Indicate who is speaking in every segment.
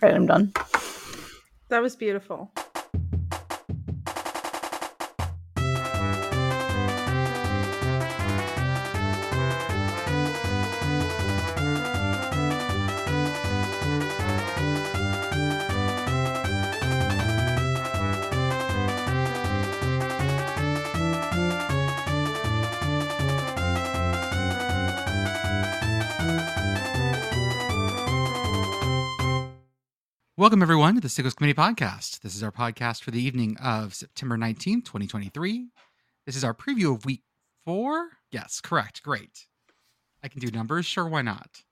Speaker 1: Right, I'm done.
Speaker 2: That was beautiful.
Speaker 3: Welcome, everyone, to the Sickles Committee Podcast. This is our podcast for the evening of September 19th, 2023. This is our preview of week four. Yes, correct. Great. I can do numbers. Sure, why not?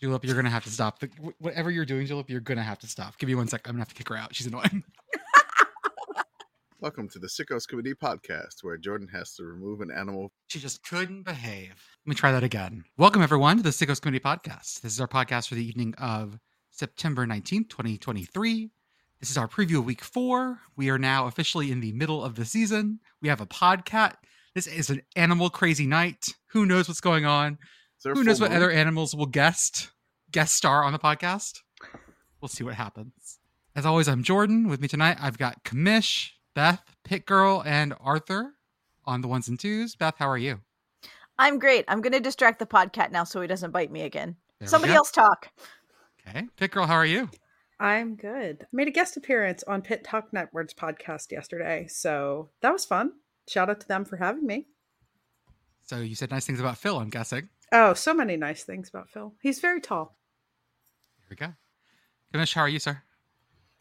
Speaker 3: Julep, you're going to have to stop. The, wh- whatever you're doing, Julep, you're going to have to stop. Give me one sec. I'm going to have to kick her out. She's annoying.
Speaker 4: Welcome to the Sickos Committee Podcast, where Jordan has to remove an animal.
Speaker 3: She just couldn't behave. Let me try that again. Welcome, everyone, to the Sickos Committee Podcast. This is our podcast for the evening of September 19th, 2023. This is our preview of week four. We are now officially in the middle of the season. We have a podcat. This is an animal crazy night. Who knows what's going on?
Speaker 4: Is there a
Speaker 3: Who knows
Speaker 4: full
Speaker 3: what
Speaker 4: moon?
Speaker 3: other animals will guest guest star on the podcast? We'll see what happens. As always, I'm Jordan. With me tonight, I've got Kamish, Beth, Pit Girl, and Arthur on the ones and twos. Beth, how are you?
Speaker 1: I'm great. I'm going to distract the podcat now so he doesn't bite me again.
Speaker 3: There we
Speaker 1: Somebody
Speaker 3: go.
Speaker 1: else talk.
Speaker 3: Okay, Pit Girl, how are you?
Speaker 2: I'm good. I made a guest appearance on Pit Talk Network's podcast yesterday, so that was fun. Shout out to them for having me.
Speaker 3: So you said nice things about Phil. I'm guessing.
Speaker 2: Oh, so many nice things about Phil. He's very tall.
Speaker 3: Here we go. Kamish, how are you, sir?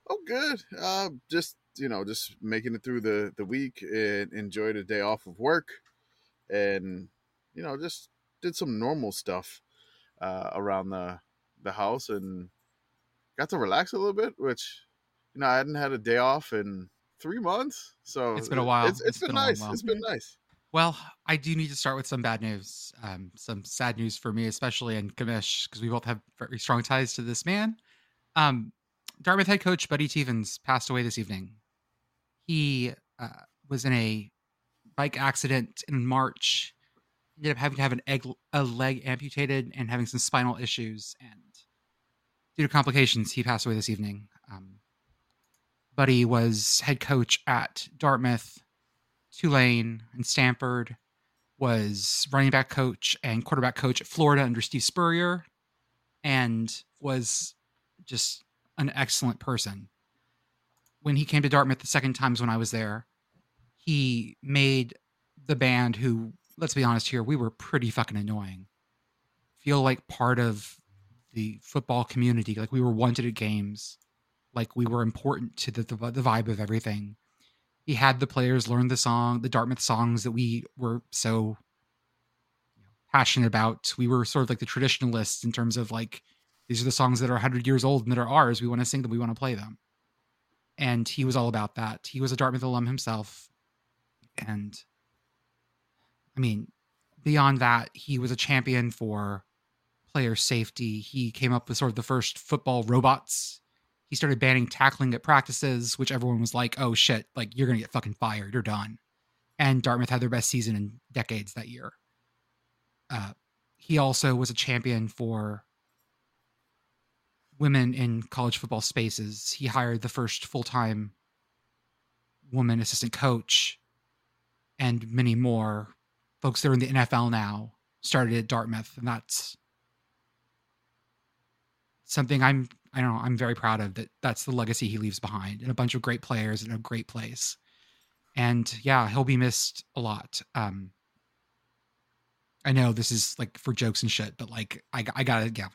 Speaker 4: Oh, good. Uh, just you know, just making it through the the week and enjoyed a day off of work, and you know, just did some normal stuff uh, around the the house and got to relax a little bit. Which you know, I hadn't had a day off in three months, so
Speaker 3: It's been a while.
Speaker 4: It's,
Speaker 3: It's
Speaker 4: it's been,
Speaker 3: been a long
Speaker 4: nice.
Speaker 3: while.
Speaker 4: It's been nice.
Speaker 3: Well, I do need to start with some bad news, um, some sad news for me, especially and Kamish, because we both have very strong ties to this man. Um, Dartmouth head coach Buddy Stevens passed away this evening. He uh, was in a bike accident in March. Ended up having to have an egg, a leg amputated and having some spinal issues, and due to complications, he passed away this evening. Um, Buddy was head coach at Dartmouth Tulane and Stanford, was running back coach and quarterback coach at Florida under Steve Spurrier, and was just an excellent person. When he came to Dartmouth the second times when I was there, he made the band, who, let's be honest here, we were pretty fucking annoying, feel like part of the football community. Like we were wanted at games, like we were important to the, the, the vibe of everything he had the players learn the song, the Dartmouth songs that we were so you know, passionate about. We were sort of like the traditionalists in terms of like these are the songs that are 100 years old and that are ours. We want to sing them. We want to play them. And he was all about that. He was a Dartmouth alum himself, and I mean, beyond that, he was a champion for player safety. He came up with sort of the first football robots he started banning tackling at practices, which everyone was like, oh shit, like you're going to get fucking fired. You're done. And Dartmouth had their best season in decades that year. Uh, he also was a champion for women in college football spaces. He hired the first full time woman assistant coach and many more folks that are in the NFL now started at Dartmouth. And that's something I'm I don't know I'm very proud of that that's the legacy he leaves behind and a bunch of great players and a great place. And yeah, he'll be missed a lot. Um I know this is like for jokes and shit, but like I I got to yeah,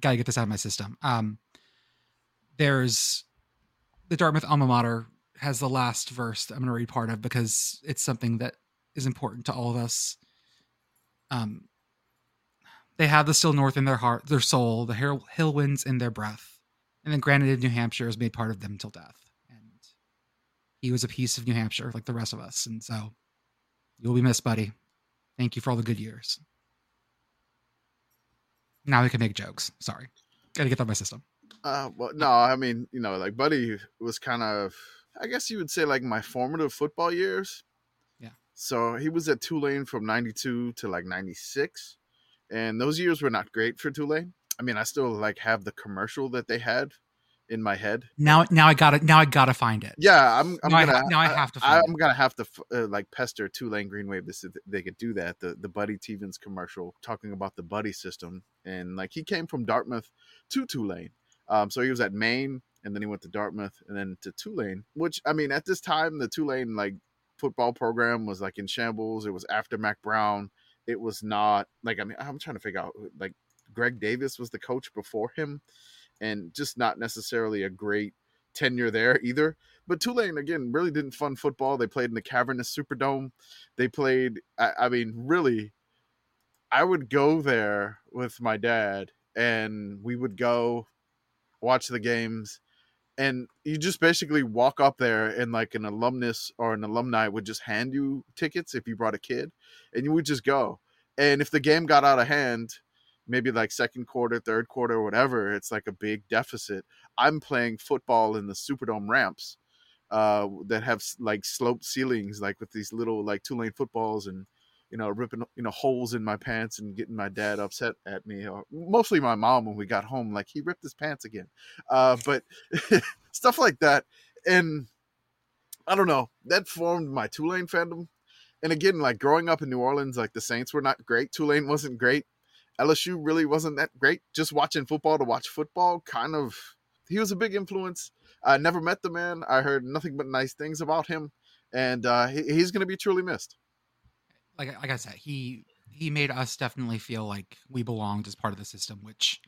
Speaker 3: got to get this out of my system. Um there's the Dartmouth alma mater has the last verse that I'm going to read part of because it's something that is important to all of us. Um they have the still north in their heart, their soul, the hill, hill winds in their breath, and the granite of New Hampshire is made part of them till death. And he was a piece of New Hampshire, like the rest of us. And so you'll be missed, buddy. Thank you for all the good years. Now we can make jokes. Sorry, gotta get that in my system.
Speaker 4: Uh, well, no, I mean, you know, like Buddy was kind of, I guess you would say, like my formative football years.
Speaker 3: Yeah.
Speaker 4: So he was at Tulane from 92 to like 96. And those years were not great for Tulane. I mean, I still like have the commercial that they had in my head.
Speaker 3: Now, now I got to Now I gotta find it.
Speaker 4: Yeah, I'm. I'm
Speaker 3: Now I
Speaker 4: gonna.
Speaker 3: ha- now I have to
Speaker 4: I,
Speaker 3: find
Speaker 4: am gonna have to f- uh, like pester Tulane Green Wave to see if they could do that. The the Buddy Stevens commercial talking about the buddy system, and like he came from Dartmouth to Tulane. Um, so he was at Maine, and then he went to Dartmouth, and then to Tulane. Which I mean, at this time, the Tulane like football program was like in shambles. It was after Mac Brown. It was not like I mean, I'm trying to figure out like Greg Davis was the coach before him, and just not necessarily a great tenure there either. But Tulane again really didn't fund football. They played in the cavernous Superdome. They played. I, I mean, really, I would go there with my dad, and we would go watch the games. And you just basically walk up there, and like an alumnus or an alumni would just hand you tickets if you brought a kid, and you would just go. And if the game got out of hand, maybe like second quarter, third quarter, whatever, it's like a big deficit. I'm playing football in the Superdome ramps, uh, that have s- like sloped ceilings, like with these little like two lane footballs and you know ripping you know holes in my pants and getting my dad upset at me or mostly my mom when we got home like he ripped his pants again uh but stuff like that and i don't know that formed my tulane fandom and again like growing up in new orleans like the saints were not great tulane wasn't great lsu really wasn't that great just watching football to watch football kind of he was a big influence I never met the man. I heard nothing but nice things about him, and uh, he, he's going to be truly missed.
Speaker 3: Like, like I said, he he made us definitely feel like we belonged as part of the system, which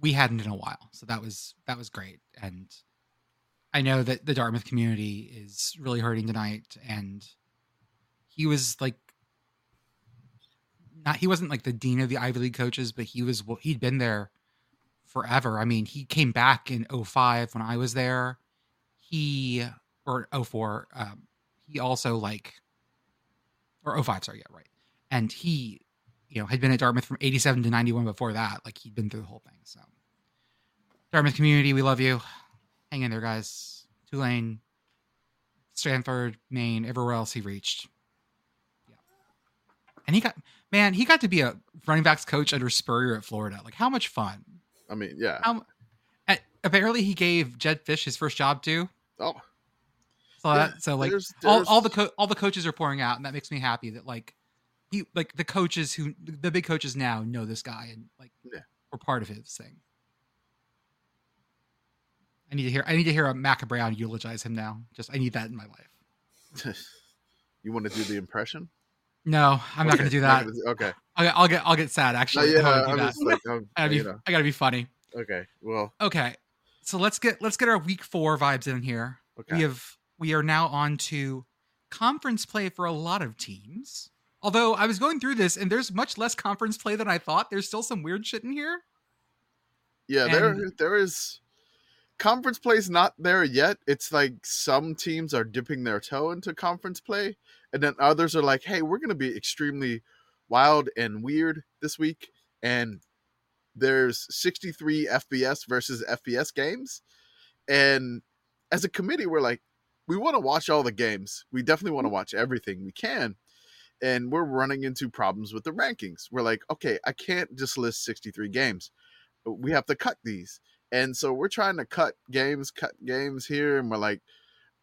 Speaker 3: we hadn't in a while. So that was that was great. And I know that the Dartmouth community is really hurting tonight. And he was like, not he wasn't like the dean of the Ivy League coaches, but he was. He'd been there forever. I mean, he came back in 05 when I was there. He or 04. Um, he also like or 05, sorry, yeah, right. And he, you know, had been at Dartmouth from 87 to 91 before that. Like he'd been through the whole thing. So Dartmouth community, we love you. Hang in there, guys. Tulane, Stanford, Maine, everywhere else he reached. Yeah. And he got man, he got to be a running backs coach under Spurrier at Florida. Like how much fun.
Speaker 4: I mean, yeah.
Speaker 3: How at, apparently he gave Jed Fish his first job too.
Speaker 4: Oh,
Speaker 3: So
Speaker 4: Yeah,
Speaker 3: that, so Oh, like
Speaker 4: there's-
Speaker 3: all, all
Speaker 4: there's-
Speaker 3: the co- all the coaches are pouring out, and that makes me happy that like he like the coaches who the big coaches now know this guy and like
Speaker 4: Yeah.
Speaker 3: we're part of his thing. I need to hear I need to hear a Maca Brown eulogize him now. Just I need that in my life.
Speaker 4: you want to do the impression?
Speaker 3: No, I'm not
Speaker 4: Okay,
Speaker 3: gonna do that.
Speaker 4: Oh, gonna do- okay.
Speaker 3: I'll, get- I'll get I'll get sad
Speaker 4: No,
Speaker 3: actually.
Speaker 4: yeah,
Speaker 3: I don't wanna do
Speaker 4: I'm
Speaker 3: that.
Speaker 4: just like, I'm-
Speaker 3: I gotta
Speaker 4: you
Speaker 3: be
Speaker 4: know,
Speaker 3: I gotta be funny.
Speaker 4: okay. Well,
Speaker 3: Okay, so let's get let's get our week four vibes in here.
Speaker 4: okay.
Speaker 3: we have we are now on to conference play for a lot of teams although i was going through this and there's much less conference play than i thought there's still some weird shit in here
Speaker 4: yeah, there
Speaker 3: and-
Speaker 4: there is conference play's not there yet. It's like some teams are dipping their toe into conference play, and then others are like, "Hey, we're going to be extremely wild and weird this week." And there's 63 FBS versus FBS games. And as a committee, we're like, we want to watch all the games. We definitely want to watch everything we can. And we're running into problems with the rankings. We're like, okay, I can't just list 63 games. We have to cut these. And so we're trying to cut games, cut games here. And we're like,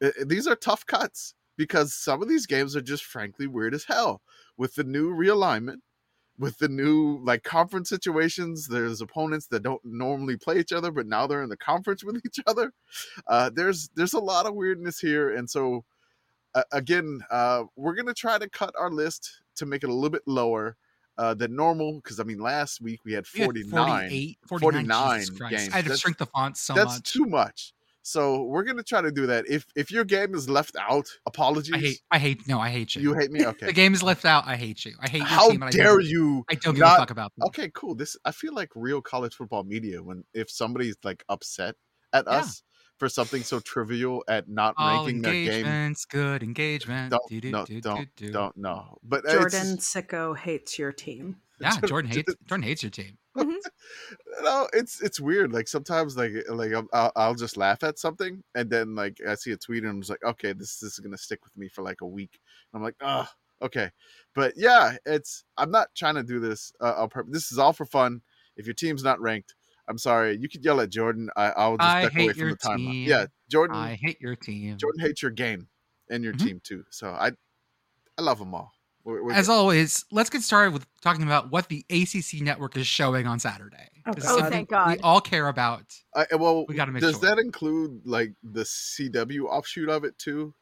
Speaker 4: eh, eh, these are tough cuts because some of these games are just frankly weird as hell. With the new realignment, with the new like conference situations there's opponents that don't normally play each other but now they're in the conference with each other uh, there's there's a lot of weirdness here and so uh, again uh, we're gonna try to cut our list to make it a little bit lower uh, than normal because i mean last week we had
Speaker 3: We had
Speaker 4: 49
Speaker 3: 48
Speaker 4: 49
Speaker 3: Jesus Christ.
Speaker 4: games.
Speaker 3: i had to
Speaker 4: That's-
Speaker 3: shrink the font so
Speaker 4: that's
Speaker 3: much
Speaker 4: too much so we're gonna try to do that if if your game is left out apologies
Speaker 3: i hate i hate no i hate you,
Speaker 4: you hate me okay
Speaker 3: the game is left out i hate you i hate your
Speaker 4: how
Speaker 3: team and I
Speaker 4: dare
Speaker 3: don't,
Speaker 4: you
Speaker 3: i don't give
Speaker 4: not-
Speaker 3: a fuck about them
Speaker 4: okay cool this i feel like real college football media when if somebody's like upset at
Speaker 3: Yeah.
Speaker 4: us for something so trivial at not
Speaker 3: All
Speaker 4: ranking their game.
Speaker 3: engagements, good engagement.
Speaker 4: Don't,
Speaker 3: Do, do,
Speaker 4: no,
Speaker 3: do,
Speaker 4: don't,
Speaker 3: do, do.
Speaker 4: don't, no. But it's-
Speaker 2: Jordan Sicko hates your team.
Speaker 3: Yeah,
Speaker 4: Jordan-
Speaker 3: Jordan hates Jordan hates your team.
Speaker 4: no, it's it's weird. Like sometimes, like eh, like I'll- I'll, I'll just laugh at something, and then like I see a tweet, and I'm just like, okay, this, this is gonna stick with me for like a week. I'm like, ah, okay, but yeah, it's I'm not trying to do this. Uh, I'll, pur- this is all for fun. If your team's not ranked, I'm sorry, you could yell at Jordan. I, I'll just
Speaker 3: I
Speaker 4: duck away
Speaker 3: hate
Speaker 4: from
Speaker 3: your
Speaker 4: the timeline.
Speaker 3: team.
Speaker 4: Yeah, Jordan,
Speaker 3: I hate your team.
Speaker 4: Jordan hates your game and your
Speaker 3: Mhm.
Speaker 4: team too. So I, I love them all. We're- we're
Speaker 3: As
Speaker 4: good.
Speaker 3: always, let's get started with talking about what the ACC network is showing on Saturday.
Speaker 2: Oh,
Speaker 3: This is
Speaker 2: God. Oh,
Speaker 3: something
Speaker 1: thank
Speaker 3: We
Speaker 1: God.
Speaker 3: all care about.
Speaker 4: I, well,
Speaker 3: We gotta make
Speaker 4: does
Speaker 3: sure.
Speaker 4: that include like the CW offshoot of it too?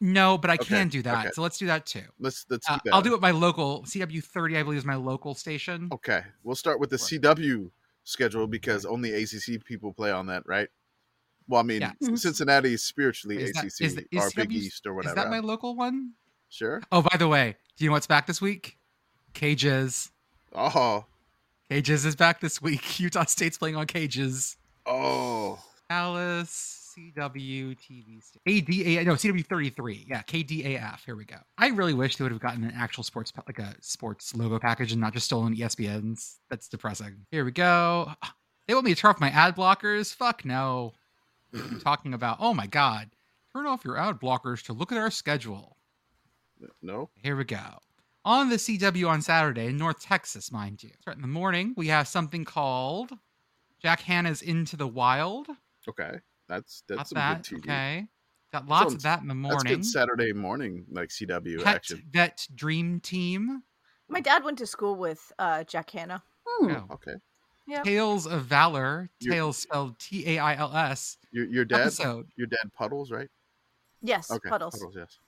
Speaker 3: No, but I
Speaker 4: Okay,
Speaker 3: can do that.
Speaker 4: okay.
Speaker 3: So let's do that too.
Speaker 4: Let's let's
Speaker 3: Uh,
Speaker 4: keep that
Speaker 3: I'll
Speaker 4: up.
Speaker 3: do it my local CW thirty. I believe is my local station.
Speaker 4: Okay, we'll start with the
Speaker 3: Right.
Speaker 4: CW schedule because only ACC people play on that, right? Well, I mean,
Speaker 3: Yeah.
Speaker 2: Mhm.
Speaker 4: Spiritually, spiritually
Speaker 3: Is that-
Speaker 4: ACC
Speaker 3: is the- is
Speaker 4: or Big
Speaker 3: CW
Speaker 4: East or
Speaker 3: is
Speaker 4: whatever. Uh,
Speaker 3: that my local one?
Speaker 4: sure.
Speaker 3: Oh, by the way, do you know what's back this week? Cages.
Speaker 4: Oh,
Speaker 3: Cages is back this week. Utah State's playing on Cages.
Speaker 4: oh,
Speaker 3: Alice CW TV sta- ADA no CW thirty three yeah KDAF here we go. I really wish they would have gotten an actual sports pa- like a sports logo package and not just stolen E ESPN's. That's depressing. Here we go. Ah, They want me to turn off my ad blockers. Fuck no. What are you talking about oh my god, turn off your ad blockers to look at our schedule.
Speaker 4: no.
Speaker 3: Here we go. On the CW on Saturday in North Texas, mind you. Start in the morning, we have something called Jack Hanna's Into the Wild.
Speaker 4: Okay, that's
Speaker 3: Got
Speaker 4: that's some
Speaker 3: that.
Speaker 4: good TV.
Speaker 3: Okay. Got lots
Speaker 4: Sounds-
Speaker 3: of that in the
Speaker 4: That's
Speaker 3: morning.
Speaker 4: good Saturday morning like CW
Speaker 3: Pet
Speaker 4: action.
Speaker 3: Vet Dream Team.
Speaker 1: My dad went to school with uh, Jack Hanna.
Speaker 2: Hmm.
Speaker 3: No.
Speaker 4: Okay,
Speaker 1: Yep.
Speaker 3: Tales of Valor.
Speaker 4: You-
Speaker 3: Tales spelled T A I L S.
Speaker 4: your your dad,
Speaker 3: Episode.
Speaker 4: your dad puddles, right?
Speaker 1: Yes,
Speaker 4: Okay,
Speaker 1: puddles.
Speaker 4: yes.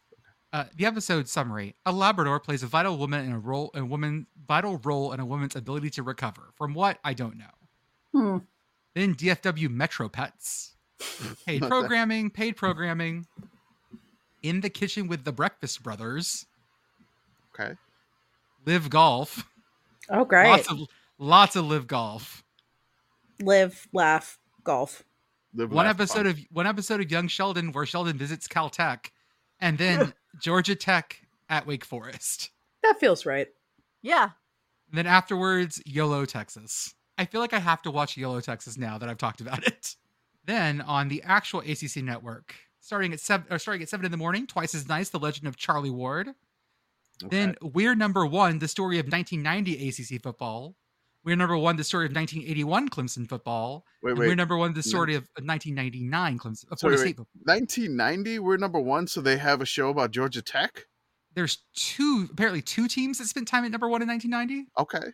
Speaker 3: Uh, the episode summary: A Labrador plays a vital woman in a role, a woman vital role in a woman's ability to recover from what I don't know.
Speaker 2: Hmm.
Speaker 3: Then DFW Metro Pets. Paid
Speaker 4: Not that-
Speaker 3: programming, paid programming. In the kitchen with the Breakfast Brothers.
Speaker 4: Okay,
Speaker 3: Live golf.
Speaker 2: Oh, great.
Speaker 3: Lots of lots of live golf.
Speaker 2: Live, laugh, golf.
Speaker 4: Live,
Speaker 3: one
Speaker 4: laugh,
Speaker 3: episode
Speaker 4: fun.
Speaker 3: of one episode of Young Sheldon where Sheldon visits Caltech, and then Georgia Tech at Wake Forest.
Speaker 2: That feels right.
Speaker 1: Yeah.
Speaker 3: And then afterwards, YOLO Texas. I feel like I have to watch YOLO Texas now that I've talked about it. Then on the actual ACC network, starting at seven or starting at seven in the morning, twice as nice, The Legend of Charlie Ward.
Speaker 4: Okay.
Speaker 3: Then we're number one, the story of 1990 ACC football. We're number one, the story of 1981 Clemson football.
Speaker 4: wait
Speaker 3: And
Speaker 4: wait
Speaker 3: we're number one, the
Speaker 4: No.
Speaker 3: story of 1999 Clemson, uh,
Speaker 4: So wait,
Speaker 3: Florida
Speaker 4: wait.
Speaker 3: State football.
Speaker 4: 1990 we're number one so they have a show about Georgia Tech.
Speaker 3: there's two apparently two teams that spent time at number one in 1990.
Speaker 4: Okay,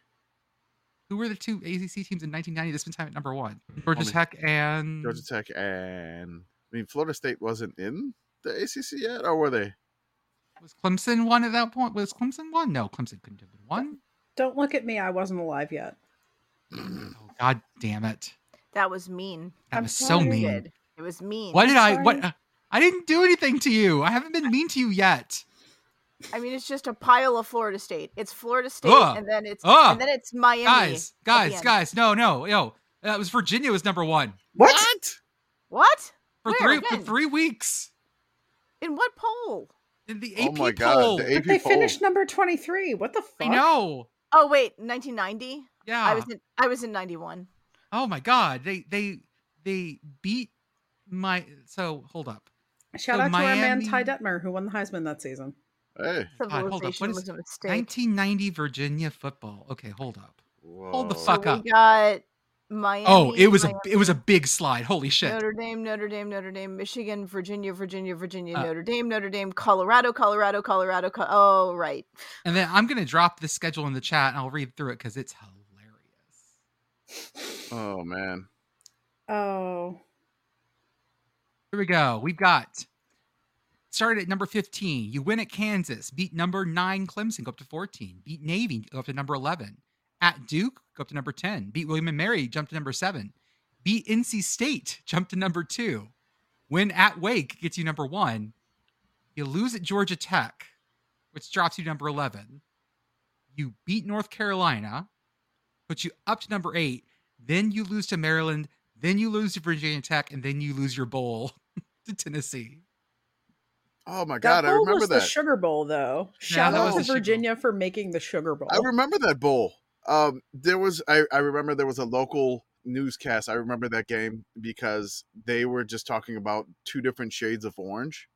Speaker 3: Who were the two ACC teams in 1990 that spent time at number one? Georgia
Speaker 4: Mm-hmm. Only-
Speaker 3: Tech and
Speaker 4: Georgia Tech and I mean Florida State wasn't in the ACC yet, or were they?
Speaker 3: was Clemson one at that point? Was Clemson one? No, Clemson couldn't have been one.
Speaker 2: Don't look at me. I wasn't alive yet.
Speaker 3: Oh, God damn it!
Speaker 1: That was mean.
Speaker 3: That
Speaker 2: I'm
Speaker 3: was so
Speaker 2: sorry.
Speaker 1: You
Speaker 3: mean.
Speaker 1: did. It was mean.
Speaker 3: Why did I? What?
Speaker 2: sorry.
Speaker 3: uh, I didn't do anything to you. I haven't been mean to you yet.
Speaker 1: I mean, it's just a pile of Florida State. It's Florida State,
Speaker 3: Ugh.
Speaker 1: and then it's
Speaker 3: Ugh.
Speaker 1: and then it's Miami.
Speaker 3: Oh, guys,
Speaker 1: at the
Speaker 3: guys,
Speaker 1: end.
Speaker 3: guys! No, no, yo! That was Virginia was number one
Speaker 2: What?
Speaker 1: What?
Speaker 3: for
Speaker 1: Where?
Speaker 3: three for
Speaker 1: When?
Speaker 3: three weeks
Speaker 1: In what poll?
Speaker 3: in the AP
Speaker 4: Oh my
Speaker 3: poll.
Speaker 4: god, the AP
Speaker 2: But they
Speaker 4: poll.
Speaker 2: finished number 23. What the
Speaker 3: I
Speaker 2: fuck?
Speaker 3: know.
Speaker 1: Oh wait, 1990.
Speaker 3: Yeah,
Speaker 1: I was in I was in 91.
Speaker 3: Oh my god, they they they beat my so hold up.
Speaker 2: Shout
Speaker 3: So
Speaker 2: out to our man Ty
Speaker 3: Miami-
Speaker 2: Detmer, who won the Heisman that season.
Speaker 4: Hey,
Speaker 3: God, hold up,
Speaker 1: Civilization
Speaker 3: what is-
Speaker 1: was a mistake.
Speaker 3: 1990 Virginia football. Okay, hold up. the
Speaker 4: whoa.
Speaker 3: fuck
Speaker 1: so
Speaker 3: up.
Speaker 1: we got Miami.
Speaker 3: Oh, it was a
Speaker 1: Miami,
Speaker 3: it was a big slide. Holy shit.
Speaker 1: Notre Dame, Notre Dame, Notre Dame, Michigan, Virginia, Virginia, Virginia,
Speaker 3: Uh,
Speaker 1: Notre Dame, Notre Dame, Colorado, Colorado, Colorado. Col- oh, right.
Speaker 3: And then I'm going to drop this schedule in the chat and I'll read through it cuz it's hilarious.
Speaker 4: Oh man,
Speaker 2: Oh.
Speaker 3: Here we go. We've got started at number 15. You win at Kansas, beat number nine Clemson, go up to 14. Beat Navy, go up to number 11. At Duke, go up to number 10. Beat William and Mary, jump to number seven. Beat NC State, jump to number two. Win at Wake, gets you number one. You lose at Georgia Tech, which drops you to number 11. You beat North Carolina, puts you up to number eight. Then you lose to Maryland. Then you lose to Virginia Tech, and then you lose your bowl to Tennessee.
Speaker 4: Oh my
Speaker 2: That
Speaker 4: god, I
Speaker 2: bowl
Speaker 4: remember
Speaker 2: was
Speaker 4: that.
Speaker 2: the Sugar Bowl, though. Shout
Speaker 4: that was
Speaker 2: out
Speaker 4: the
Speaker 2: to
Speaker 3: Sugar Bowl.
Speaker 2: Virginia for making the Sugar Bowl.
Speaker 4: I remember that bowl. Um, there was I, I remember there was a local newscast. I remember that game because they were just talking about two different shades of orange.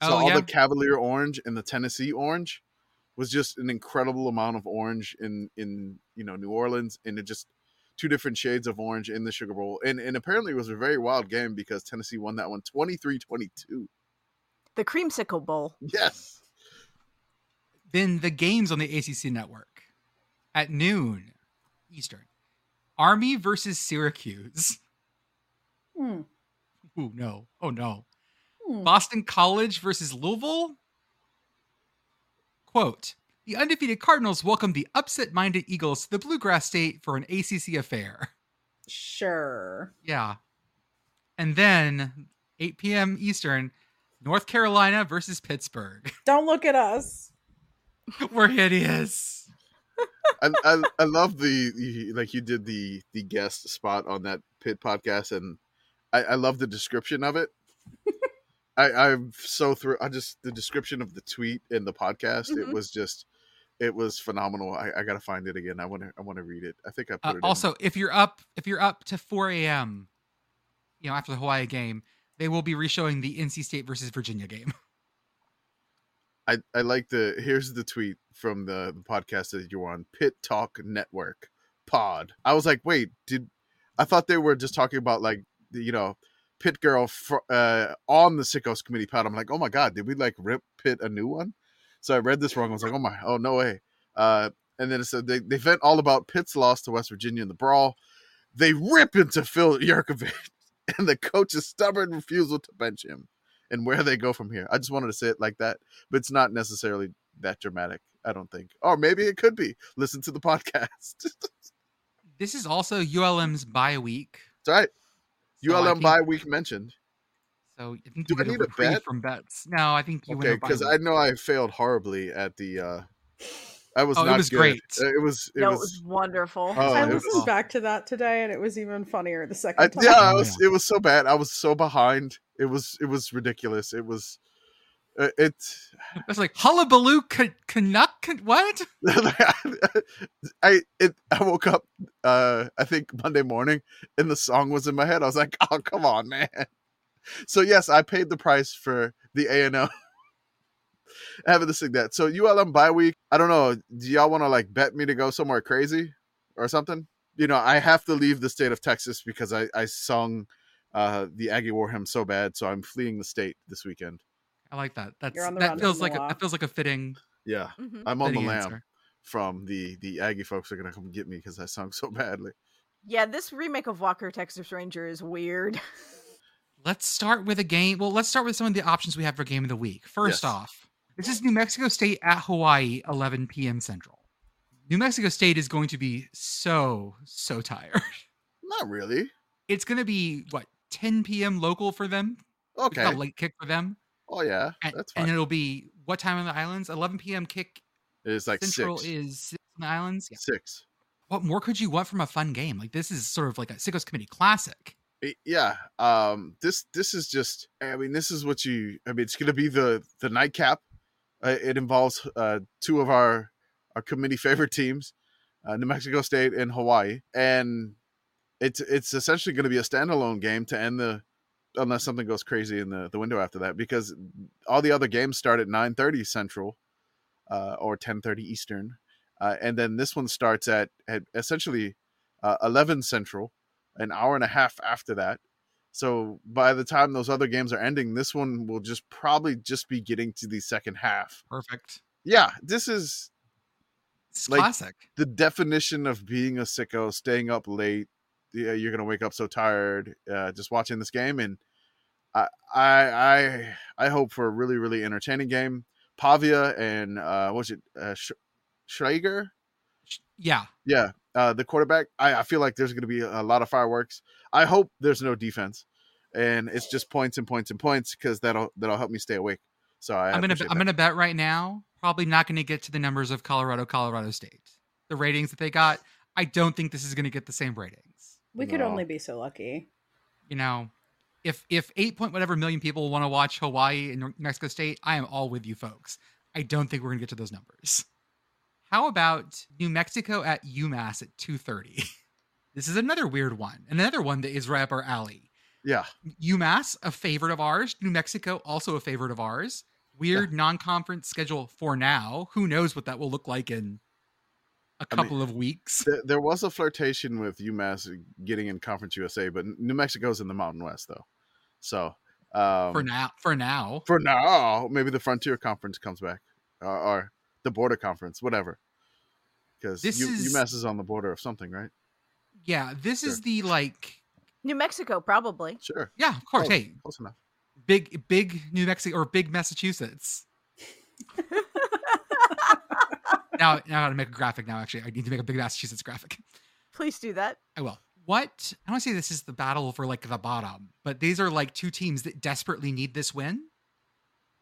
Speaker 4: So
Speaker 3: oh
Speaker 4: all
Speaker 3: yeah,
Speaker 4: the Cavalier orange and the Tennessee orange was just an incredible amount of orange in in you know New Orleans, and it just two different shades of orange in the Sugar Bowl, and and apparently it was a very wild game because Tennessee won that one 23-22.
Speaker 1: The creamsicle bowl.
Speaker 4: Yes.
Speaker 3: then the games on the ACC network at noon Eastern. Army versus Syracuse.
Speaker 2: Hmm.
Speaker 3: Ooh, no. Oh, no.
Speaker 2: Hmm.
Speaker 3: Boston College versus Louisville. Quote The undefeated Cardinals welcome the upset minded Eagles to the Bluegrass State for an ACC affair.
Speaker 2: Sure.
Speaker 3: Yeah. And then 8 p.m. Eastern, North Carolina versus Pittsburgh.
Speaker 2: Don't look at us.
Speaker 3: We're hideous.
Speaker 4: I, I, I love the, the- like you did the the guest spot on that pit podcast and I, I love the description of it. I, I'm so through I just the description of the tweet and the podcast,
Speaker 1: Mhm.
Speaker 3: Mm-hmm.
Speaker 4: it was just it was phenomenal. I, I gotta find it again. I wanna I wanna read it. I think I put
Speaker 3: Uh,
Speaker 4: it in.
Speaker 3: also, if you're up, if you're up to 4 a.m., you know after the Hawaii game, they will be reshowing the NC State versus Virginia game.
Speaker 4: I, I like the here's the tweet from the, the podcast that you were on Pit Talk Network Pod. I was like, wait, did I thought they were just talking about like the, you know Pit Girl fr- uh, on the Sickos Committee Pod? I'm like, oh my god, did we like rip Pit a new one? So I read this wrong. I was like, oh my, oh no way. Uh, and then it said they they vent all about Pitt's loss to West Virginia in the brawl. They rip into Phil Yurkovich and the coach's stubborn refusal to bench him. And where they go from here, I just wanted to say it like that but it's not necessarily that dramatic. I don't think. Or maybe it could be. Listen to the podcast. It's
Speaker 3: This is also ULM's bye week.
Speaker 4: all right.
Speaker 3: so I
Speaker 4: ULM
Speaker 3: think-
Speaker 4: bye week mentioned.
Speaker 3: So I think
Speaker 4: Do
Speaker 3: you
Speaker 4: I
Speaker 3: get
Speaker 4: need a
Speaker 3: reprieve
Speaker 4: bet?
Speaker 3: from bets? No, I think you win
Speaker 4: Okay,
Speaker 3: a bye
Speaker 4: because I
Speaker 3: week.
Speaker 4: know I failed horribly at the. uh I was
Speaker 3: Oh, it
Speaker 4: not
Speaker 3: was
Speaker 4: good.
Speaker 3: great.
Speaker 4: Uh, It was. It
Speaker 1: no,
Speaker 4: was.
Speaker 1: it was wonderful.
Speaker 4: Oh,
Speaker 2: I
Speaker 4: it
Speaker 2: listened
Speaker 3: was-
Speaker 2: back to that today, and it was even funnier the second
Speaker 4: I,
Speaker 2: time.
Speaker 4: yeah, I
Speaker 3: Oh,
Speaker 4: was, it was so bad. I was so behind. It was. It was ridiculous. It was. Uh, it.
Speaker 3: I was like hullabaloo, can- canuck, can- what?
Speaker 4: I. It. I woke up. uh I think Monday morning, and the song was in my head. I was like, "Oh, come on, man!" So yes, I paid the price for the A and O. Having this thing that so ULM bye week. I don't know. Do y'all want to like bet me to go somewhere crazy or something? You know, I have to leave the state of Texas because I I sung uh the Aggie War hymn so bad, so I'm fleeing the state this weekend.
Speaker 3: I like that. That's
Speaker 2: on the
Speaker 3: that
Speaker 2: run
Speaker 3: feels
Speaker 2: from
Speaker 3: like
Speaker 2: the
Speaker 3: a,
Speaker 2: law.
Speaker 3: that feels like a fitting.
Speaker 4: Yeah,
Speaker 1: Mhm.
Speaker 4: I'm on the
Speaker 3: fitting
Speaker 4: lamb
Speaker 3: answer.
Speaker 4: from the the Aggie folks are gonna come get me because I sung so badly.
Speaker 1: Yeah, this remake of Walker Texas Ranger is weird.
Speaker 3: Let's start with a game. Well, let's start with some of the options we have for game of the week. First
Speaker 4: Yes.
Speaker 3: off, this is New Mexico State at Hawaii, 11 p.m. Central. New Mexico State is going to be so, so tired.
Speaker 4: Not really.
Speaker 3: It's going to be, what, 10 p.m. local for them? It's
Speaker 4: Okay.
Speaker 3: got a late kick for them.
Speaker 4: oh yeah,
Speaker 3: And,
Speaker 4: that's
Speaker 3: and
Speaker 4: fine.
Speaker 3: it'll be what time on the islands? 11 p.m. kick.
Speaker 4: It's like
Speaker 3: Central
Speaker 4: six.
Speaker 3: is six on the islands. Yeah.
Speaker 4: Six.
Speaker 3: What more could you want from a fun game? Like, this is sort of like a Sickos Committee classic.
Speaker 4: I- yeah um this this is just i mean this is what you i mean it's gonna be the the nightcap uh, it involves uh two of our our committee favorite teams uh, new mexico state and hawaii and it's it's essentially gonna be a standalone game to end the unless something goes crazy in the the window after that because all the other games start at 9 30 central uh or 10 30 eastern uh, and then this one starts at, at essentially uh, 11 central an hour and a half after that. So by the time those other games are ending, this one will just probably just be getting to the second half.
Speaker 3: Perfect.
Speaker 4: Yeah, this is
Speaker 3: It's
Speaker 4: Like-
Speaker 3: classic.
Speaker 4: the definition of being a sicko, staying up late. Yeah, you're gonna wake up so tired uh, just watching this game, and I, I, I, I hope for a really, really entertaining game. Pavia and uh, what was it uh, Sch- Schrager?
Speaker 3: Yeah.
Speaker 4: Yeah, uh, the quarterback. I, I feel like there's going to be a lot of fireworks. I hope there's no defense, and it's just points and points and points because that'll that'll help me stay awake. So I
Speaker 3: I'm gonna
Speaker 4: appreciate
Speaker 3: I'm
Speaker 4: that.
Speaker 3: gonna bet right now. Probably not gonna get to the numbers of Colorado, Colorado State. The ratings that they got, I don't think this is gonna get the same ratings.
Speaker 2: We could
Speaker 4: No.
Speaker 2: only be so lucky.
Speaker 3: You know, if if eight point whatever million people want to watch Hawaii and New Mexico State, I am all with you folks. I don't think we're gonna get to those numbers. How about New Mexico at UMass at two thirty? This is another weird one, another one that is right up our alley.
Speaker 4: Yeah.
Speaker 3: UMass, a favorite of ours. New Mexico, also a favorite of ours. Weird non-conference schedule for now. Who knows what that will look like in a
Speaker 4: I mean,
Speaker 3: couple of weeks?
Speaker 4: There, there was a flirtation with UMass getting in Conference USA, but New Mexico's in the Mountain West, though. So um,
Speaker 3: for now, for now,
Speaker 4: for now, maybe the Frontier Conference comes back, or, or the Border Conference, whatever. Because
Speaker 3: This is-
Speaker 4: UMass is on the border of something, right?
Speaker 3: yeah. This is the like,
Speaker 1: New Mexico, probably.
Speaker 4: Sure,
Speaker 3: yeah, of course.
Speaker 4: Oh.
Speaker 3: Hey,
Speaker 4: close enough.
Speaker 3: big, big New Mexico or big Massachusetts. now, now I gotta make a graphic. Now, actually, I need to make a big Massachusetts graphic.
Speaker 1: Please do that.
Speaker 3: I will. What I want to say this is the battle for like the bottom, but these are like two teams that desperately need this win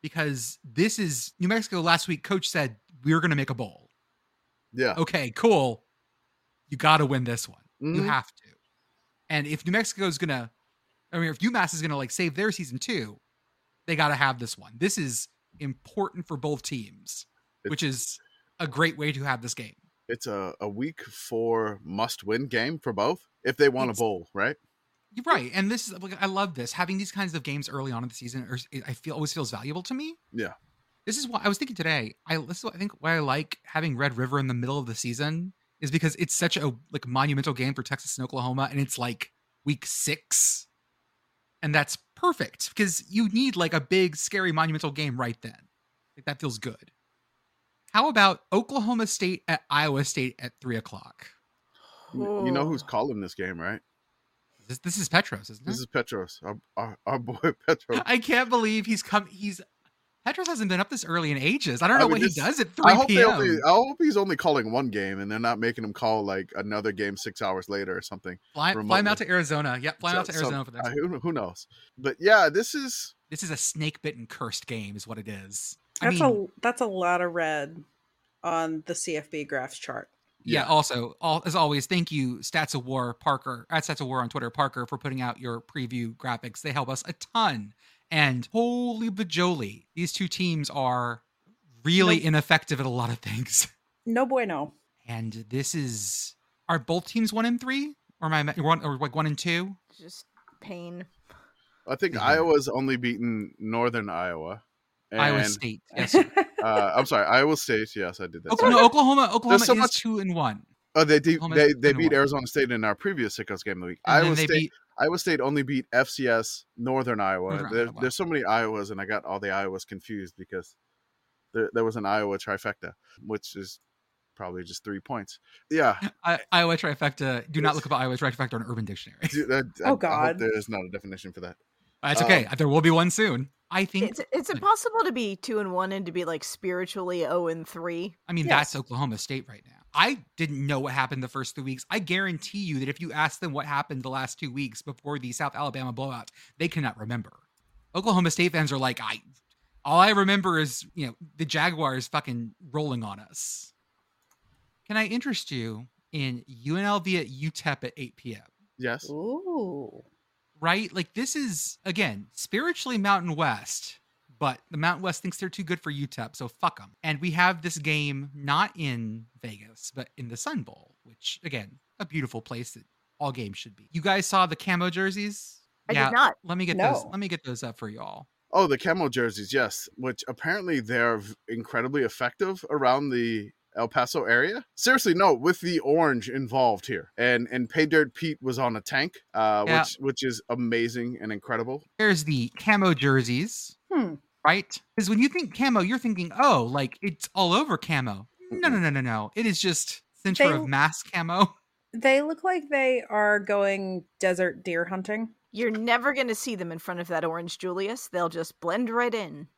Speaker 3: because this is New Mexico last week. Coach said we are going to make a bowl.
Speaker 4: Yeah.
Speaker 3: Okay, cool. You got to win this one. You
Speaker 4: Mhm.
Speaker 3: have to. And if New Mexico is going to, I mean, if UMass is going to like save their season too, they got to have this one. This is important for both teams, which is a great way to have this game.
Speaker 4: It's a, a week four must win game for both if they want a
Speaker 3: It's-
Speaker 4: bowl, right?
Speaker 3: You're right. And this is like I love this. Having these kinds of games early on in the season or I feel always feels valuable to me.
Speaker 4: Yeah.
Speaker 3: This is why I was thinking today. I this is what I think why I like having Red River in the middle of the season is because it's such a like monumental game for Texas and Oklahoma and it's like week 6. And that's perfect because you need like a big scary monumental game right then. Like that feels good. How about Oklahoma State at Iowa State at three o'clock?
Speaker 4: You you know
Speaker 1: Ooh.
Speaker 3: Oh.
Speaker 4: who's calling this game, right?
Speaker 3: This, this is Petros, isn't it?
Speaker 4: This is Petros, our, our, our boy Petros.
Speaker 3: I can't believe he's come. He's Petros hasn't been up this early in ages. I don't
Speaker 4: I
Speaker 3: know
Speaker 4: mean,
Speaker 3: what
Speaker 4: this-
Speaker 3: he does at three
Speaker 4: I hope, uh, they
Speaker 3: p.m.
Speaker 4: only, I hope he's only calling one game and they're not making him call like another game six hours later or something.
Speaker 3: fly, fly him
Speaker 4: remotely.
Speaker 3: out to Arizona. Yep, fly him out to
Speaker 4: So-
Speaker 3: Arizona
Speaker 4: so,
Speaker 3: for this.
Speaker 4: uh, who, who knows? But yeah, this is
Speaker 3: this is a snake bitten cursed game, is what it is. I
Speaker 2: That's
Speaker 3: mean,
Speaker 2: a that's a lot of red on the CFB graphs chart.
Speaker 3: yeah.
Speaker 4: yeah.
Speaker 3: Also, all, as always, thank you, Stats of War Parker at Stats of War on Twitter, Parker, for putting out your preview graphics. They help us a ton. And holy bajoli, these two teams are really
Speaker 2: Nope.
Speaker 3: ineffective at a lot of things.
Speaker 2: No bueno.
Speaker 3: And this is are both teams one and three, or am I one or like one and two?
Speaker 1: Just pain.
Speaker 4: I think
Speaker 3: Mhm.
Speaker 4: Iowa's only beaten Northern Iowa. And,
Speaker 3: Iowa State. Yes.
Speaker 4: uh, I'm sorry, Iowa State. Yes, I did that.
Speaker 3: Oklahoma,
Speaker 4: Sorry.
Speaker 3: no, Oklahoma, Oklahoma
Speaker 4: so
Speaker 3: is
Speaker 4: much-
Speaker 3: two and one.
Speaker 4: Oh, they de-
Speaker 3: Oklahoma
Speaker 4: they
Speaker 3: State's
Speaker 4: they
Speaker 3: been
Speaker 4: beat
Speaker 3: one.
Speaker 4: Arizona State in our previous Sickos game of the week.
Speaker 3: And
Speaker 4: Iowa
Speaker 3: then they
Speaker 4: State
Speaker 3: beat
Speaker 4: Iowa State only beat FCS Northern Iowa.
Speaker 3: Northern
Speaker 4: there,
Speaker 3: Iowa.
Speaker 4: There's so many Iowas, and I got all the Iowas confused because there, there was an Iowa trifecta, which is probably just three points. Yeah.
Speaker 3: I, Iowa trifecta. Do not look up Iowa trifecta on Urban Dictionary.
Speaker 4: dude, I- I- I hope
Speaker 2: God.
Speaker 4: there's not a definition for that.
Speaker 3: That's
Speaker 4: Um,
Speaker 3: okay. there will be one soon. I think.
Speaker 1: It's it's impossible to be two and one and to be like spiritually zero and three.
Speaker 3: I mean,
Speaker 2: yes.
Speaker 3: that's Oklahoma State right now. I didn't know what happened the first two weeks. I guarantee you that if you ask them what happened the last two weeks before the South Alabama blowout, they cannot remember. Oklahoma State fans are like, I. All I remember is you know the Jaguars fucking rolling on us. Can I interest you in UNLV at UTEP E at 8 p.m.
Speaker 4: Yes.
Speaker 2: Ooh.
Speaker 3: right? Like this is again spiritually Mountain West, but the Mountain West thinks they're too good for UTEP, so fuck them. And we have this game not in Vegas, but in the Sun Bowl, which again, a beautiful place that all games should be. You guys saw the camo jerseys?
Speaker 1: I did not.
Speaker 3: Let me get those.
Speaker 2: No.
Speaker 3: Let me get those up for y'all.
Speaker 4: Oh, the camo jerseys, yes, which apparently they're v- incredibly effective around the El Paso area. Seriously, no, with the orange involved here, and and Pay Dirt Pete was on a tank, uh,
Speaker 3: Yeah.
Speaker 4: which which is amazing and incredible.
Speaker 3: There's the camo jerseys,
Speaker 2: Hmm.
Speaker 3: right? Because when you think camo, you're thinking, oh, like it's all over camo. No, no, no, no, no. It is just center
Speaker 2: They-
Speaker 3: of mass camo.
Speaker 2: They look like they are going desert deer hunting.
Speaker 1: You're never gonna see them in front of that orange Julius. They'll just blend right in.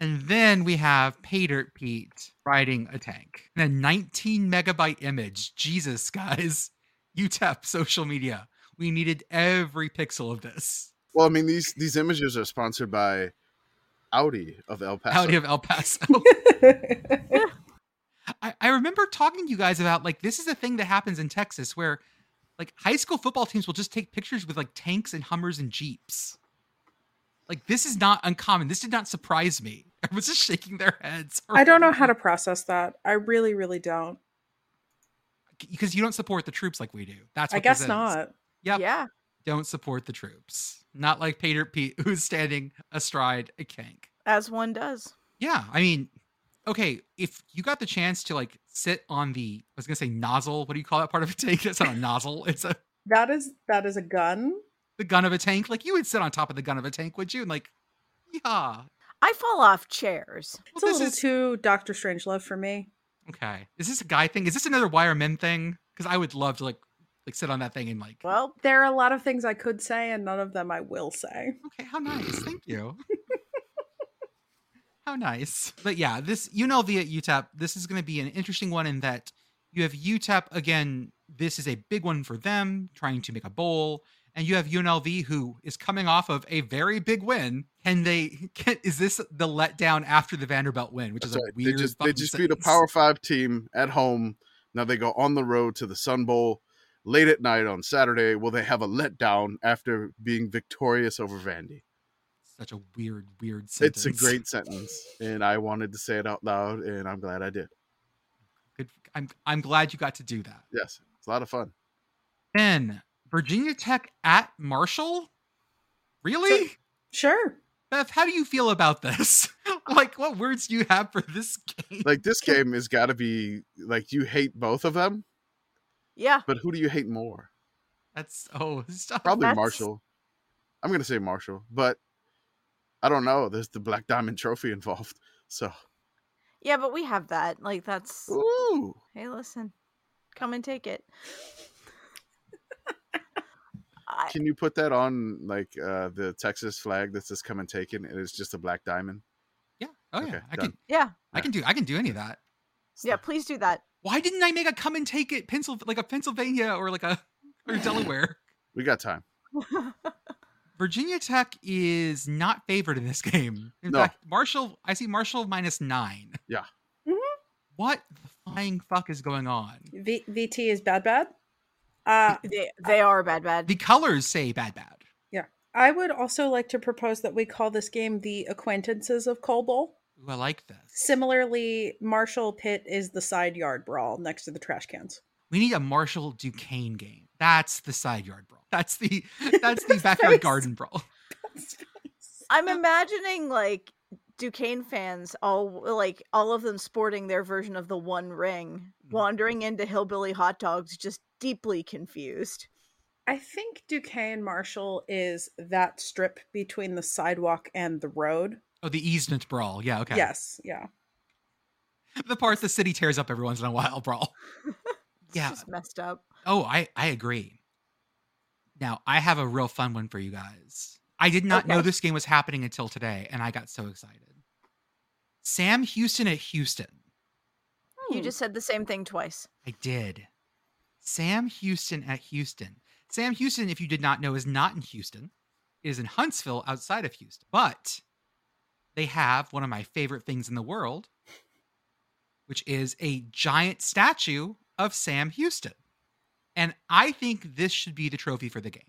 Speaker 3: And then we have Pay Dirt Pete riding a tank. And a 19 megabyte image. Jesus, guys. UTEP social media. We needed every pixel of this.
Speaker 4: Well, I mean these these images are sponsored by Audi of El Paso.
Speaker 3: Out of El Paso. I, I remember talking to you guys about like this is a thing that happens in Texas where Like high school football teams will just take pictures with like tanks and Hummers and Jeeps. Like this is not uncommon. This did not surprise me. Everyone's just shaking their heads.
Speaker 2: I don't know how to process that. I really, really don't.
Speaker 3: because you don't support the troops like we do. That's
Speaker 2: I
Speaker 3: what
Speaker 2: guess
Speaker 3: this is.
Speaker 2: not.
Speaker 3: Yep.
Speaker 1: Yeah.
Speaker 3: Don't support the troops. Not like Peter Pete, who's standing astride a tank.
Speaker 1: As one does.
Speaker 3: Yeah, I mean, okay, if you got the chance to like sit on the, I was gonna say nozzle. What do you call that part of a tank? That's not a nozzle. It's a
Speaker 2: That is that is a gun.
Speaker 3: the gun of a tank. Like you would sit on top of the gun of a tank, would you? And like, yeah. Well,
Speaker 1: I fall off chairs.
Speaker 2: It's a
Speaker 3: this
Speaker 2: little
Speaker 3: is
Speaker 2: too Doctor Strangelove for me.
Speaker 3: okay. Is this a guy thing? Is this another wire men thing? Because I would love to like like sit on that thing and like.
Speaker 1: Well,
Speaker 2: There are a lot of things I could say, and none of them I will say.
Speaker 3: Okay, how nice. Thank you. how nice. But yeah, this UNLV at UTEP, this is going to be an interesting one in that you have UTEP again. This is a big one for them, trying to make a bowl, and you have UNLV who is coming off of a very big win. Can they? Can, is this the letdown after the Vanderbilt win, which
Speaker 4: That's
Speaker 3: is a
Speaker 4: right. They
Speaker 3: weird?
Speaker 4: just they
Speaker 3: fucking
Speaker 4: just beat a
Speaker 3: sentence.
Speaker 4: Power Five team at home. Now they go on the road to the Sun Bowl late at night on Saturday. Will they have a letdown after being victorious over Vandy?
Speaker 3: Such a weird, weird sentence.
Speaker 4: It's a great sentence, and I wanted to say it out loud, and I'm glad I did.
Speaker 3: Good, I'm I'm glad you got to do that.
Speaker 4: Yes, it's a lot of fun.
Speaker 3: Then Virginia Tech at Marshall. Really?
Speaker 2: Sure.
Speaker 3: Beth, how do you feel about this? like, what words do you have for this game?
Speaker 4: Like this game has got to be like you hate both of them,
Speaker 1: yeah.
Speaker 4: but who do you hate more?
Speaker 3: That's oh, stop.
Speaker 4: Probably
Speaker 1: That's-
Speaker 4: Marshall. I'm gonna say Marshall, but I don't know. There's the Black Diamond Trophy involved, so
Speaker 1: Yeah, but we have that. Like, that's.
Speaker 4: ooh.
Speaker 1: Hey, listen. Come and take it. I,
Speaker 4: Can you put that on like uh the Texas flag that says "Come and take it"? And it's just a black diamond.
Speaker 3: Yeah. Oh yeah.
Speaker 4: Okay,
Speaker 3: I
Speaker 4: done.
Speaker 3: can.
Speaker 1: yeah.
Speaker 3: I can do. I can do any of that.
Speaker 1: Yeah. Please do that.
Speaker 3: Why didn't I make a come and take it pencil like a Pennsylvania or like a or Delaware?
Speaker 4: We got time.
Speaker 3: Virginia Tech is not favored in this game. In
Speaker 4: No.
Speaker 3: fact, Marshall. I see Marshall minus nine.
Speaker 4: Yeah.
Speaker 2: Mhm.
Speaker 3: What the flying fuck is going on?
Speaker 2: V- VT is bad, bad. Uh,
Speaker 1: they, they are bad, bad.
Speaker 3: The colors say bad, bad.
Speaker 2: I would also like to propose that we call this game the acquaintances of Cobol.
Speaker 3: Ooh, I like this.
Speaker 2: Similarly, Marshall Pitt is the side yard brawl next to the trash cans.
Speaker 3: We need a Marshall Duquesne game. That's the side yard brawl. That's the that's the backyard
Speaker 2: Face.
Speaker 3: garden brawl.
Speaker 1: I'm imagining like Duquesne fans all like all of them sporting their version of the One Ring,
Speaker 3: Mhm.
Speaker 1: wandering into hillbilly hot dogs, just deeply confused.
Speaker 2: I think Duquesne Marshall is that strip between the sidewalk and the road.
Speaker 3: Oh, the easement brawl. Yeah, okay.
Speaker 2: Yes, yeah.
Speaker 3: The part the city tears up every once in a while brawl.
Speaker 1: It's
Speaker 3: Yeah.
Speaker 1: just messed up.
Speaker 3: Oh, I I agree. Now, I have a real fun one for you guys. I did not know
Speaker 2: Okay.
Speaker 3: this game was happening until today and I got so excited. Sam Houston at Houston.
Speaker 1: You just said the same thing twice.
Speaker 3: I did. Sam Houston at Houston. Sam Houston, if you did not know, is not in Houston. It is in Huntsville outside of Houston. But they have one of my favorite things in the world, which is a giant statue of Sam Houston. And I think this should be the trophy for the game.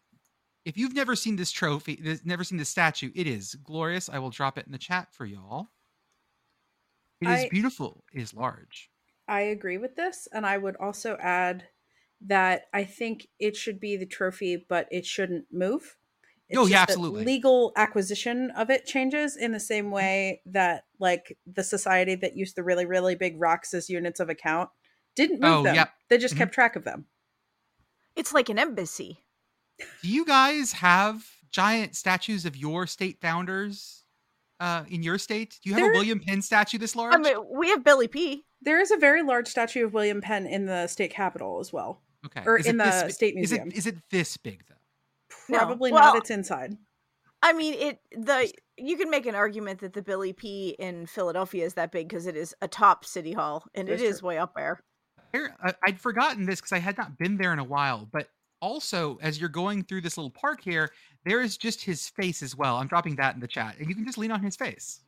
Speaker 3: If you've never seen this trophy, th- never seen this statue, it is glorious. I will drop it in the chat for y'all. It is
Speaker 2: I-
Speaker 3: beautiful. It is large.
Speaker 2: I agree with this. And I would also add that I think it should be the trophy, but it shouldn't move.
Speaker 3: Oh, yeah,
Speaker 2: that
Speaker 3: absolutely.
Speaker 2: Legal acquisition of it changes in the same way that, like, the society that used the really, really big rocks as units of account didn't move
Speaker 3: Oh,
Speaker 2: them.
Speaker 3: yep.
Speaker 2: They just
Speaker 3: Mhm.
Speaker 2: kept track of them.
Speaker 1: It's like an embassy.
Speaker 3: Do you guys have giant statues of your state founders uh, in your state? Do you have
Speaker 2: There-
Speaker 3: a William Penn statue this large?
Speaker 1: I mean, we have Billy P.
Speaker 2: There is a very large statue of William Penn in the state capitol as well.
Speaker 3: okay.
Speaker 2: or
Speaker 3: it
Speaker 2: in
Speaker 3: this
Speaker 2: the
Speaker 3: bi-
Speaker 2: state
Speaker 3: is it-
Speaker 2: museum.
Speaker 3: Is it this big though?
Speaker 1: No.
Speaker 2: Probably
Speaker 1: Well-
Speaker 2: not. It's inside.
Speaker 1: I mean, it the you can make an argument that the Billy P in Philadelphia is that big because it is atop City Hall and
Speaker 2: That's
Speaker 1: it is
Speaker 2: true.
Speaker 1: way up there.
Speaker 3: Here- I- I'd forgotten this because I had not been there in a while. But also, as you're going through this little park here, there is just his face as well. I'm dropping that in the chat, and you can just lean on his face,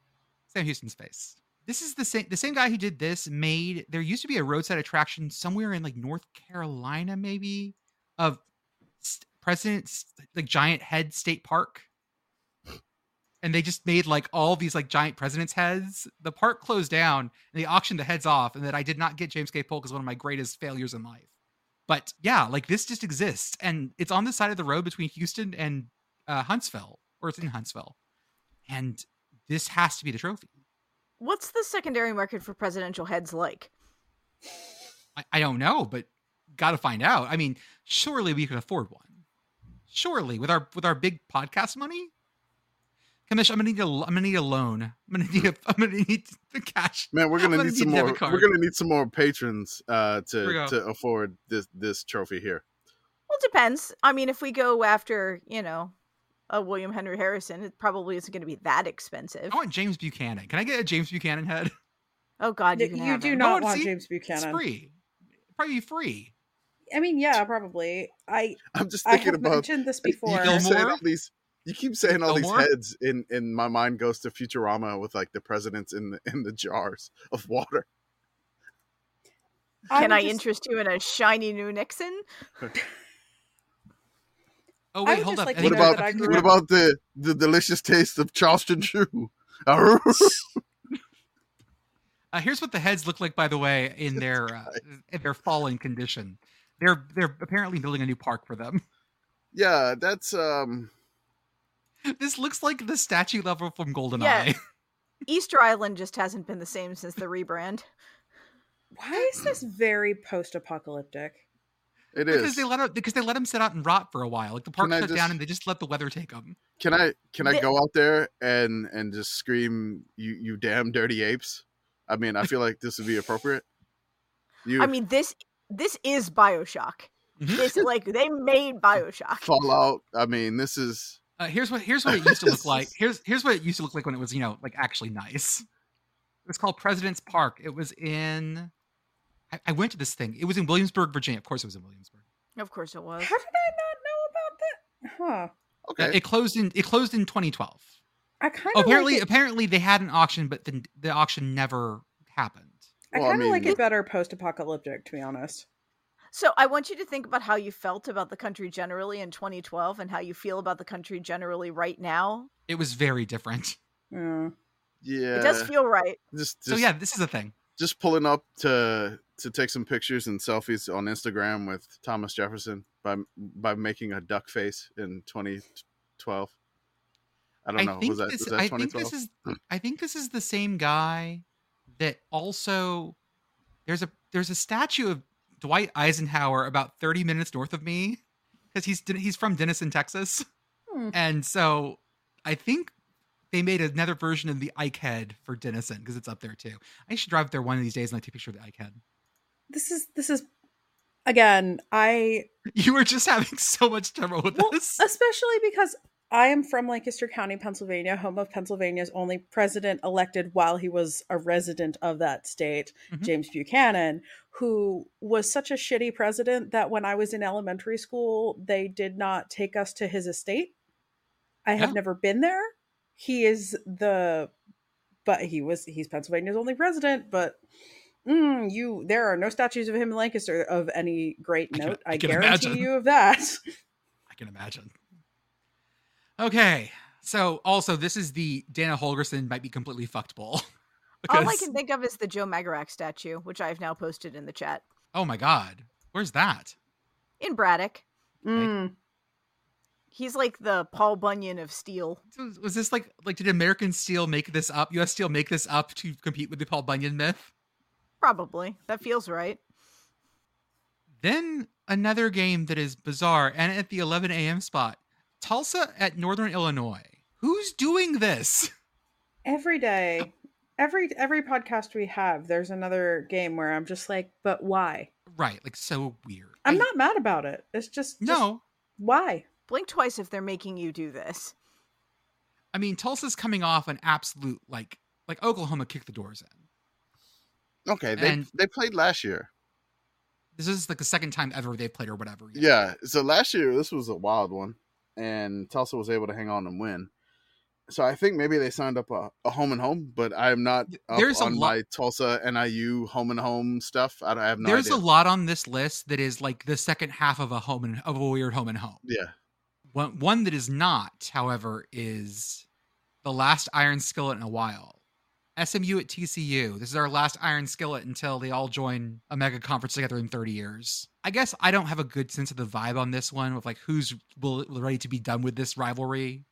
Speaker 3: Sam Houston's face. This is the same the same guy who did this made there used to be a roadside attraction somewhere in like North Carolina, maybe of S- President's like giant head state park. And they just made like all these like giant presidents' heads. The park closed down and they auctioned the heads off. And that I did not get James K. Polk is one of my greatest failures in life. But yeah, like this just exists. And it's on the side of the road between Houston and uh, Huntsville, or it's in Huntsville. And this has to be the trophy.
Speaker 1: What's the secondary market for presidential heads like?
Speaker 3: I, I don't know, but got to find out. I mean, surely we could afford one. Surely with our with our big podcast money. Commission, I'm gonna need a I'm gonna need a loan. I'm gonna need a, I'm gonna need the cash.
Speaker 4: Man, we're
Speaker 3: I'm
Speaker 4: gonna
Speaker 3: gonna
Speaker 4: need some
Speaker 3: need a
Speaker 4: more.
Speaker 3: debit
Speaker 4: We're
Speaker 3: card.
Speaker 4: gonna need some more patrons uh,
Speaker 3: Here we
Speaker 4: to
Speaker 3: go.
Speaker 4: to afford this this trophy here.
Speaker 1: Well, it depends. I mean, if we go after, you know, a William Henry Harrison, it probably isn't going to be that expensive.
Speaker 3: I want James Buchanan. Can I get a James Buchanan head?
Speaker 1: Oh God, you,
Speaker 2: You,
Speaker 1: can have
Speaker 2: do
Speaker 1: him.
Speaker 2: not
Speaker 3: one
Speaker 2: want
Speaker 3: see- It's
Speaker 2: James Buchanan.
Speaker 3: free. Probably free.
Speaker 2: I mean, yeah, probably. I
Speaker 4: I'm just
Speaker 2: I
Speaker 4: thinking
Speaker 2: have
Speaker 4: about
Speaker 2: mentioned this
Speaker 4: you
Speaker 2: before.
Speaker 4: keep saying
Speaker 3: Gilmore?
Speaker 4: all these. You keep saying all
Speaker 3: Gilmore?
Speaker 4: these heads, and and my mind goes to Futurama with like the presidents in the in the jars of water.
Speaker 1: Can
Speaker 2: would
Speaker 1: I
Speaker 2: just-
Speaker 1: interest you in a shiny new Nixon?
Speaker 3: Oh
Speaker 2: I
Speaker 3: wait,
Speaker 2: would
Speaker 3: hold
Speaker 2: just
Speaker 3: up.
Speaker 2: like
Speaker 3: I
Speaker 2: to
Speaker 3: think
Speaker 4: know
Speaker 3: I-
Speaker 4: that
Speaker 3: I
Speaker 2: I
Speaker 3: think
Speaker 2: grew
Speaker 4: What
Speaker 2: Right.
Speaker 4: about the the delicious taste of Charleston Chew?
Speaker 3: Uh, here's what the heads look like, by the way, in their uh, in their fallen condition. They're they're apparently building a new park for them.
Speaker 4: yeah, that's um.
Speaker 3: This looks like the statue level from GoldenEye.
Speaker 1: Yeah. Easter Island just hasn't been the same since the rebrand.
Speaker 2: Why is this very post-apocalyptic?
Speaker 4: It is.
Speaker 3: because they let out, because they let them sit out and rot for a while. Like the park
Speaker 4: Can I
Speaker 3: shut down
Speaker 4: just-
Speaker 3: and they just let the weather take them.
Speaker 4: Can I can I
Speaker 1: They-
Speaker 4: go out there and and just scream you you damn dirty apes? I mean, I feel like this would be appropriate. You
Speaker 1: I mean, this this is Bioshock.
Speaker 2: Mm-hmm.
Speaker 3: Mhm.
Speaker 1: This like they made Bioshock.
Speaker 4: Fallout. I mean, this is
Speaker 3: Uh, here's what here's what it used to
Speaker 4: This
Speaker 3: look like.
Speaker 4: is-
Speaker 3: Here's here's what it used to look like when it was you know like actually nice. It was called President's Park. It was in. I, I went to this thing. It was in Williamsburg, Virginia. Of course, it was in Williamsburg.
Speaker 1: Of course it
Speaker 2: How
Speaker 1: was.
Speaker 2: did I not know about that? Huh.
Speaker 3: Uh,
Speaker 4: okay.
Speaker 3: It closed in it closed in 2012.
Speaker 2: I kind
Speaker 3: Oh,
Speaker 2: of
Speaker 3: apparently,
Speaker 2: like it,
Speaker 3: apparently they had an auction, but then the auction never happened.
Speaker 2: I
Speaker 4: Well, I
Speaker 2: kind of like
Speaker 4: mean-
Speaker 2: it better post-apocalyptic, to be honest.
Speaker 1: So I want you to think about how you felt about the country generally in 2012 and how you feel about the country generally right now.
Speaker 3: It was very different.
Speaker 2: Mm.
Speaker 4: yeah.
Speaker 1: It does feel right.
Speaker 4: just just
Speaker 3: so yeah, this is a thing.
Speaker 4: just pulling up to to take some pictures and selfies on Instagram with Thomas Jefferson by by making a duck face in 2012. I don't
Speaker 3: I,
Speaker 4: know.
Speaker 3: think
Speaker 4: Was that
Speaker 3: this.
Speaker 4: was that
Speaker 3: I think this
Speaker 4: 2012?
Speaker 3: is. I think this is the same guy that also there's a there's a statue of Dwight Eisenhower about 30 minutes north of me because he's he's from Denison, Texas,
Speaker 2: Hmm.
Speaker 3: and so I think they made another version of the Ike head for Denison because it's up there too. I should drive up there one of these days and I take a picture of the Ike head.
Speaker 2: This is this is again. I
Speaker 3: You were just having so much trouble with
Speaker 2: Well, uh,
Speaker 3: this.
Speaker 2: especially because I am from Lancaster County, Pennsylvania, home of Pennsylvania's only president elected while he was a resident of that state,
Speaker 3: Mhm.
Speaker 2: James Buchanan, who was such a shitty president that when I was in elementary school, they did not take us to his estate. I have
Speaker 3: Yeah.
Speaker 2: never been there. He is the but he was he's Pennsylvania's only president, but mm, you there are no statues of him in Lancaster of any great
Speaker 3: I can-
Speaker 2: note.
Speaker 3: I
Speaker 2: I,
Speaker 3: can
Speaker 2: guarantee
Speaker 3: imagine.
Speaker 2: you of that.
Speaker 3: I can imagine. Okay. So also this is the Dana Holgerson might be completely fucked bowl. because,
Speaker 1: All I can think of is the Joe Magarac statue, which I have now posted in the chat
Speaker 3: oh my god. Where's that?
Speaker 1: in Braddock.
Speaker 2: Mm.
Speaker 1: He's like the Paul Bunyan of steel.
Speaker 3: So Was, this like like did American Steel make this up? US Steel make this up to compete with the Paul Bunyan myth?
Speaker 1: Probably. That feels right.
Speaker 3: Then another game that is bizarre and at the 11 a.m. spot, Tulsa at Northern Illinois. Who's doing this?
Speaker 2: every day every every podcast we have there's another game where i'm just like but why
Speaker 3: Right, like so weird.
Speaker 2: i'm
Speaker 3: I-
Speaker 2: not mad about it it's just, just
Speaker 3: No,
Speaker 2: why
Speaker 1: Blink twice if they're making you do this.
Speaker 3: I mean Tulsa's coming off an absolute like like Oklahoma kicked the doors in.
Speaker 4: Okay, they
Speaker 3: And-
Speaker 4: they played last year.
Speaker 3: This is like the second time ever they've played or whatever.
Speaker 4: Yeah. So last year this was a wild one, and Tulsa was able to hang on and win. so I think maybe they signed up a, a home and home, but I'm not up
Speaker 3: There's a
Speaker 4: on
Speaker 3: lot-
Speaker 4: my Tulsa NIU home and home stuff. I, don't- I have no
Speaker 3: There's
Speaker 4: idea.
Speaker 3: a lot on this list that is like the second half of a home and of a weird home and home.
Speaker 4: yeah,
Speaker 3: One one that is not, however, is the last iron skillet in a while. SMU at TCU. This is our last iron skillet until they all join a mega conference together in 30 years. I guess I don't have a good sense of the vibe on this one of like who's will, ready to be done with this rivalry.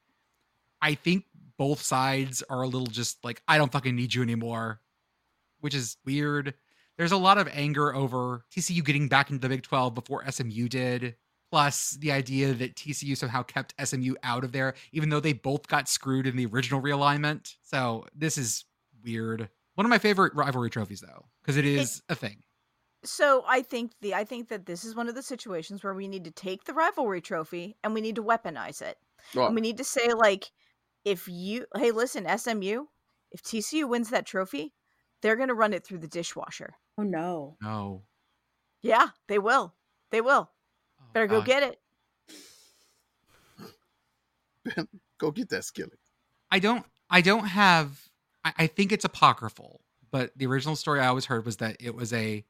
Speaker 3: I think both sides are a little just like I don't fucking need you anymore, which is weird. There's a lot of anger over TCU getting back into the Big 12 before SMU did plus the idea that TCU somehow kept SMU out of there, even though they both got screwed in the original realignment. So this is weird. One of my favorite rivalry trophies, though, because it is a thing.
Speaker 1: So I think the I think that this is one of the situations where we need to take the rivalry trophy and we need to weaponize it.
Speaker 4: well,
Speaker 1: And we need to say like, if you hey listen SMU, if TCU wins that trophy, they're gonna run it through the dishwasher.
Speaker 2: Oh no.
Speaker 3: No.
Speaker 1: Yeah, they will. They will.
Speaker 3: Oh,
Speaker 1: Better go
Speaker 4: Uh,
Speaker 3: God.
Speaker 1: get it.
Speaker 4: go get that skillet.
Speaker 3: I don't. I don't have. I, I think it's apocryphal, but the original story I always heard was that it was a.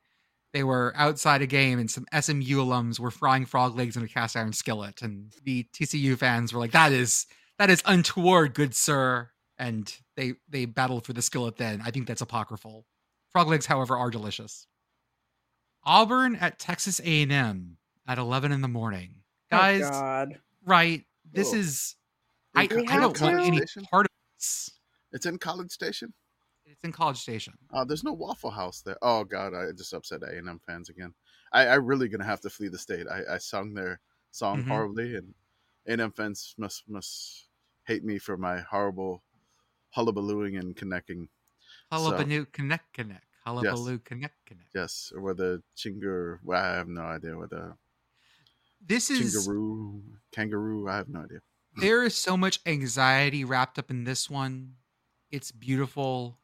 Speaker 3: They were outside a game, and some SMU alums were frying frog legs in a cast iron skillet, and the TCU fans were like, "That is that is untoward, good sir." And they they battled for the skillet. Then I think that's apocryphal. Frog legs, however, are delicious. Auburn at Texas A and M at eleven in the morning, guys.
Speaker 2: Oh, God.
Speaker 3: right? This
Speaker 4: Whoa.
Speaker 3: is I,
Speaker 4: In co-
Speaker 3: I
Speaker 4: in
Speaker 3: don't want
Speaker 4: College
Speaker 3: any
Speaker 4: Station?
Speaker 3: part of this.
Speaker 4: It's in College Station.
Speaker 3: It's in College Station.
Speaker 4: Uh, there's no Waffle House there. Oh God, I just upset A and M fans again. I, I really gonna have to flee the state. I, I sung their song
Speaker 3: Mhm.
Speaker 4: horribly, and A and M fans must must hate me for my horrible hullabalooing and connecting.
Speaker 3: Hullabaloo connect connect. Hullabaloo connect connect.
Speaker 4: Yes, or whether chinger. Well, I have no idea whether
Speaker 3: This is
Speaker 4: chingaroo, kangaroo. I have no idea.
Speaker 3: there is so much anxiety wrapped up in this one. It's beautiful.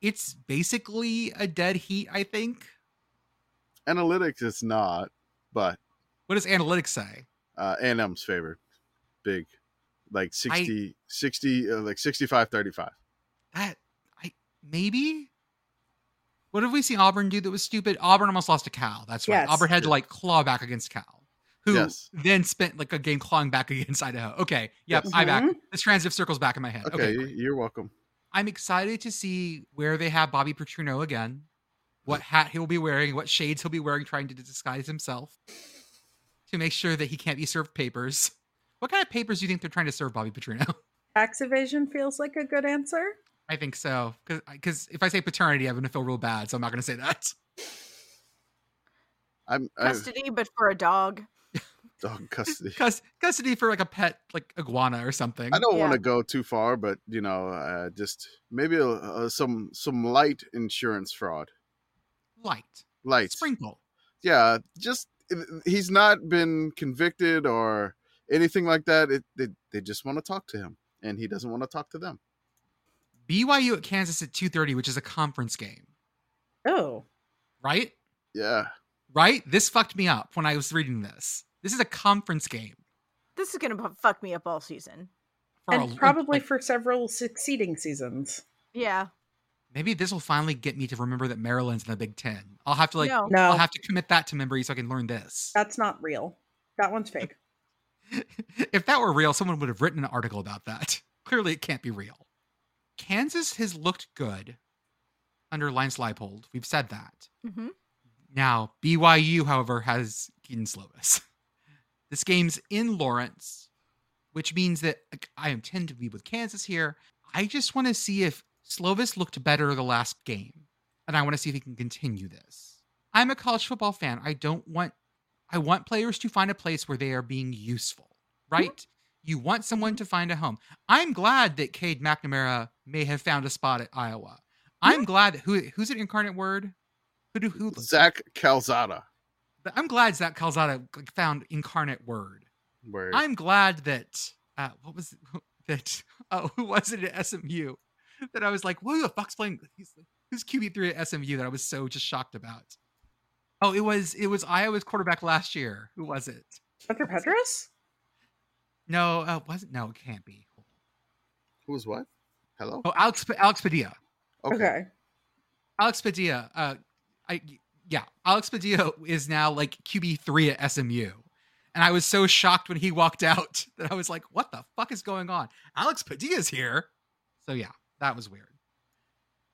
Speaker 3: It's basically a dead heat, I think.
Speaker 4: Analytics, it's not, but
Speaker 3: What does analytics say?
Speaker 4: uh, A&M's favored, big, like 60, 60 uh, like 65, 35.
Speaker 3: That I maybe. What have we seen Auburn do that was stupid? Auburn almost lost to Cal. That's right.
Speaker 2: Yes.
Speaker 3: Auburn had to
Speaker 4: Yeah.
Speaker 3: like claw back against Cal, who
Speaker 4: Yes.
Speaker 3: then spent like a game clawing back against Idaho. Okay, yep,
Speaker 4: Yes.
Speaker 3: I back. This transitive circles back in my head.
Speaker 4: Okay,
Speaker 3: Okay,
Speaker 4: you-
Speaker 3: great.
Speaker 4: you're welcome.
Speaker 3: I'm excited to see where they have Bobby Petrino again, what hat he'll be wearing, what shades he'll be wearing, trying to disguise himself to make sure that he can't be served papers. What kind of papers do you think they're trying to serve Bobby Petrino?
Speaker 2: Tax evasion feels like a good answer.
Speaker 3: I think so. Because if I say paternity, I'm going to feel real bad. So I'm not going to say that.
Speaker 4: I'm I,
Speaker 1: Custody, but for a dog.
Speaker 4: dog custody.
Speaker 3: Cus- custody for like a pet, like iguana or something.
Speaker 4: I don't want
Speaker 1: Yeah.
Speaker 4: to go too far, but you know, uh, just maybe uh, some some light insurance fraud.
Speaker 3: Light.
Speaker 4: Light.
Speaker 3: Sprinkle.
Speaker 4: yeah, just eh, he's not been convicted or anything like that. It, they they just want to talk to him, and he doesn't want to talk to them.
Speaker 3: BYU at Kansas at 2.30, which is a conference game,
Speaker 2: Oh.
Speaker 3: right?
Speaker 4: Yeah,
Speaker 3: Right? This fucked me up when I was reading this. This is a conference game.
Speaker 1: This is gonna pu- fuck me up all season.
Speaker 3: For a-
Speaker 2: and probably
Speaker 3: like-
Speaker 2: for several succeeding seasons.
Speaker 1: Yeah.
Speaker 3: Maybe this will finally get me to remember that Maryland's in the Big Ten. I'll have to like
Speaker 1: no.
Speaker 2: No,
Speaker 3: I'll have to commit that to memory so I can learn this.
Speaker 2: that's not real. That one's fake.
Speaker 3: if that were real, someone would have written an article about that. Clearly, it can't be real. Kansas has looked good under Lance Leipold. We've said that.
Speaker 1: hmm
Speaker 3: Now, BYU, however, has Keaton Slovis. This game's in Lawrence, which means that like, I intend to be with Kansas here. I just want to see if Slovis looked better the last game, and I want to see if he can continue this. I'm a college football fan. I don't want I want players to find a place where they are being useful, right? You want someone to find a home. I'm glad that Cade McNamara may have found a spot at Iowa. I'm glad that who who's an incarnate word? Who do who
Speaker 4: Zach Calzada.
Speaker 3: but I'm glad Zach Calzada like, found incarnate word.
Speaker 4: Where
Speaker 3: I'm glad that uh, what was that? Oh, who was it at SMU? That I was like, who the fuck's playing? He's like, Who's QB three at SMU? That I was so just shocked about. Oh, it was it was Iowa's quarterback last year. Who was it?
Speaker 2: Hunter Pedras?
Speaker 3: No, uh, wasn't. No, it can't be.
Speaker 4: Who's what? Hello?
Speaker 3: Oh, Alex Alex Padilla.
Speaker 2: Okay.
Speaker 3: Alex Padilla. Uh, I yeah, Alex Padilla is now like QB three at SMU, and I was so shocked when he walked out that I was like, "What the fuck is going on?" Alex Padilla's here. So yeah, that was weird.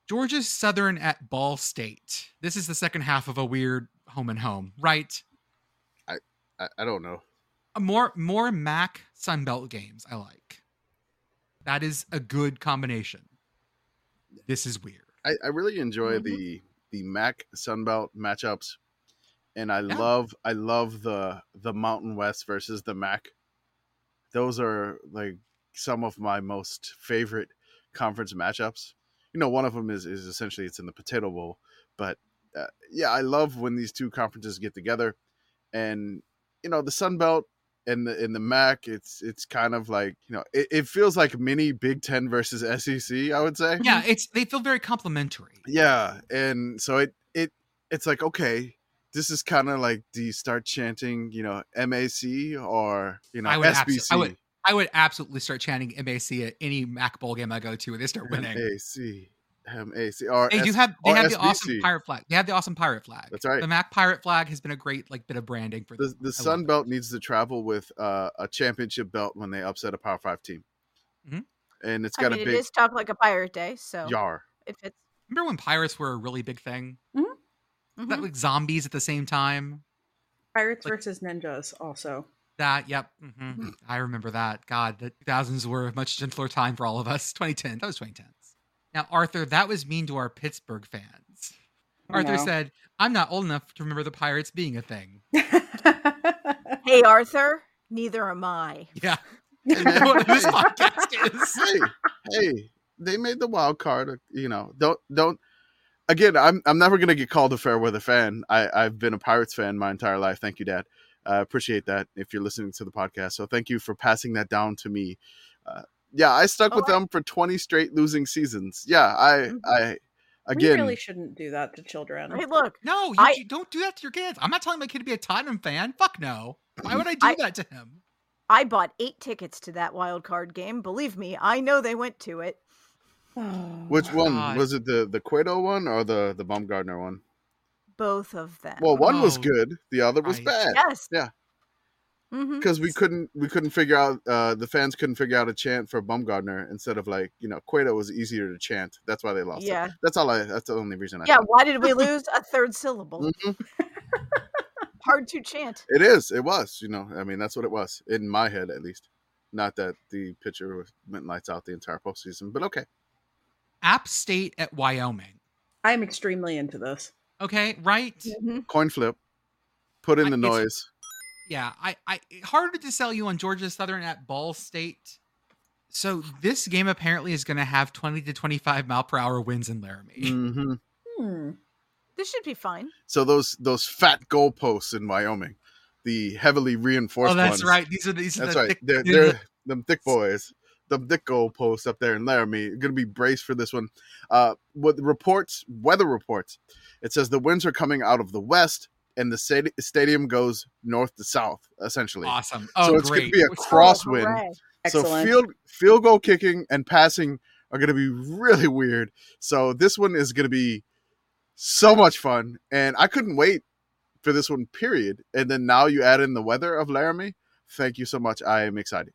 Speaker 3: Georgia Southern at Ball State. This is the second half of a weird home and home, right? Uh,
Speaker 4: I, I don't know.
Speaker 3: more more Mac Sunbelt games I like. That is a good combination. This is weird.
Speaker 4: I, I really enjoy
Speaker 1: Mhm.
Speaker 4: the the Mac Sunbelt matchups, and I
Speaker 3: Yeah.
Speaker 4: love I love the the Mountain West versus the Mac. Those are like some of my most favorite conference matchups. You know, one of them is is essentially it's in the Potato Bowl, but uh, yeah, I love when these two conferences get together, and you know the Sun Belt and the in the Mac, it's it's kind of like you know it, it feels like mini Big Ten versus SEC. I would say,
Speaker 3: Yeah, it's they feel very complimentary.
Speaker 4: yeah, and so it it it's like okay, this is kind of like do you start chanting, you know, MAC or you know
Speaker 3: I would abso-
Speaker 4: SBC?
Speaker 3: I would I would absolutely start chanting MAC at any Mac Bowl game I go to, and they start winning.
Speaker 4: MAC, MAC, or
Speaker 3: They do
Speaker 4: S-
Speaker 3: have they
Speaker 4: or
Speaker 3: have the awesome
Speaker 4: SBC.
Speaker 3: pirate flag. They have the awesome pirate flag.
Speaker 4: That's right.
Speaker 3: The Mac pirate flag has been a great like bit of branding for
Speaker 4: the
Speaker 3: them. I
Speaker 4: the
Speaker 3: love
Speaker 4: Sun
Speaker 3: it.
Speaker 4: Belt needs to travel with uh, a championship belt when they upset a Power Five team,
Speaker 3: Mhm.
Speaker 4: and it's
Speaker 1: I
Speaker 4: got
Speaker 1: mean,
Speaker 4: a
Speaker 1: it
Speaker 4: big
Speaker 1: is talk like a pirate day, so
Speaker 4: yar.
Speaker 1: if it's
Speaker 3: Remember when pirates were a really big thing? That
Speaker 1: mhm.
Speaker 3: like zombies at the same time.
Speaker 2: Pirates
Speaker 3: Like-
Speaker 2: versus ninjas also.
Speaker 3: That, yep. hmm I remember that. God, the thousands were a much gentler time for all of us. 2010, that was 2010s. Now, Arthur, that was mean to our Pittsburgh fans. Arthur
Speaker 2: No.
Speaker 3: said, I'm not old enough to remember the Pirates being a thing.
Speaker 1: hey Arthur, neither am I.
Speaker 3: Yeah. You know what this podcast is.
Speaker 4: hey, hey, they made the wild card. uh, You know, don't don't. Again, I'm I'm never gonna get called a fair weather fan. I I've been a Pirates fan my entire life. Thank you, Dad. I appreciate that. If you're listening to the podcast, so thank you for passing that down to me. Uh, yeah, I stuck
Speaker 1: Oh,
Speaker 4: with
Speaker 1: I-
Speaker 4: them for 20 straight losing seasons. Yeah, I
Speaker 1: Mhm.
Speaker 4: I
Speaker 2: we
Speaker 4: again.
Speaker 2: really shouldn't do that to children.
Speaker 1: Hey, look,
Speaker 3: No, you,
Speaker 1: I-
Speaker 3: you don't do that to your kids. I'm not telling my kid to be a Tottenham fan. Fuck no. Why would I do
Speaker 1: I-
Speaker 3: that to him?
Speaker 1: I bought eight tickets to that wild card game. Believe me, I know they went to it.
Speaker 4: which one
Speaker 3: God.
Speaker 4: was it? The the Cueto one or the the Baumgartner one?
Speaker 1: Both of them. Mm-hmm.
Speaker 4: Well, one was
Speaker 3: Oh,
Speaker 4: good, the other was
Speaker 3: right.
Speaker 4: bad.
Speaker 1: yes.
Speaker 4: yeah.
Speaker 1: hmm
Speaker 4: because we couldn't we couldn't figure out uh the fans couldn't figure out a chant for Bumgardner instead of like you know Cueto was easier to chant. That's why they lost. it.
Speaker 1: Yeah.
Speaker 4: that's all I. That's the only reason I.
Speaker 1: Yeah.
Speaker 4: thought.
Speaker 1: Why did we lose a third
Speaker 3: Mm-hmm.
Speaker 1: syllable?
Speaker 4: Mhm.
Speaker 1: Hard to chant.
Speaker 4: it is. It was. You know. I mean, that's what it was in my head at least. Not that the pitcher was- went lights out the entire postseason, but okay.
Speaker 3: App State at Wyoming.
Speaker 2: I'm extremely into this.
Speaker 3: Okay, right?
Speaker 4: Coin flip. Put in
Speaker 3: I-
Speaker 4: the
Speaker 3: it's-
Speaker 4: noise.
Speaker 3: yeah i i harder to sell you on georgia southern at ball state so this game apparently is going to have 20 to 25 mile per hour winds in laramie
Speaker 4: hmm
Speaker 2: Hmm.
Speaker 1: This should be fine.
Speaker 4: So those those fat goalposts in Wyoming, the heavily reinforced.
Speaker 3: oh that's
Speaker 4: ones.
Speaker 3: right these are these are
Speaker 4: That's
Speaker 3: the
Speaker 4: right.
Speaker 3: thick-
Speaker 4: they're,
Speaker 3: these are the-
Speaker 4: they're them thick boys. Them thick gold posts up there in Laramie. Going to be braced for this one. Uh, what the reports? Weather reports. It says the winds are coming out of the west, and the stadi- stadium goes north to south, essentially.
Speaker 3: awesome oh
Speaker 4: so it's gonna
Speaker 3: great
Speaker 4: be a
Speaker 3: We're-
Speaker 4: Crosswind.
Speaker 1: hooray.
Speaker 4: So
Speaker 2: Excellent.
Speaker 4: field field goal kicking and passing are going to be really weird. So this one is going to be so much fun, and I couldn't wait for this one. Period. And then now you add in the weather of Laramie. Thank you so much. I am excited.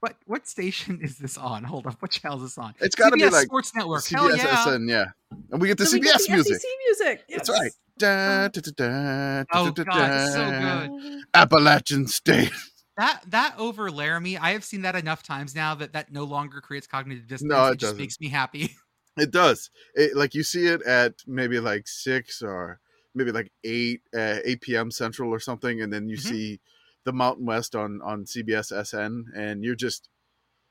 Speaker 3: what what station is this on hold up what channel is this on
Speaker 4: It's gotta be
Speaker 3: CBS
Speaker 4: like
Speaker 3: sports network hell
Speaker 4: CBS
Speaker 3: yeah
Speaker 4: SN, yeah. And we get the
Speaker 2: So we
Speaker 4: CBS
Speaker 2: get the
Speaker 3: E
Speaker 4: music.
Speaker 2: SEC music.
Speaker 4: That's
Speaker 2: yes.
Speaker 4: right. Da, da, da, da,
Speaker 3: Mm-hmm. Oh,
Speaker 4: da, da,
Speaker 3: God, it's so
Speaker 4: da.
Speaker 3: good.
Speaker 4: Appalachian State.
Speaker 3: that that over laramie i have seen that enough times now that that no longer creates cognitive distance
Speaker 4: No, it
Speaker 3: it just
Speaker 4: doesn't.
Speaker 3: makes me happy
Speaker 4: It does. It like you see it at maybe like six or maybe like eight uh, eight p.m. Central or something, and then you
Speaker 3: Mhm.
Speaker 4: see the Mountain West on on CBS SN, and you're just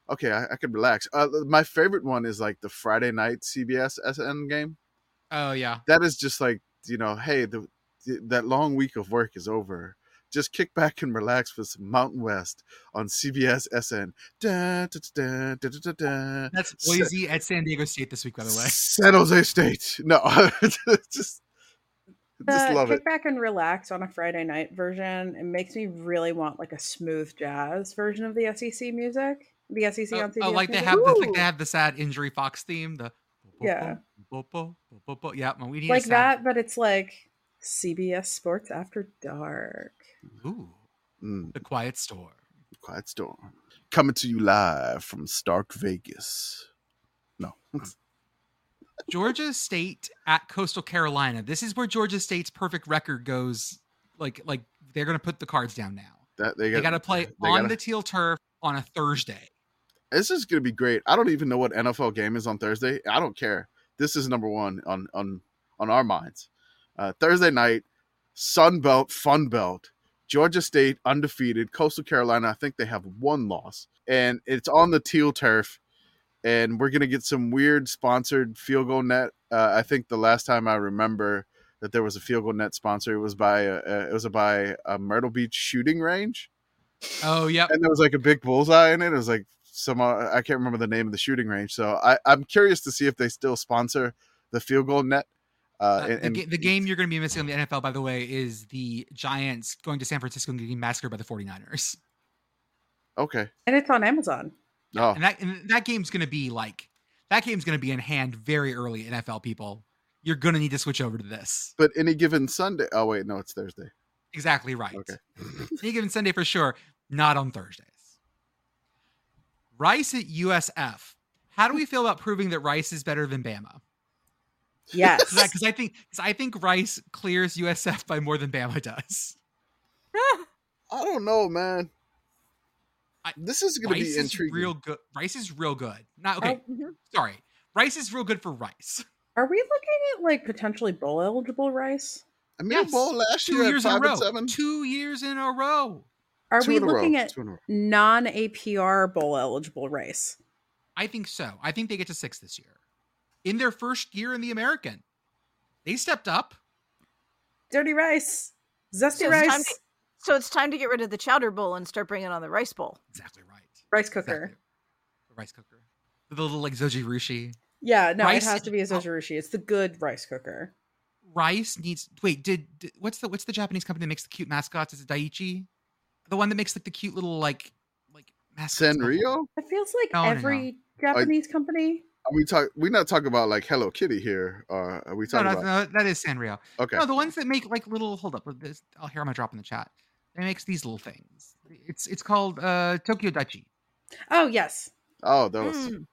Speaker 4: okay. I, I can relax. Uh, my favorite one is like the Friday night CBS SN game.
Speaker 3: oh yeah
Speaker 4: that is just like you know hey the, the that long week of work is over just kick back and relax with some mountain west on cbs sn da, da, da, da, da, da, da.
Speaker 3: that's
Speaker 4: Se-
Speaker 3: boise at san diego state this week by the way
Speaker 4: san jose state no just just
Speaker 2: Uh, The
Speaker 4: love
Speaker 2: kick
Speaker 4: it
Speaker 2: back and relax on a Friday night version. It makes me really want like a smooth jazz version of the SEC music. the SEC
Speaker 3: Oh,
Speaker 2: on CBS.
Speaker 3: oh, like they
Speaker 2: News?
Speaker 3: have the, like
Speaker 1: Ooh.
Speaker 3: they have the sad injury fox theme. The
Speaker 2: Yeah.
Speaker 3: bo- bo- bo- bo- bo- yeah, we need a
Speaker 2: like
Speaker 3: sad-
Speaker 2: that, but it's like CBS Sports After Dark.
Speaker 3: Ooh,
Speaker 4: Mm,
Speaker 3: the quiet storm.
Speaker 4: quiet storm coming to you live from Stark Vegas. No,
Speaker 3: Georgia State at Coastal Carolina. This is where Georgia State's perfect record goes. Like like they're gonna put the cards down now.
Speaker 4: that they,
Speaker 3: They got to play
Speaker 4: they
Speaker 3: on
Speaker 4: gotta-
Speaker 3: the teal turf on a Thursday.
Speaker 4: This is gonna be great. I don't even know what NFL game is on Thursday. I don't care. This is number one on on on our minds. Uh, Thursday night, Sun Belt, Fun Belt, Georgia State undefeated, Coastal Carolina. I think they have one loss, and it's on the teal turf. And we're gonna get some weird sponsored field goal net. Uh, I think the last time I remember that there was a field goal net sponsor, it was by uh uh it was by a Myrtle Beach shooting range
Speaker 3: Oh yep.
Speaker 4: and there was like a big bullseye in it. It was like some uh, I can't remember the name of the shooting range. So I, I'm curious to see if they still sponsor the field goal net. Uh,
Speaker 3: Uh,
Speaker 4: and,
Speaker 3: the,
Speaker 4: and
Speaker 3: ga- the game you're going to be missing on the NFL, by the way, is the Giants going to San Francisco and getting massacred by the 49ers.
Speaker 4: okay, Oh,
Speaker 2: And it's on Amazon.
Speaker 4: no,
Speaker 3: And that and that game's going to be like that game's going to be in hand very early. NFL people, you're going to need to switch over to this.
Speaker 4: but any given Sunday. Oh wait, no, it's Thursday.
Speaker 3: Exactly right.
Speaker 4: Okay,
Speaker 3: Any given Sunday for sure, not on Thursdays. Rice at USF. How do we feel about proving that Rice is better than Bama?
Speaker 2: Yes.
Speaker 3: Because I think 'cause I think Rice clears USF by more than Bama does.
Speaker 4: I don't know, man.
Speaker 3: I-
Speaker 4: this is going to
Speaker 3: Rice
Speaker 4: be
Speaker 3: is
Speaker 4: intriguing.
Speaker 3: real good. Rice is real good. Not okay.
Speaker 1: Oh, mhm.
Speaker 3: Sorry, Rice is real good for Rice.
Speaker 2: Are we looking at like potentially bowl eligible rice?
Speaker 4: I mean,
Speaker 3: Yes.
Speaker 4: bowl last
Speaker 3: Two
Speaker 4: year at
Speaker 3: years in a
Speaker 4: five
Speaker 3: row.
Speaker 4: and seven.
Speaker 3: Two years in a row.
Speaker 2: Are
Speaker 4: Two
Speaker 2: we
Speaker 4: in a row.
Speaker 2: looking at
Speaker 4: Two in a row.
Speaker 2: non APR bowl eligible rice?
Speaker 3: I think so. I think they get to six this year. In their first year in the American, they stepped up.
Speaker 2: Dirty rice, zesty
Speaker 1: So it's time
Speaker 2: rice,
Speaker 1: to- so it's time to get rid of the chowder bowl and start bringing on the rice bowl.
Speaker 3: Exactly right.
Speaker 2: rice cooker.
Speaker 3: Exactly. The rice cooker. The little like zoji rushi.
Speaker 2: Yeah, no,
Speaker 3: Rice
Speaker 2: it has to be a
Speaker 3: is- oh.
Speaker 2: zojirushi. It's the good rice cooker.
Speaker 3: Rice needs. Wait, did, did- what's the what's the Japanese company that makes the cute mascots? Is it Daiichi? The one that makes like the cute little like like mascots.
Speaker 4: Sanrio?
Speaker 2: It feels like
Speaker 3: No, no, no.
Speaker 2: every Japanese company.
Speaker 4: Are we talk? We're not talking about like Hello Kitty here. Uh, are we
Speaker 3: No,
Speaker 4: talking
Speaker 3: no,
Speaker 4: about?
Speaker 3: no, that is Sanrio.
Speaker 4: Okay,
Speaker 3: No, the ones that make like little. Hold up, this, I'll hear my drop in the chat. It makes these little things. It's it's called uh, Tokyo Dachi.
Speaker 2: Oh yes,
Speaker 4: oh, that was
Speaker 1: Mm.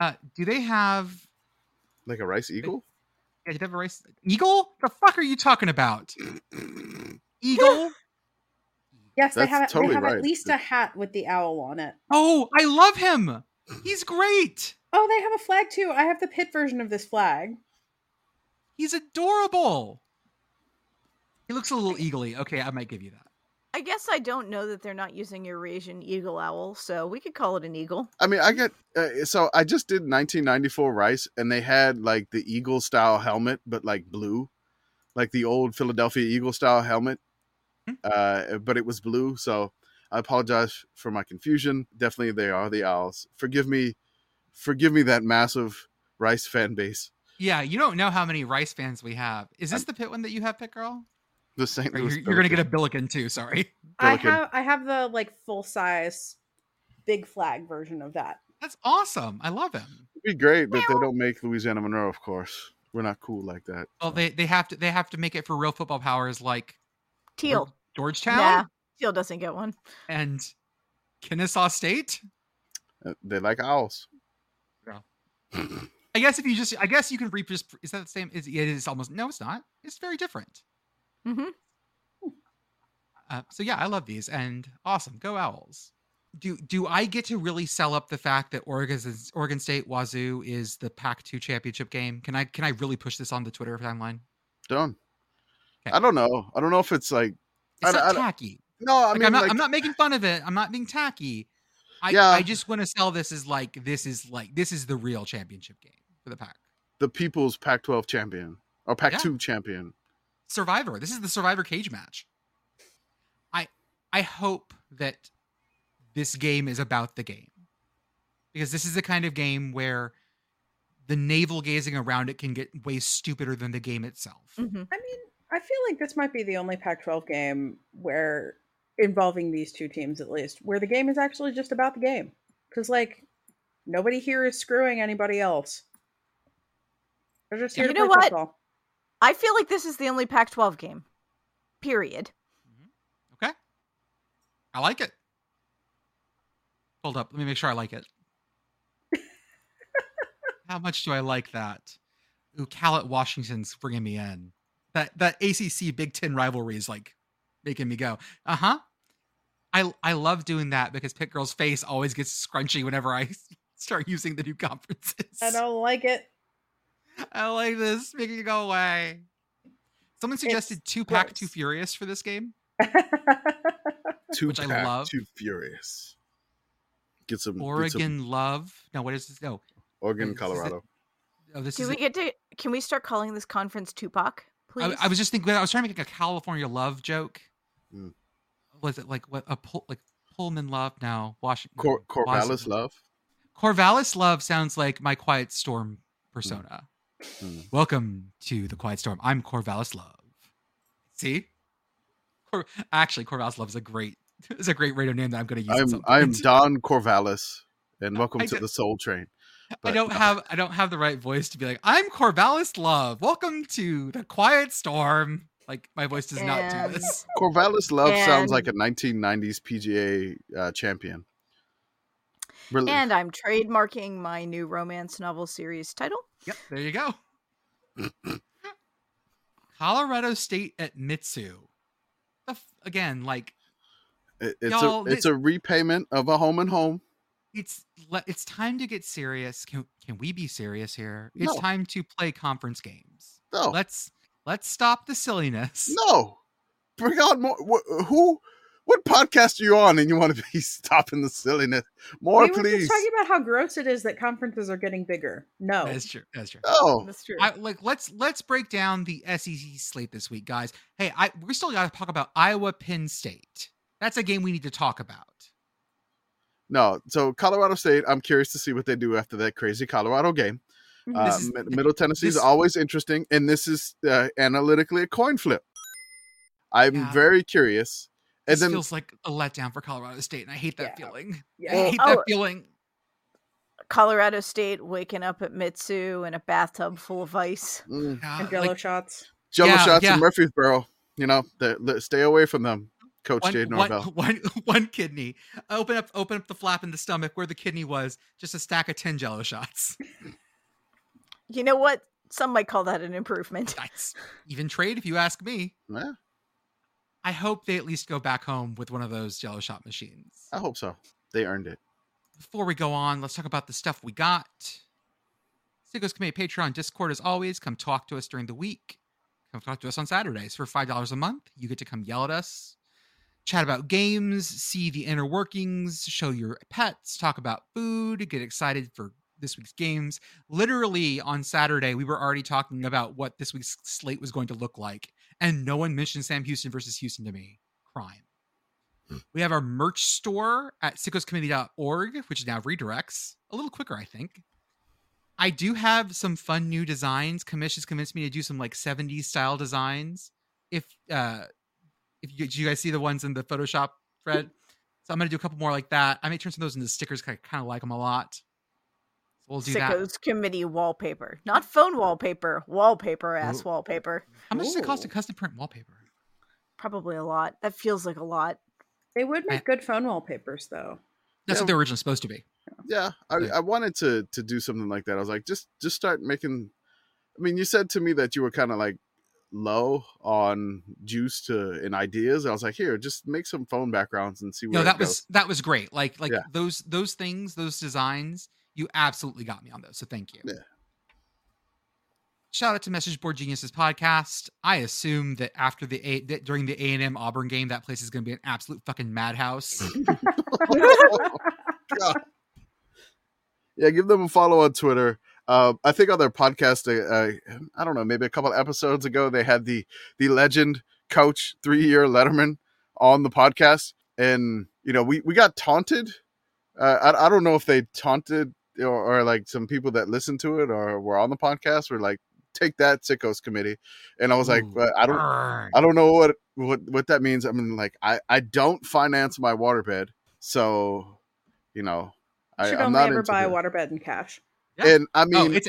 Speaker 3: Uh, do they have?
Speaker 4: like a rice eagle.
Speaker 3: Yeah, do they have a rice eagle? The fuck are you talking about? Eagle?
Speaker 2: yes, they
Speaker 4: That's
Speaker 2: have.
Speaker 4: totally
Speaker 2: they have
Speaker 4: right.
Speaker 2: at least a hat with the owl on it.
Speaker 3: oh, I love him. He's great.
Speaker 2: Oh, they have a flag too. I have the pit version of this flag.
Speaker 3: He's adorable. He looks a little eagly. Okay, I might give you that.
Speaker 1: I guess I don't know that they're not using Eurasian eagle owl, so we could call it an eagle.
Speaker 4: I mean, I get uh, so I just did 1994 Rice, and they had like the Eagle style helmet, but like blue, like the old Philadelphia Eagle style helmet,
Speaker 3: Hmm.
Speaker 4: uh, but it was blue. So I apologize for my confusion. Definitely, they are the Owls. Forgive me, forgive me that massive Rice fan base.
Speaker 3: Yeah, you don't know how many rice fans we have. Is this the pit one that you have, Pit Girl?
Speaker 4: The St.
Speaker 3: Or
Speaker 4: Louis.
Speaker 3: you're, you're gonna get a Billiken too. Sorry,
Speaker 2: I
Speaker 4: Billiken.
Speaker 2: have. I have the like full size, big flag version of that.
Speaker 3: that's awesome. I love him.
Speaker 4: It'd be great, but they don't make Louisiana Monroe, of course. We're not cool like that.
Speaker 3: Well, they they have to they have to make it for real football powers like
Speaker 1: Teal.
Speaker 3: Georgetown,
Speaker 1: Yeah. Teal doesn't get one.
Speaker 3: and Kennesaw State.
Speaker 4: Uh, They like owls.
Speaker 3: I guess if you just, I guess you can re. Is that the same? Is it is almost? No, it's not. It's very different.
Speaker 1: Mhm.
Speaker 3: Uh, so yeah, I love these and awesome. Go Owls. Do do I get to really sell up the fact that Oregon Oregon State Wazoo is the Pac-2 championship game? Can I can I really push this on the Twitter timeline?
Speaker 4: Done.
Speaker 3: Okay.
Speaker 4: I don't know. I don't know if it's like I
Speaker 3: It's
Speaker 4: don't- I
Speaker 3: not
Speaker 4: don't-
Speaker 3: tacky.
Speaker 4: no. I
Speaker 3: like,
Speaker 4: mean,
Speaker 3: I'm not
Speaker 4: like,
Speaker 3: I'm not making fun of it. I'm not being tacky. I,
Speaker 4: Yeah.
Speaker 3: I just want to sell this as like this is like this is the real championship game for the Pac.
Speaker 4: the people's Pac-12 champion or Pac-2 champion.
Speaker 3: Survivor. This is the Survivor cage match. I I hope that this game is about the game. Because this is the kind of game where the navel gazing around it can get way stupider than the game itself.
Speaker 1: hmm
Speaker 2: I mean, I feel like this might be the only Pac-12 game where involving these two teams at least, where the game is actually just about the game. because like nobody here is screwing anybody else. They're just here
Speaker 1: You
Speaker 2: to
Speaker 1: know
Speaker 2: play
Speaker 1: what?
Speaker 2: football.
Speaker 1: I feel like this is the only Pac 12 game. Period.
Speaker 3: Okay. I like it. Hold up. Let me make sure I like it. How much do I like that? Ooh, Cal at Washington's bringing me in. That that ACC Big Ten rivalry is like making me go. Uh huh. I I love doing that because Pit Girl's face always gets scrunchy whenever I start using the new conferences.
Speaker 2: I don't like it.
Speaker 3: I like this. Making it go away. Someone suggested two pack, two
Speaker 2: gross.
Speaker 3: furious for this game.
Speaker 4: Two
Speaker 3: Which I
Speaker 4: pack,
Speaker 3: love.
Speaker 4: two furious. Get some get some
Speaker 3: Oregon Love. No, what is this? No.
Speaker 4: Oregon,
Speaker 3: Wait, this is it-
Speaker 4: Colorado.
Speaker 3: Oh, this
Speaker 1: Do
Speaker 3: is.
Speaker 1: we
Speaker 3: it.
Speaker 1: get to? Can we start calling this conference Tupac? Please.
Speaker 3: I, I was just thinking. I was trying to make a California Love joke.
Speaker 4: Mm.
Speaker 3: Was it like what a pull like Pullman Love? No, Washington.
Speaker 4: Cor- Corvallis
Speaker 3: Wasn't-
Speaker 4: love.
Speaker 3: Corvallis Love sounds like my Quiet Storm persona.
Speaker 4: Mm.
Speaker 3: Welcome to the Quiet Storm. I'm Corvallis Love. See, Cor- actually, Corvallis Love is a great is a great radio name that I'm going to use. at
Speaker 4: I'm
Speaker 3: some
Speaker 4: I'm
Speaker 3: point.
Speaker 4: Don Corvallis, and welcome
Speaker 3: I
Speaker 4: to
Speaker 3: don't-
Speaker 4: the Soul Train.
Speaker 3: I
Speaker 4: but-
Speaker 3: don't have I don't have the right voice to be like I'm Corvallis Love. Welcome to the Quiet Storm. Like my voice does not
Speaker 1: And-
Speaker 3: do this.
Speaker 4: Corvallis Love sounds like a
Speaker 1: And-
Speaker 4: 1990s PGA uh, champion. Really?
Speaker 1: and I'm trademarking my new romance novel series title.
Speaker 3: Yep, there you go. Colorado State at Mitsu. The f- Again, like
Speaker 4: It- it's
Speaker 3: Y'all,
Speaker 4: a
Speaker 3: thi-
Speaker 4: it's a repayment of a home and home.
Speaker 3: it's le- it's time to get serious. Can can we be serious here? It's
Speaker 4: No.
Speaker 3: time to play conference games.
Speaker 4: No,
Speaker 3: Let's let's stop the silliness.
Speaker 4: no. Bring on more. wh- Who? What podcast are you on? And you want to be stopping the silliness? More,
Speaker 2: we were
Speaker 4: please.
Speaker 2: just talking about how gross it is that conferences are getting bigger. No,
Speaker 3: That's true. That's true.
Speaker 4: No,
Speaker 1: That's true.
Speaker 3: I, like let's let's break down the SEC slate this week, guys. Hey, I we still got to talk about Iowa Penn State. That's a game we need to talk about.
Speaker 4: no. So Colorado State. I'm curious to see what they do after that crazy Colorado game.
Speaker 2: Mhm.
Speaker 4: Uh,
Speaker 3: Mm-hmm. This is-
Speaker 4: Mid- Middle Tennessee is
Speaker 3: this-
Speaker 4: always interesting, and this is uh, analytically a coin flip. I'm
Speaker 3: Yeah.
Speaker 4: very curious. And
Speaker 3: this
Speaker 4: then
Speaker 3: feels like a letdown for Colorado State, and I hate that
Speaker 2: Yeah.
Speaker 3: feeling.
Speaker 2: yeah.
Speaker 3: I hate
Speaker 1: Oh.
Speaker 3: that feeling.
Speaker 1: Colorado State waking up at Mitsu in a bathtub full of ice.
Speaker 4: mm,
Speaker 1: uh,
Speaker 3: Yeah,
Speaker 2: and Jello
Speaker 3: like,
Speaker 2: shots.
Speaker 4: Jello
Speaker 3: Yeah,
Speaker 4: shots
Speaker 3: yeah.
Speaker 4: in Murfreesboro. You know, the, the- stay away from them, Coach
Speaker 3: one,
Speaker 4: Jade
Speaker 3: one-
Speaker 4: Norvell.
Speaker 3: one- one kidney. Open up, open up the flap in the stomach where the kidney was. Just a stack of ten Jello shots.
Speaker 1: You know what? Some might call that an improvement.
Speaker 3: That's even trade if you ask me.
Speaker 4: Yeah,
Speaker 3: I hope they at least go back home with one of those Jello shot machines.
Speaker 4: I hope so. They earned it.
Speaker 3: before we go on, let's talk about the stuff we got. Sickos Committee Patreon Discord, as always, come talk to us during the week. Come talk to us on Saturdays for $5 a month. You get to come yell at us, chat about games, see the inner workings, show your pets, talk about food, get excited for this week's games. Literally on Saturday, we were already talking about what this week's slate was going to look like, and no one mentioned Sam Houston versus Houston to me. Crime. We have our merch store at sickoscommittee.org, which now redirects a little quicker, I think. I do have some fun new designs. Commissions convinced me to do some like 70s style designs. If uh if you, do you guys see the ones in the Photoshop thread, so I'm gonna do a couple more like that. I may turn some of those into stickers 'cause I kind of like them a lot. So we'll do that.
Speaker 1: Sicko's committee wallpaper, not phone wallpaper, wallpaper ass
Speaker 3: Ooh.
Speaker 1: wallpaper.
Speaker 3: How much does it cost to
Speaker 2: Ooh.
Speaker 3: custom print wallpaper?
Speaker 1: Probably a lot. That feels like a lot.
Speaker 2: They would
Speaker 3: I-
Speaker 2: make good phone wallpapers, though.
Speaker 3: That's
Speaker 4: Yeah.
Speaker 3: what they were originally supposed to be.
Speaker 4: Yeah, I,
Speaker 3: Yeah.
Speaker 4: I wanted to to do something like that. I was like, just just start making. I mean, you said to me that you were kind of like low on juice to and ideas. I was like, here, just make some phone backgrounds and see where
Speaker 3: No,
Speaker 4: it
Speaker 3: that
Speaker 4: goes.
Speaker 3: was that was great. Like like
Speaker 4: Yeah.
Speaker 3: those those things, those designs, you absolutely got me on those. So thank you.
Speaker 4: Yeah.
Speaker 3: Shout out to Message Board Geniuses podcast. I assume that after the a- that during the A and M Auburn game, that place is going to be an absolute fucking madhouse.
Speaker 4: yeah, give them a follow on Twitter. Uh, I think on their podcast, uh, uh, I don't know, maybe a couple episodes ago, they had the the legend coach three year Letterman on the podcast, and you know we we got taunted. Uh, I I don't know if they taunted or, or like some people that listened to it or were on the podcast were like, take that sickos committee, and I was like,
Speaker 3: Ooh,
Speaker 4: well, I don't
Speaker 3: burn.
Speaker 4: I don't know what what what that means. I mean, like I I don't finance my water bed, so you know
Speaker 2: I should only ever buy a waterbed in cash.
Speaker 3: Yeah.
Speaker 4: And I mean,
Speaker 3: oh, it's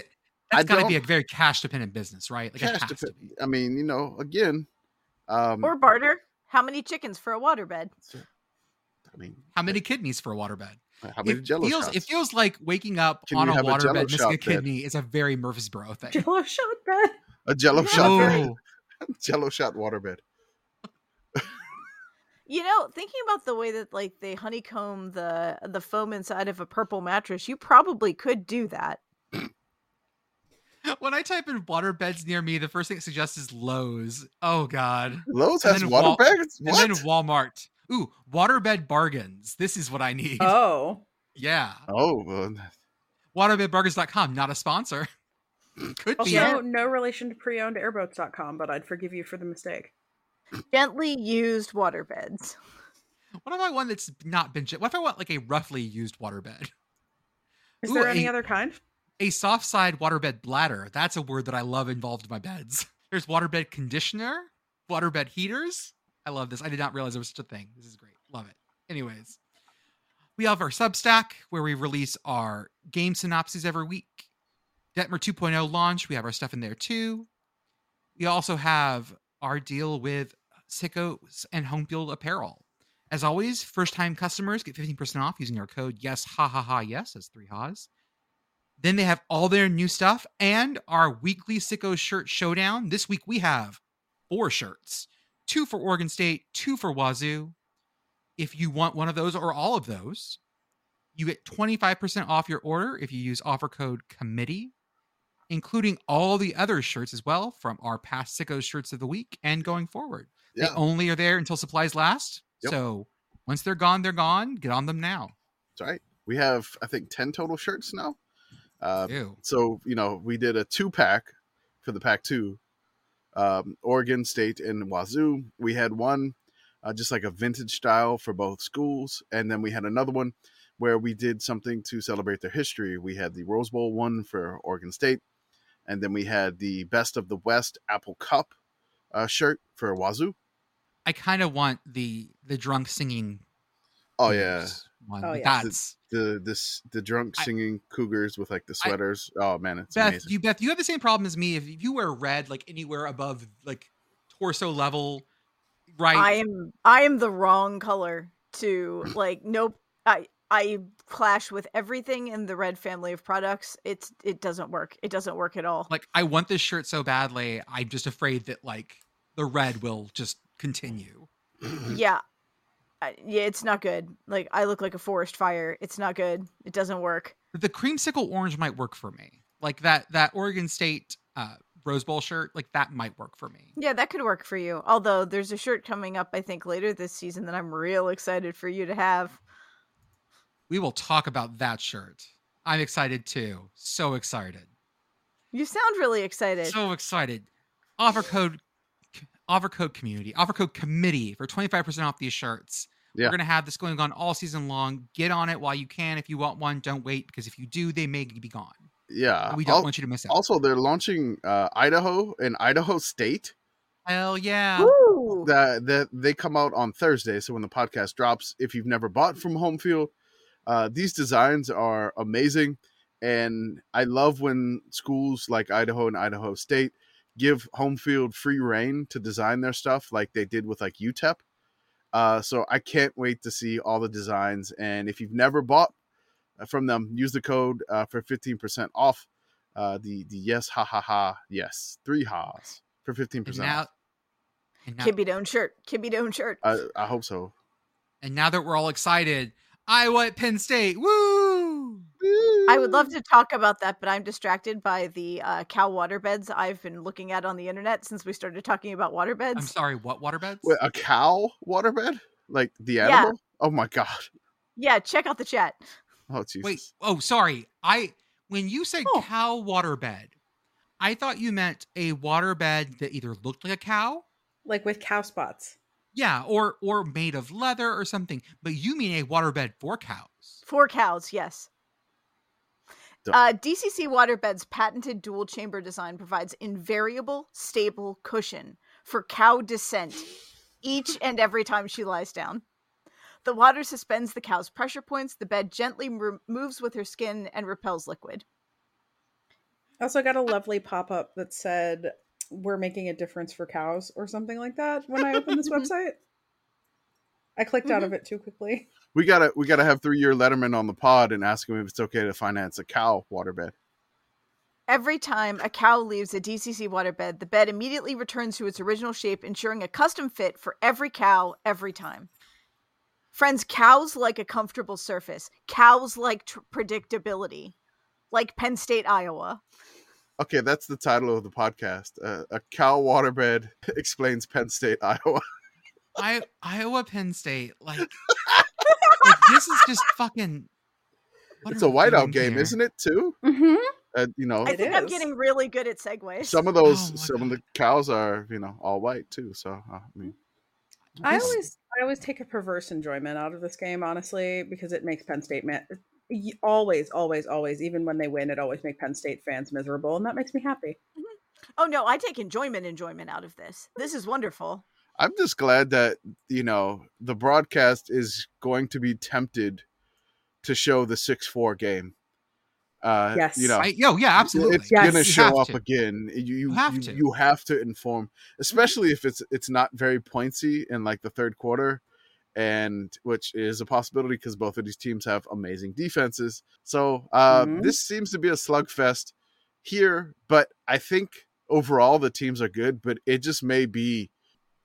Speaker 4: I
Speaker 3: that's got to be a
Speaker 4: don't-
Speaker 3: very cash dependent business, right? Like it
Speaker 4: cash
Speaker 3: has to
Speaker 4: depend-
Speaker 3: be.
Speaker 4: I mean, you know, again,
Speaker 3: Mm.
Speaker 4: um,
Speaker 1: Or barter. How many chickens for a waterbed?
Speaker 4: I mean,
Speaker 3: How many kidneys for a waterbed?
Speaker 4: how many
Speaker 3: it
Speaker 4: jello
Speaker 3: feels
Speaker 4: shots?
Speaker 3: it feels like waking up
Speaker 4: Can
Speaker 3: on
Speaker 4: you
Speaker 3: a
Speaker 4: have a Jell-O
Speaker 3: waterbed missing
Speaker 4: shot
Speaker 3: a
Speaker 4: then?
Speaker 3: kidney is a very Murphy's Bro thing.
Speaker 2: Jello shot bed.
Speaker 4: a jello
Speaker 1: Yeah.
Speaker 4: shot,
Speaker 1: very-
Speaker 3: Oh,
Speaker 4: jello shot waterbed.
Speaker 1: You know, thinking about the way that like they honeycomb the the foam inside of a purple mattress, you probably could do that.
Speaker 3: when I type in waterbeds near me, the first thing it suggests is Lowe's. Oh God.
Speaker 4: Lowe's
Speaker 3: And
Speaker 4: has
Speaker 3: then
Speaker 4: water
Speaker 3: Wal-
Speaker 4: bags.
Speaker 3: And
Speaker 4: What?
Speaker 3: then Walmart. Ooh, waterbed bargains. This is what I need.
Speaker 2: Oh,
Speaker 3: yeah.
Speaker 4: oh, well,
Speaker 3: Waterbedbargains.com, not a sponsor. Could be.
Speaker 2: also no relation to pre-owned airboats.com, but I'd forgive you for the mistake.
Speaker 1: Gently used waterbeds.
Speaker 3: What if I want that's not been? What if I want like a roughly used waterbed?
Speaker 2: Is
Speaker 3: Ooh,
Speaker 2: there any
Speaker 3: a-
Speaker 2: other kind?
Speaker 3: A soft side waterbed bladder. That's a word that I love involved in my beds. There's waterbed conditioner, waterbed heaters. I love this. I did not realize there was such a thing. This is great. Love it. Anyways, we have our Substack where we release our game synopses every week. Detmer 2.0 launch. We have our stuff in there too. We also have our deal with Sickos and Home Field Apparel. As always, first time customers get 15% off using our code yes ha ha ha yes as three ha's. Then they have all their new stuff and our weekly Sicko shirt showdown. This week we have four shirts two for Oregon State, two for Wazoo. If you want one of those or all of those, you get 25% off your order if you use offer code committee, including all the other shirts as well from our past Sicko shirts of the week and going forward. They
Speaker 4: yeah.
Speaker 3: only are there until supplies last.
Speaker 4: Yep.
Speaker 3: So once they're gone, they're gone. Get on them now.
Speaker 4: That's right. We have, I think, 10 total shirts now. Uh,
Speaker 3: Ew.
Speaker 4: so, you know, we did a two pack for the pack two um, Oregon State and Wazoo. We had one uh, just like a vintage style for both schools. And then we had another one where we did something to celebrate their history. We had the Rose Bowl one for Oregon State. And then we had the Best of the West Apple Cup uh, shirt for Wazoo.
Speaker 3: I kind of want the the drunk singing.
Speaker 4: Oh, yeah.
Speaker 3: Cougars one.
Speaker 2: Oh,
Speaker 3: Like,
Speaker 2: yeah.
Speaker 3: That's
Speaker 4: The this the drunk
Speaker 3: I-
Speaker 4: singing cougars with like the
Speaker 3: I-
Speaker 4: sweaters. oh man, it's
Speaker 3: Beth.
Speaker 4: amazing.
Speaker 3: You Beth, you have the same problem as me. If you wear red, like anywhere above like torso level, right?
Speaker 1: I am I am the wrong color to like nope I I clash with everything in the red family of products. It's it doesn't work. It doesn't work at all.
Speaker 3: like I want this shirt so badly. I'm just afraid that like the red will just continue.
Speaker 1: yeah. I, yeah, it's not good. Like I look like a forest fire. It's not good. It doesn't work.
Speaker 3: the creamsicle orange might work for me. Like that that Oregon State uh, Rose Bowl shirt, like that might work for me.
Speaker 1: Yeah, that could work for you. Although there's a shirt coming up I think later this season that I'm real excited for you to have.
Speaker 3: We will talk about that shirt. I'm excited too. So excited.
Speaker 1: You sound really excited.
Speaker 3: So excited. Offer code offer code community. Offer code committee for 25% off these shirts.
Speaker 4: Yeah.
Speaker 3: We're gonna have this going on all season long. Get on it while you can. If you want one, don't wait because if you do, they may be gone.
Speaker 4: yeah.
Speaker 3: And we don't
Speaker 4: Al-
Speaker 3: want you to miss out.
Speaker 4: also, they're launching uh, Idaho and Idaho State.
Speaker 3: Hell yeah.
Speaker 1: Ooh.
Speaker 4: That that they come out on Thursday. So when the podcast drops, if you've never bought from Home Field, uh, these designs are amazing, and I love when schools like Idaho and Idaho State give Home Field free reign to design their stuff, like they did with like UTEP. Uh, so I can't wait to see all the designs. And if you've never bought uh, from them, use the code uh, for fifteen percent off. Uh, the the yes ha ha ha yes three ha's for fifteen
Speaker 3: And
Speaker 4: percent.
Speaker 3: now, and now
Speaker 1: Kibby Doan shirt. Kibby Doan shirt.
Speaker 4: I, I hope so.
Speaker 3: And now that we're all excited, Iowa at Penn State. Woo!
Speaker 1: I would love to talk about that, but I'm distracted by the uh, cow waterbeds I've been looking at on the internet since we started talking about
Speaker 3: I'm
Speaker 1: waterbeds.
Speaker 3: sorry, what waterbeds?
Speaker 4: Wait, a cow waterbed like the
Speaker 1: Yeah.
Speaker 4: animal. Oh my god!
Speaker 1: Yeah, check out the chat.
Speaker 4: Oh Jesus!
Speaker 3: Wait, oh, sorry. I when you said
Speaker 2: Oh.
Speaker 3: cow waterbed, I thought you meant a waterbed that either looked like a cow,
Speaker 2: Like with cow spots.
Speaker 3: yeah, or or made of leather or something. But you mean a waterbed for cows?
Speaker 1: Four cows, yes.
Speaker 4: Duh.
Speaker 1: Uh, DCC Waterbed's patented dual chamber design provides invariable, stable cushion for cow descent each and every time she lies down. The water suspends the cow's pressure points. The bed gently rem- moves with her skin and repels liquid.
Speaker 2: Also got a lovely pop up that said we're making a difference for cows or something like that when I opened this website. I clicked out of it too quickly.
Speaker 4: We gotta we gotta have three year Letterman on the pod and ask him if it's okay to finance a cow waterbed.
Speaker 1: Every time a cow leaves a DCC waterbed, the bed immediately returns to its original shape, ensuring a custom fit for every cow every time. Friends, cows like a comfortable surface. Cows like tr- predictability, like Penn State, Iowa.
Speaker 4: Okay, that's the title of the podcast. Uh, a cow waterbed explains Penn State, Iowa.
Speaker 3: I Iowa Penn State, like, like, this is just fucking. what
Speaker 4: It's a
Speaker 3: are we
Speaker 4: whiteout
Speaker 3: doing
Speaker 4: game,
Speaker 3: here?
Speaker 4: isn't it? Too,
Speaker 2: Mm-hmm.
Speaker 4: uh, you know,
Speaker 1: I
Speaker 2: It
Speaker 1: think I'm
Speaker 2: is.
Speaker 1: getting really good at segues.
Speaker 4: some of
Speaker 3: Oh
Speaker 4: those,
Speaker 3: my
Speaker 4: some of the cows are, you know, all white too. So uh, I mean,
Speaker 2: I
Speaker 3: This-
Speaker 2: always I always take a perverse enjoyment out of this game, honestly, because it makes Penn State man always, always, always, even when they win, it always make Penn State fans miserable, and that makes me happy.
Speaker 1: oh no, I take enjoyment enjoyment out of this. This is wonderful.
Speaker 4: I'm just glad that you know the broadcast is going to be tempted to show the six four game. Uh,
Speaker 2: Yes.
Speaker 4: you know,
Speaker 3: I, yo, yeah, absolutely.
Speaker 4: It's
Speaker 2: Yes.
Speaker 4: gonna
Speaker 2: You
Speaker 4: show
Speaker 3: have
Speaker 4: up
Speaker 3: to.
Speaker 4: again. You you,
Speaker 3: have
Speaker 4: you,
Speaker 3: to.
Speaker 4: you have to inform, especially if it's it's not very pointsy in like the third quarter, and which is a possibility because both of these teams have amazing defenses. So uh,
Speaker 2: Mhm.
Speaker 4: this seems to be a slugfest here, but I think overall the teams are good, but it just may be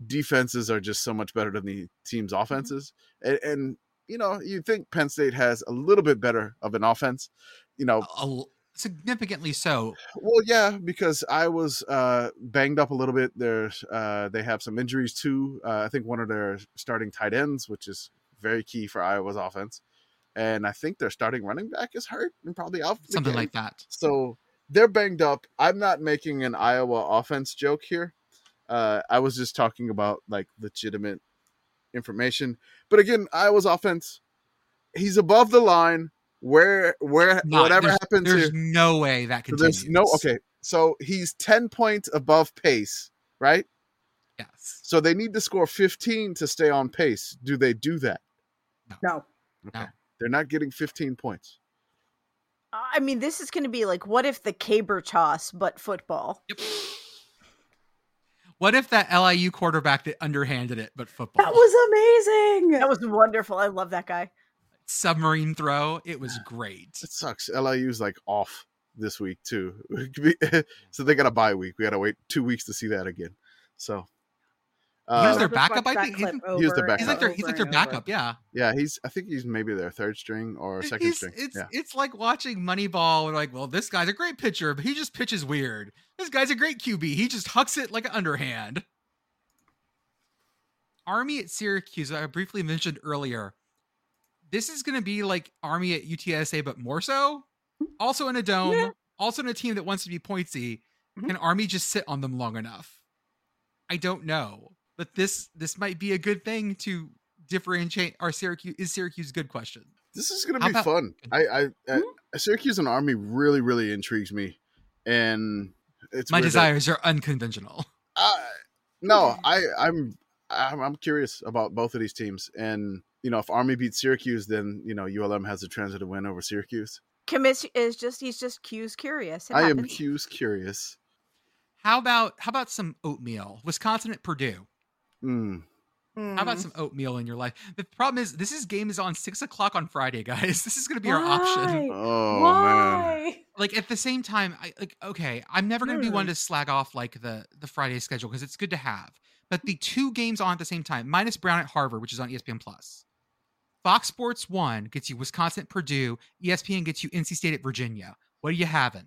Speaker 4: defenses are just so much better than the team's
Speaker 3: Mm-hmm.
Speaker 4: offenses, and, and you know you think Penn State has a little bit better of an offense, you know,
Speaker 3: A- a- significantly so.
Speaker 4: well, yeah, because I was uh, banged up a little bit. There's uh, they have some injuries too. Uh, I think one of their starting tight ends, which is very key for Iowa's offense, and I think their starting running back is hurt and probably out. For the
Speaker 3: Something
Speaker 4: game.
Speaker 3: like that.
Speaker 4: So they're banged up. I'm not making an Iowa offense joke here. Uh, I was just talking about like legitimate information. But again, Iowa's offense, he's above the line. Where where
Speaker 3: Not-
Speaker 4: whatever
Speaker 3: there's,
Speaker 4: happens
Speaker 3: There's
Speaker 4: here,
Speaker 3: no way that
Speaker 4: so
Speaker 3: continues.
Speaker 4: there's no okay. So he's ten points above pace, right?
Speaker 3: Yes.
Speaker 4: So they need to score fifteen to stay on pace. Do they do that?
Speaker 2: No.
Speaker 4: Okay.
Speaker 3: No.
Speaker 4: They're not getting fifteen points.
Speaker 1: I mean, this is going to be like what if the caber toss but football?
Speaker 3: Yep. What if that LIU quarterback that underhanded it, but football
Speaker 2: That was amazing.
Speaker 1: That was wonderful. I love that guy.
Speaker 3: submarine throw? It was great.
Speaker 4: It sucks. LIU's like off this week too. so they got a bye week. We got to wait two weeks to see that again. So
Speaker 3: Here's
Speaker 4: uh,
Speaker 3: their
Speaker 2: I've watched
Speaker 3: backup, I
Speaker 2: that
Speaker 3: think.
Speaker 2: clip
Speaker 4: He was
Speaker 2: over
Speaker 4: their
Speaker 2: and
Speaker 3: He's like their he's
Speaker 2: over
Speaker 3: like their
Speaker 2: and over.
Speaker 3: backup, yeah.
Speaker 4: yeah, he's. I think he's maybe their third string or second
Speaker 3: He's-
Speaker 4: string.
Speaker 3: it's
Speaker 4: yeah.
Speaker 3: it's like watching Moneyball. We're like, well, this guy's a great pitcher, but he just pitches weird. This guy's a great QB. He just hucks it like an underhand. Army at Syracuse, I briefly mentioned earlier. This is going to be like Army at UTSA, but more so. Also in a dome,
Speaker 2: Yeah.
Speaker 3: also in a team that wants to be pointsy.
Speaker 4: Mm-hmm.
Speaker 2: Mhm.
Speaker 3: Can Army just sit on them long enough? I don't know, but this this might be a good thing to differentiate. Our Syracuse is Syracuse good question.
Speaker 4: This is gonna
Speaker 3: How
Speaker 4: be
Speaker 3: about- Hmm?
Speaker 4: fun. I, I, uh Syracuse and Army really, really intrigues me, and it's
Speaker 3: My
Speaker 4: weird that-
Speaker 3: desires are unconventional.
Speaker 4: Uh, no, I, I'm, I'm, I'm curious about both of these teams, and you know, if Army beats Syracuse, then you know ULM has a transitive win over Syracuse.
Speaker 1: Commiss is just he's just Q's curious. It
Speaker 4: I am
Speaker 1: happens.
Speaker 4: Q's curious.
Speaker 3: How about how about some oatmeal? Wisconsin at Purdue.
Speaker 4: Mm.
Speaker 3: How about some oatmeal in your life? The problem is this is game is on six o'clock on Friday, guys. This is going to be our option.
Speaker 2: Why?
Speaker 4: Oh man,
Speaker 2: Why?
Speaker 3: Like at the same time, I like okay, I'm never going to be one
Speaker 2: Hmm.
Speaker 3: to slag off like the the Friday schedule because it's good to have. But the two games on at the same time, minus Brown at Harvard, which is on E ESPN Plus. Fox Sports One gets you Wisconsin at Purdue. E ESPN gets you NC State at Virginia. What are you having?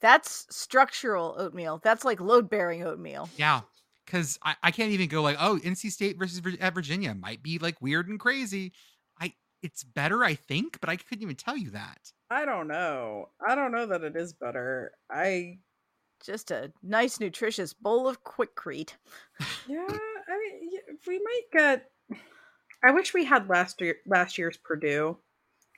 Speaker 1: That's structural oatmeal. That's like load bearing oatmeal.
Speaker 3: Yeah, because I, I can't even go like, oh, NC State versus Vir- at Virginia might be like weird and crazy. I it's better, I think, but I couldn't even tell you that.
Speaker 2: I don't know. I don't know that it is better. I
Speaker 1: Just a nice, nutritious bowl of quickcrete.
Speaker 2: Yeah, I mean, y- we might get. I wish we had last year last year's Purdue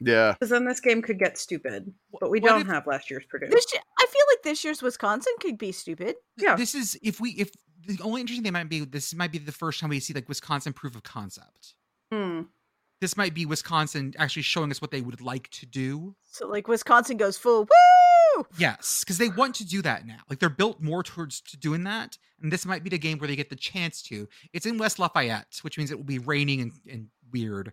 Speaker 4: yeah.
Speaker 2: because then this game could get stupid.
Speaker 3: Wh-
Speaker 2: But we
Speaker 3: what
Speaker 2: don't
Speaker 3: if-
Speaker 2: have last year's Purdue.
Speaker 1: This, y- I feel like this year's Wisconsin could be stupid.
Speaker 3: Th-
Speaker 2: Yeah.
Speaker 3: this is if we if the only interesting thing might be this might be the first time we see like Wisconsin proof of concept.
Speaker 2: Hmm.
Speaker 3: this might be Wisconsin actually showing us what they would like to do.
Speaker 1: So like Wisconsin goes full woo.
Speaker 3: Yes, because they want to do that now. Like they're built more towards to doing that, and this might be the game where they get the chance to. It's in West Lafayette, which means it will be raining and, and weird,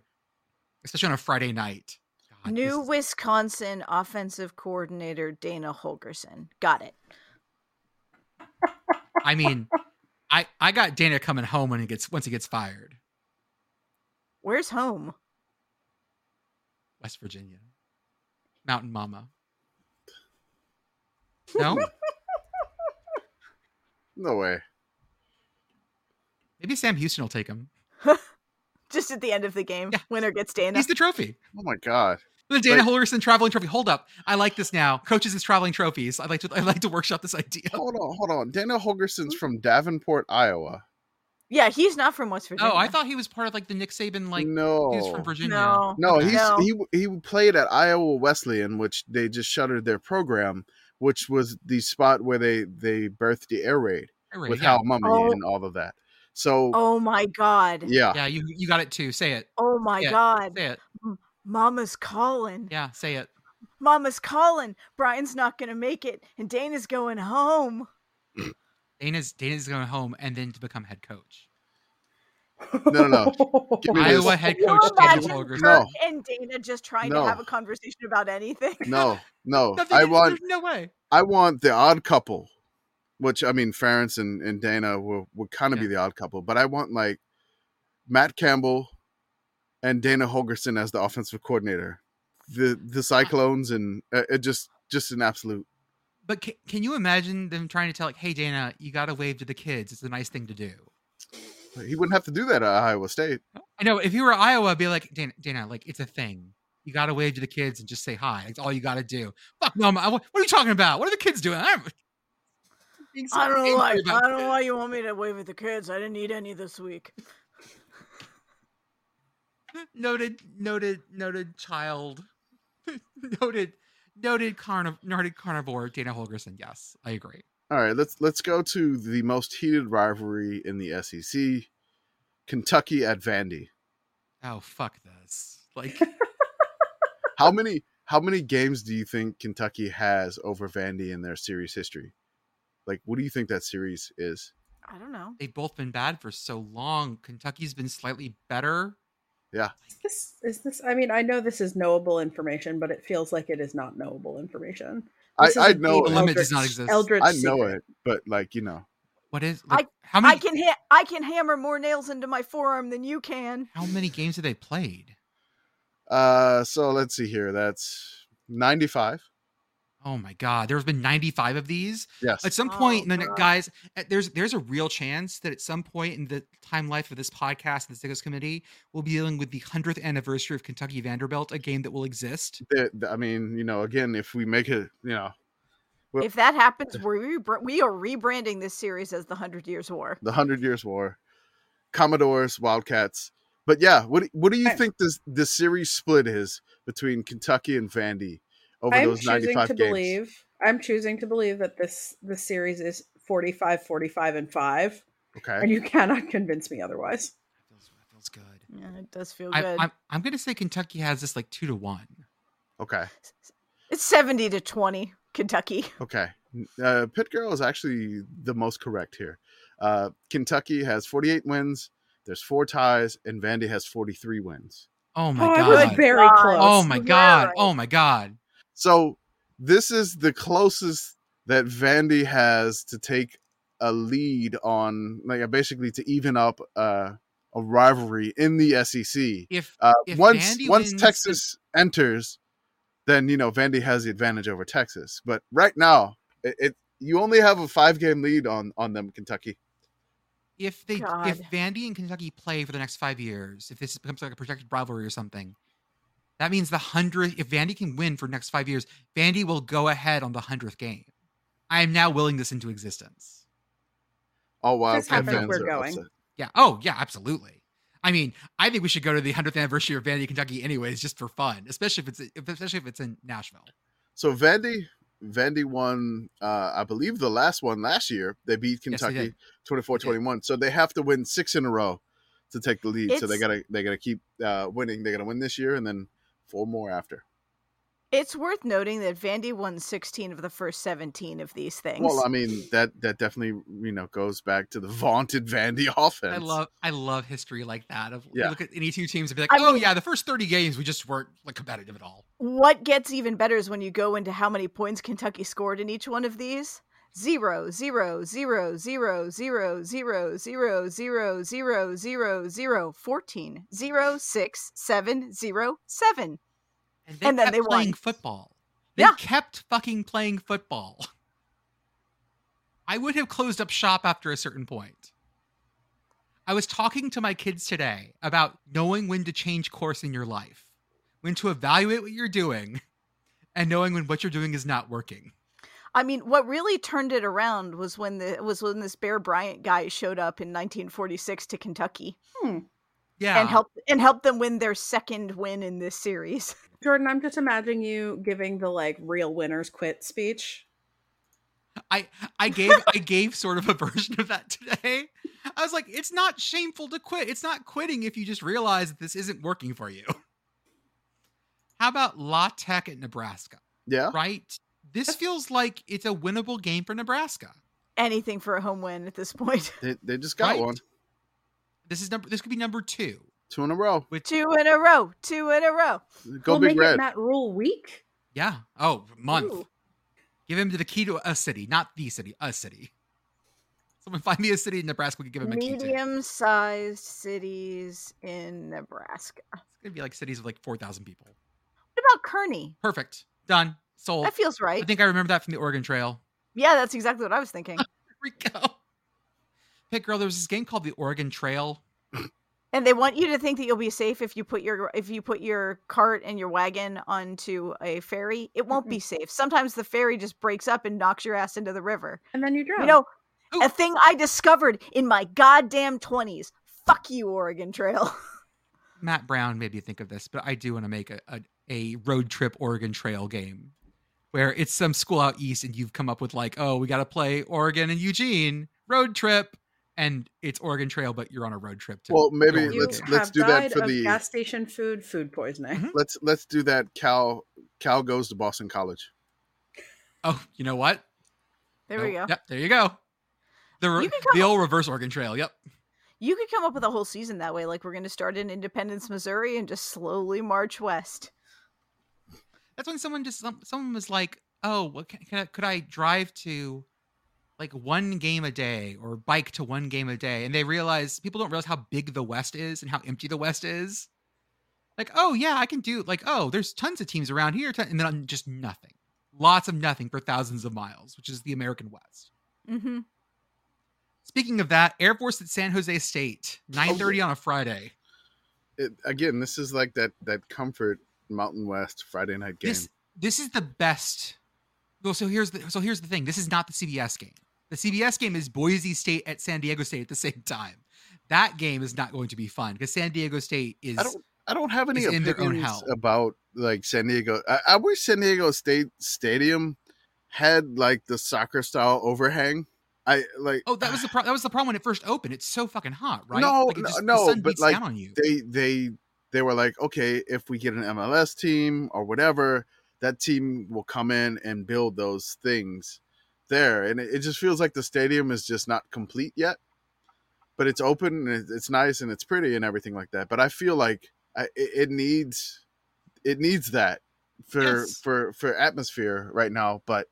Speaker 3: especially on a Friday night. God, this
Speaker 1: New
Speaker 3: is-
Speaker 1: Wisconsin offensive coordinator Dana Holgerson. Got it.
Speaker 3: I mean, I I got Dana coming home when he gets once he gets fired.
Speaker 1: Where's home?
Speaker 3: West Virginia, Mountain Mama. No,
Speaker 4: No way.
Speaker 3: maybe Sam Houston will take him.
Speaker 1: Just at the end of the game,
Speaker 3: Yeah.
Speaker 1: winner gets Dana.
Speaker 3: He's the trophy.
Speaker 4: Oh my god.
Speaker 3: The Dana
Speaker 4: Like-
Speaker 3: Holgerson traveling trophy. Hold up, I like this now. Coaches is traveling trophies. I like to I like to workshop this idea.
Speaker 4: Hold on, hold on. Dana Holgerson's
Speaker 1: Hmm?
Speaker 4: from Davenport, Iowa.
Speaker 1: yeah, he's not from West Virginia.
Speaker 3: Oh, I thought he was part of like the Nick Saban like
Speaker 4: no.
Speaker 3: he was from Virginia.
Speaker 1: no,
Speaker 4: No, he's
Speaker 1: No.
Speaker 4: he he played at Iowa Wesleyan, which they just shuttered their program, which was the spot where they they birthed the air raid
Speaker 3: Right,
Speaker 4: with
Speaker 3: yeah.
Speaker 4: Hal Mummy
Speaker 1: Oh.
Speaker 4: and all of that. So
Speaker 1: Oh my god.
Speaker 4: yeah,
Speaker 3: Yeah, you you got it too. Say it.
Speaker 1: Oh my
Speaker 3: Yeah.
Speaker 1: god.
Speaker 3: Say it.
Speaker 1: Mama's calling.
Speaker 3: Yeah, say it.
Speaker 1: Mama's calling. Brian's not gonna make it, and Dana's going home.
Speaker 3: Dana's Dana's going home and then to become head coach.
Speaker 4: No, no, Give me this.
Speaker 3: Iowa head
Speaker 1: Can you
Speaker 3: coach Dana
Speaker 1: imagine
Speaker 3: Holgerson.
Speaker 4: No.
Speaker 1: Kirk and Dana just trying
Speaker 4: No.
Speaker 1: to have a conversation about anything.
Speaker 4: no, no.
Speaker 3: Nothing-
Speaker 4: I
Speaker 3: there's-
Speaker 4: want
Speaker 3: There's no way.
Speaker 4: I want the odd couple, which I mean, Ference and, and Dana will, would kind of be
Speaker 3: Yeah.
Speaker 4: the odd couple, but I want like Matt Campbell and Dana Holgerson as the offensive coordinator. The the Cyclones and uh, it just just an absolute.
Speaker 3: But can, can you imagine them trying to tell like, hey Dana, you got to wave to the kids. It's a nice thing to do.
Speaker 4: He wouldn't have to do that at Iowa State.
Speaker 3: I know. If you were Iowa, I'd be like, Dana, Dana, like it's a thing. You got to wave to the kids and just say hi. It's all you got to do. Fuck no, Ma- what are you talking about? What are the kids doing? I'm being so
Speaker 1: I don't know why.
Speaker 3: angry
Speaker 1: I
Speaker 3: about
Speaker 1: don't know why you want me to wave at the kids. I didn't eat any this week.
Speaker 3: noted noted noted child noted noted carniv- noted carnivore dana holgerson yes i agree
Speaker 4: All right, let's let's go to the most heated rivalry in the SEC, Kentucky at Vandy.
Speaker 3: oh fuck this like
Speaker 4: How many how many games do you think Kentucky has over Vandy in their series history? Like, what do you think that series is?
Speaker 1: I don't know.
Speaker 3: they've both been bad for so long kentucky's been slightly better
Speaker 2: This is this. I mean, I know this is knowable information, but it feels like it is not knowable information.
Speaker 4: I,
Speaker 2: This is
Speaker 4: I
Speaker 2: a
Speaker 4: know
Speaker 2: deep
Speaker 3: The
Speaker 4: it.
Speaker 3: limit does not exist.
Speaker 2: Eldritch
Speaker 4: I know
Speaker 2: secret.
Speaker 4: it, but like you know,
Speaker 3: what is like, how
Speaker 1: I
Speaker 3: many
Speaker 1: can ha- I can hammer more nails into my forearm than you can.
Speaker 3: how many games have they played
Speaker 4: uh, so let's see here. That's ninety-five.
Speaker 3: oh my god there's been 95 of these
Speaker 4: Yes,
Speaker 3: at some
Speaker 1: Oh,
Speaker 3: point and then
Speaker 1: God.
Speaker 3: guys at- there's there's a real chance that at some point in the time life of this podcast and the Sickos committee we'll be dealing with the 100th anniversary of kentucky vanderbilt a game that will exist
Speaker 4: There- I mean, you know, again, if we make it, you know, Well-
Speaker 1: If that happens, we're rebr- we are rebranding this series as the Hundred Years War.
Speaker 4: the Hundred Years War, Commodores, Wildcats. But yeah, what do- what do you
Speaker 2: I-
Speaker 4: think this this series split is between Kentucky and Vandy over
Speaker 2: I'm
Speaker 4: those ninety
Speaker 2: choosing
Speaker 4: five
Speaker 2: to
Speaker 4: games?
Speaker 2: believe. I'm choosing to believe that this this series is 45, 45, and five,
Speaker 4: Okay,
Speaker 2: and you cannot convince me otherwise.
Speaker 3: feels, that feels good.
Speaker 1: Yeah, it does feel
Speaker 3: I,
Speaker 1: good.
Speaker 3: I'm, I'm going to say Kentucky has this like two to one.
Speaker 4: okay,
Speaker 1: it's seventy to twenty, Kentucky.
Speaker 4: okay. Uh, Pit Girl is actually the most correct here. Uh, Kentucky has forty eight wins. There's four ties, and Vandy has forty three wins.
Speaker 3: Oh
Speaker 2: oh,
Speaker 3: my
Speaker 2: I was
Speaker 3: god!
Speaker 2: very
Speaker 1: God.
Speaker 2: close.
Speaker 3: Oh my
Speaker 1: You were
Speaker 3: god!
Speaker 1: right.
Speaker 3: Oh my god!
Speaker 4: So this is the closest that Vandy has to take a lead on, like uh, basically to even up uh, a rivalry in the SEC.
Speaker 3: If
Speaker 4: Uh,
Speaker 3: If
Speaker 4: once
Speaker 3: Vandy
Speaker 4: once
Speaker 3: wins the-
Speaker 4: Texas enters, then you know Vandy has the advantage over Texas. But right now, it, it you only have a five game lead on on them, Kentucky.
Speaker 3: if they if
Speaker 1: God.
Speaker 3: Vandy and Kentucky play for the next five years, if this becomes like a projected rivalry or something, that means the hundredth. If Vandy can win for the next five years, Vandy will go ahead on the hundredth game. I am now willing this into existence.
Speaker 4: Oh wow,
Speaker 2: This
Speaker 4: Cat
Speaker 3: happens
Speaker 4: fans
Speaker 2: where
Speaker 4: are
Speaker 2: going.
Speaker 4: upset.
Speaker 3: Yeah. Oh yeah. Absolutely. I mean, I think we should go to the hundredth anniversary of Vandy, Kentucky, anyways, just for fun. Especially if it's if- especially if it's in Nashville.
Speaker 4: So Vandy, Vandy won, uh, I believe the last one last year. They beat
Speaker 3: Yes, they
Speaker 4: Kentucky
Speaker 3: did.
Speaker 4: 24 21. So they have to win six in a row to take the lead. so they
Speaker 1: It's-
Speaker 4: gotta they gotta keep uh, winning. They gotta win this year and then four more after.
Speaker 1: It's worth noting that Vandy won 16 of the first 17 of these things.
Speaker 4: Well, I mean that that definitely you know goes back to the vaunted Vandy offense.
Speaker 3: I love I love history like that. Of you
Speaker 4: Yeah.
Speaker 3: look at any two teams and be like,
Speaker 1: I
Speaker 3: oh
Speaker 1: mean-
Speaker 3: yeah, the first thirty games we just weren't like competitive at all.
Speaker 1: what gets even better is when you go into how many points Kentucky scored in each one of these. Zero, zero, zero, zero, zero, zero, zero, zero, zero, zero, zero, 14, zero, six, seven, zero, seven.
Speaker 3: And they
Speaker 1: And then
Speaker 3: kept
Speaker 1: they won.
Speaker 3: playing football. They
Speaker 1: Yeah.
Speaker 3: kept fucking playing football. I would have closed up shop after a certain point. I was talking to my kids today about knowing when to change course in your life, when to evaluate what you're doing, and knowing when what you're doing is not working.
Speaker 1: I mean, what really turned it around was when the was when this Bear Bryant guy showed up in 1946 to Kentucky
Speaker 3: Yeah.
Speaker 1: and helped and helped them win their second win in this series.
Speaker 2: Jordan, I'm just imagining you giving the like real winners quit speech.
Speaker 3: I I gave I gave sort of a version of that today. I was like, it's not shameful to quit. It's not quitting if you just realize that this isn't working for you. How about La Tech at Nebraska?
Speaker 4: Yeah,
Speaker 3: Right? This feels like it's a winnable game for Nebraska.
Speaker 1: Anything for a home win at this point.
Speaker 4: they, they just got
Speaker 3: Right.
Speaker 4: one,
Speaker 3: This is number this could be number two.
Speaker 4: two in a row.
Speaker 1: two in a row. Two in a row.
Speaker 4: Go
Speaker 2: we'll
Speaker 4: Big
Speaker 2: make
Speaker 4: Red.
Speaker 2: it Matt Rule week.
Speaker 3: Yeah. Oh, month.
Speaker 1: Ooh.
Speaker 3: Give him the key to a city, not the city, a city. Someone find me a city in Nebraska. We could give him a key to.
Speaker 1: Medium sized cities in Nebraska. What
Speaker 3: It's gonna be like cities of like four thousand people.
Speaker 1: about Kearney?
Speaker 3: Perfect. Done. Sold.
Speaker 1: That feels
Speaker 3: I
Speaker 1: right.
Speaker 3: think I remember that from the Oregon Trail.
Speaker 1: Yeah, that's exactly what I was thinking.
Speaker 3: we go. Pit girl, there was this game called the Oregon Trail.
Speaker 1: And they want you to think that you'll be safe if you put your if you put your cart and your wagon onto a ferry. It
Speaker 3: Mm-hmm.
Speaker 1: won't be safe. Sometimes the ferry just breaks up and knocks your ass into the river.
Speaker 2: And then you
Speaker 1: You
Speaker 2: drown.
Speaker 1: know,
Speaker 3: Ooh.
Speaker 1: a thing I discovered in my goddamn 20s. Fuck you, Oregon Trail.
Speaker 3: Matt Brown made me think of this, but I do want to make a, a, a road trip Oregon Trail game where it's some school out east and you've come up with like, oh, we got to play Oregon and Eugene road trip. And it's Oregon Trail, but you're on a road trip. To
Speaker 4: Well, maybe
Speaker 3: Oregon.
Speaker 2: You
Speaker 4: let's-
Speaker 2: have
Speaker 4: let's do that
Speaker 2: died
Speaker 4: for
Speaker 2: of
Speaker 4: the-
Speaker 2: gas station food, food poisoning.
Speaker 3: Mhm.
Speaker 4: Let's let's do that. Cal Cal goes to Boston College.
Speaker 3: Oh, you know what?
Speaker 1: There we go.
Speaker 3: Nope. Yep, there you go. The, re-
Speaker 1: You can come
Speaker 3: the old reverse Oregon Trail. Yep.
Speaker 1: You could come up with a whole season that way. Like we're going to start in Independence, Missouri, and just slowly march west.
Speaker 3: That's when someone just some, someone was like, "Oh, what can, can I, could I drive to, like one game a day or bike to one game a day?" And they realize people don't realize how big the West is and how empty the West is. Like, oh yeah, I can do like oh, there's tons of teams around here, ton-" and then just nothing, lots of nothing for thousands of miles, which is the American West.
Speaker 1: Mm-hmm.
Speaker 3: Speaking of that, Air Force at San Jose State, nine thirty on a Friday.
Speaker 4: It, again, this is like that that comfort Mountain West Friday night game.
Speaker 3: This this is the best. Well, so here's the so here's the thing. This is not the CBS game. The CBS game is Boise State at San Diego State at the same time. That game is not going to be fun because San Diego State is
Speaker 4: I don't. I don't have any
Speaker 3: is in
Speaker 4: opinions
Speaker 3: their own hell.
Speaker 4: about like San Diego. I, I wish San Diego State Stadium had like the soccer style overhang. I like.
Speaker 3: Oh, that was the pro- that was the problem when it first opened. It's so fucking hot, right?
Speaker 4: No,
Speaker 3: it
Speaker 4: no,
Speaker 3: the
Speaker 4: no,
Speaker 3: sun
Speaker 4: but
Speaker 3: beats
Speaker 4: like,
Speaker 3: down on you.
Speaker 4: they they they were like, okay, if we get an MLS team or whatever, that team will come in and build those things there. And it, it just feels like the stadium is just not complete yet, but it's open and it- it's nice and it's pretty and everything like that. But I feel like I, it, it needs it needs that for
Speaker 3: Yes.
Speaker 4: for for atmosphere right now, but.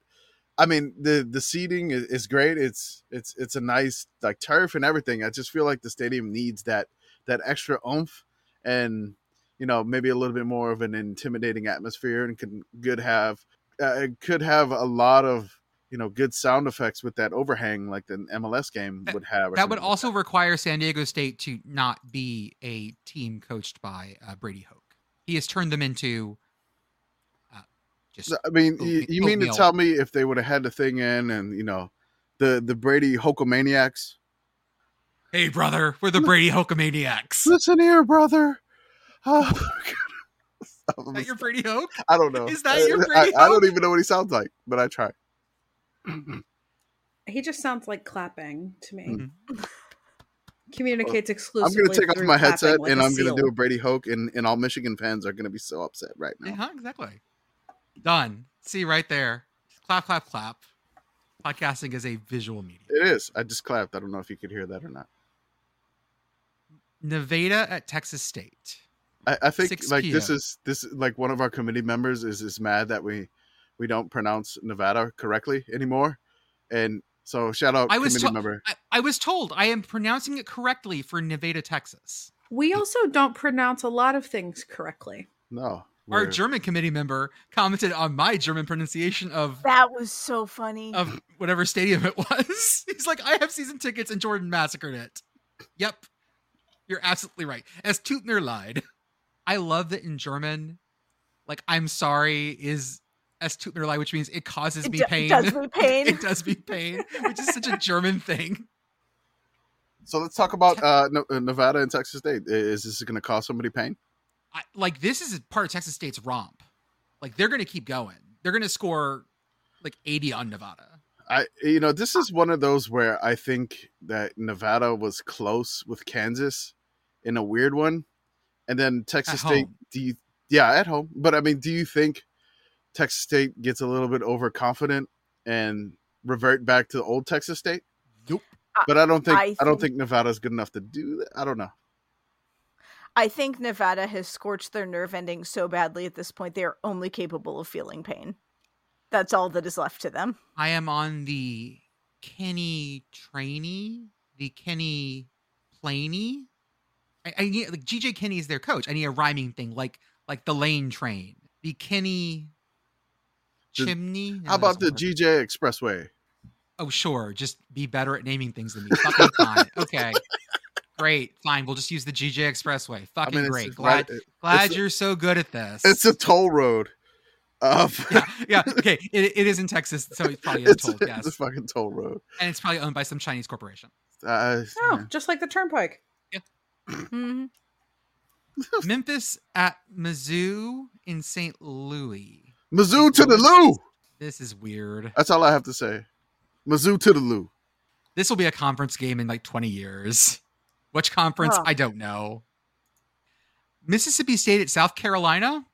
Speaker 4: I mean the the seating is, is great. It's it's it's a nice like turf and everything. I just feel like the stadium needs that that extra oomph and you know maybe a little bit more of an intimidating atmosphere and can could have uh, it could have a lot of you know good sound effects with that overhang like an MLS game would have. or
Speaker 3: Eh, that would
Speaker 4: something like
Speaker 3: also require San Diego State to not be a team coached by uh, Brady Hoke. He has turned them into uh, just
Speaker 4: I mean,
Speaker 3: Oat-
Speaker 4: you, you mean to
Speaker 3: oatmeal.
Speaker 4: tell me if they would have had the thing in and you know the the Brady Hokomaniacs?
Speaker 3: hey brother, we're the Brady Hokamaniacs. Is
Speaker 4: Listen here, brother. Oh,
Speaker 3: Uh, that your Brady Hoke?
Speaker 4: I don't know. Uh,
Speaker 3: Is that your
Speaker 4: I, I
Speaker 3: Brady Hoke?
Speaker 4: don't even know what he sounds like, but I try. Hmm.
Speaker 2: He just sounds like clapping to me.
Speaker 3: Mhm.
Speaker 4: Mm-hmm.
Speaker 2: communicates
Speaker 4: I'm
Speaker 2: exclusively.
Speaker 4: going to take off
Speaker 2: through
Speaker 4: my
Speaker 2: clapping
Speaker 4: headset
Speaker 2: like
Speaker 4: and
Speaker 2: a
Speaker 4: I'm going
Speaker 2: seal.
Speaker 4: to do a Brady Hoke, and, and all Michigan fans are going to be so upset right now.
Speaker 3: Yeah, exactly. Done. See right there. Clap, clap, clap. Podcasting is a visual medium.
Speaker 4: It is. I just clapped. I don't know if you could hear that or not.
Speaker 3: Nevada at Texas State.
Speaker 4: I, I think
Speaker 3: 6
Speaker 4: like this
Speaker 3: PM.
Speaker 4: is this is- like one of our committee members is is mad that we we don't pronounce Nevada correctly anymore, and so shout out
Speaker 3: I was
Speaker 4: committee
Speaker 3: to-
Speaker 4: member.
Speaker 3: I, I was told I am pronouncing it correctly for Nevada, Texas.
Speaker 2: We also don't pronounce a lot of things correctly.
Speaker 4: No,
Speaker 3: Our
Speaker 4: we're-
Speaker 3: German committee member commented on my German pronunciation of
Speaker 1: That was so funny.
Speaker 3: of whatever stadium it was. He's like, I have season tickets and Jordan massacred it. Yep. You're absolutely right. As Tutner lied. I love that in German, like I'm sorry is as Tutner lied, which means it causes
Speaker 1: it
Speaker 3: me
Speaker 1: do-
Speaker 3: pain.
Speaker 1: does me pain.
Speaker 3: it does me pain, which is such a German thing.
Speaker 4: So let's talk about uh, Ne- uh, Nevada and Texas State. I- Is this going to cause somebody pain?
Speaker 3: I, like this is part of Texas State's romp. Like they're gonna keep going. They're gonna score like 80 on Nevada.
Speaker 4: I you know this is one of those where I think that Nevada was close with Kansas in a weird one, and then Texas
Speaker 3: At
Speaker 4: State.
Speaker 3: home.
Speaker 4: Do you? Yeah, at home. But I mean, do you think Texas State gets a little bit overconfident and revert back to the old Texas State?
Speaker 3: Nope.
Speaker 4: But I don't think I,
Speaker 1: I
Speaker 4: don't
Speaker 1: think-
Speaker 4: think Nevada's good enough to do that. I don't know.
Speaker 1: I think Nevada has scorched their nerve endings so badly at this point they are only capable of feeling pain. That's all that is left to them.
Speaker 3: I am on the Kenny trainee, the Kenny Planey. I, I need like GJ Kenny is their coach. I need a rhyming thing like like the Lane Train, the Kenny
Speaker 4: The-
Speaker 3: Chimney. No,
Speaker 4: How
Speaker 3: that
Speaker 4: about the
Speaker 3: doesn't work.
Speaker 4: GJ Expressway?
Speaker 3: Oh sure, just be better at naming things than me. Fucking fine. Okay, great, fine. We'll just use the GJ Expressway.
Speaker 4: I
Speaker 3: Fucking
Speaker 4: mean, it's
Speaker 3: great.
Speaker 4: just
Speaker 3: Glad
Speaker 4: right-
Speaker 3: glad
Speaker 4: it's a-
Speaker 3: you're so good at this.
Speaker 4: it's a toll road. Uh,
Speaker 3: yeah, yeah. Okay, it, it is in Texas, so it probably is
Speaker 4: it's,
Speaker 3: told.
Speaker 4: it's a
Speaker 3: Yes,
Speaker 4: fucking toll road.
Speaker 3: and it's probably owned by some Chinese corporation.
Speaker 4: Uh,
Speaker 2: Oh, just like the turnpike.
Speaker 3: Mm-hmm.
Speaker 1: Mhm.
Speaker 3: Memphis at Mizzou in St. Louis.
Speaker 4: Mizzou to the loo.
Speaker 3: This is weird.
Speaker 4: That's all I have to say. Mizzou to the loo.
Speaker 3: This will be a conference game in like 20 years. Which conference?
Speaker 1: Huh.
Speaker 3: I don't know. Mississippi State at South Carolina.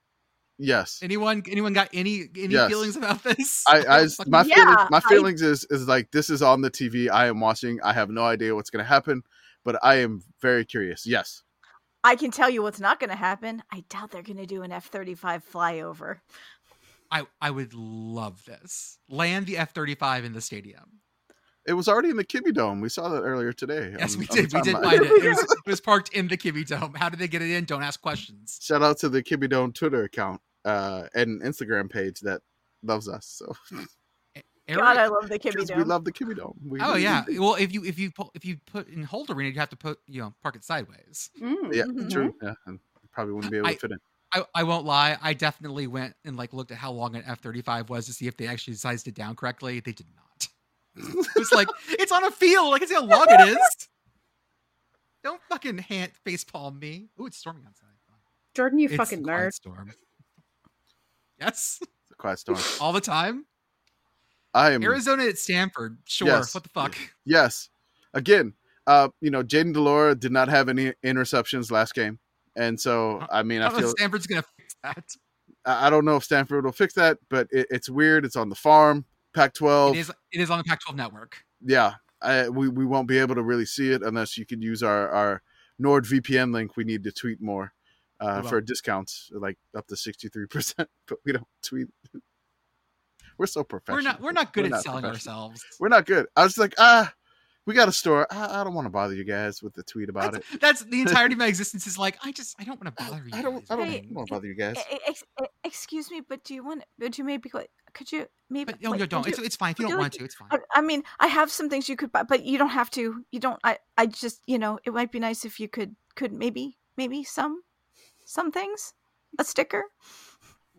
Speaker 4: Yes.
Speaker 3: Anyone? Anyone got any any
Speaker 4: Yes.
Speaker 3: feelings about this?
Speaker 4: I, I
Speaker 3: Fucking-
Speaker 4: my
Speaker 1: Yeah,
Speaker 4: feelings, my
Speaker 1: I-
Speaker 4: feelings is is like this is on the TV. I am watching. I have no idea what's going to happen, but I am very curious. Yes.
Speaker 1: I can tell you what's not going to happen. I doubt they're going to do an F 35 flyover.
Speaker 3: I I would love this. Land the F thirty five in the stadium.
Speaker 4: It was already in the Kibby Dome. We saw that earlier today.
Speaker 3: Yes,
Speaker 4: on-
Speaker 3: we
Speaker 4: on the
Speaker 3: did. We did
Speaker 4: timeline.
Speaker 3: find it. It was, it was parked in the Kibby Dome. How did they get it in? Don't ask questions.
Speaker 4: Shout out to the Kibby Dome Twitter account uh, and Instagram page that loves us. So
Speaker 3: Eric,
Speaker 1: God, I love the Kimmy
Speaker 4: because we
Speaker 1: Dome.
Speaker 4: love the Kibby Dome. We,
Speaker 3: Oh
Speaker 4: we-
Speaker 3: yeah. Well, if you if you pu- if you put in hold arena, you'd have to put you know park it sideways.
Speaker 2: Mm.
Speaker 4: yeah,
Speaker 1: Mhm.
Speaker 4: true. Yeah, and probably wouldn't be able
Speaker 3: Mm-hmm. I-
Speaker 4: to fit in.
Speaker 3: I, I won't lie. I definitely went and like looked at how long an F thirty five was to see if they actually sized it down correctly. They did not. it's like it's on a field. Like it's how long it is. Don't fucking hand face palm me. Ooh, it's storming outside.
Speaker 2: Jordan, you
Speaker 3: It's
Speaker 2: fucking
Speaker 3: a quiet
Speaker 2: nerd.
Speaker 3: Storm. Yes,
Speaker 4: It's a quiet storm.
Speaker 3: all the time.
Speaker 4: I am
Speaker 3: Arizona at Stanford. Sure.
Speaker 4: Yes.
Speaker 3: What the fuck?
Speaker 4: Yes. Again, uh, you know, Jaden Delora did not have any interceptions last game. And so, I mean,
Speaker 3: I
Speaker 4: I
Speaker 3: don't know if
Speaker 4: feel
Speaker 3: Stanford's gonna fix that.
Speaker 4: I I don't know if Stanford will fix that, but it, it's weird. It's on the farm,
Speaker 3: It
Speaker 4: Pac-12.
Speaker 3: is. It is on the Pac-12 network.
Speaker 4: Yeah, I, we we won't be able to really see it unless you could use our our NordVPN link. We need to tweet more uh,
Speaker 3: We will.
Speaker 4: for discounts, like up to sixty three percent. But we don't tweet. We're so professional.
Speaker 3: We're not. We're not good at selling
Speaker 4: professional.
Speaker 3: ourselves.
Speaker 4: We're not good. I was like, ah, we got a store. I, I don't want to bother you guys with the tweet about it.
Speaker 3: That's, that's the entirety of my existence. Is like I just I don't want to bother you.
Speaker 4: I don't.
Speaker 3: guys
Speaker 4: I
Speaker 3: with
Speaker 4: don't
Speaker 1: Hey,
Speaker 3: things.
Speaker 4: want to bother you guys.
Speaker 1: E- e- ex- e- excuse me, but do you want? Would you maybe? go- Could you maybe?
Speaker 3: But no,
Speaker 1: wait,
Speaker 3: no,
Speaker 1: would
Speaker 3: don't.
Speaker 1: you-
Speaker 3: It's, it's fine if you
Speaker 1: would
Speaker 3: don't
Speaker 1: you
Speaker 3: want
Speaker 1: like-
Speaker 3: to. It's fine.
Speaker 1: I, I mean, I have some things you could buy, but you don't have to. You don't. I. I just. You know, it might be nice if you could. Could maybe. Maybe some. Some things. A sticker.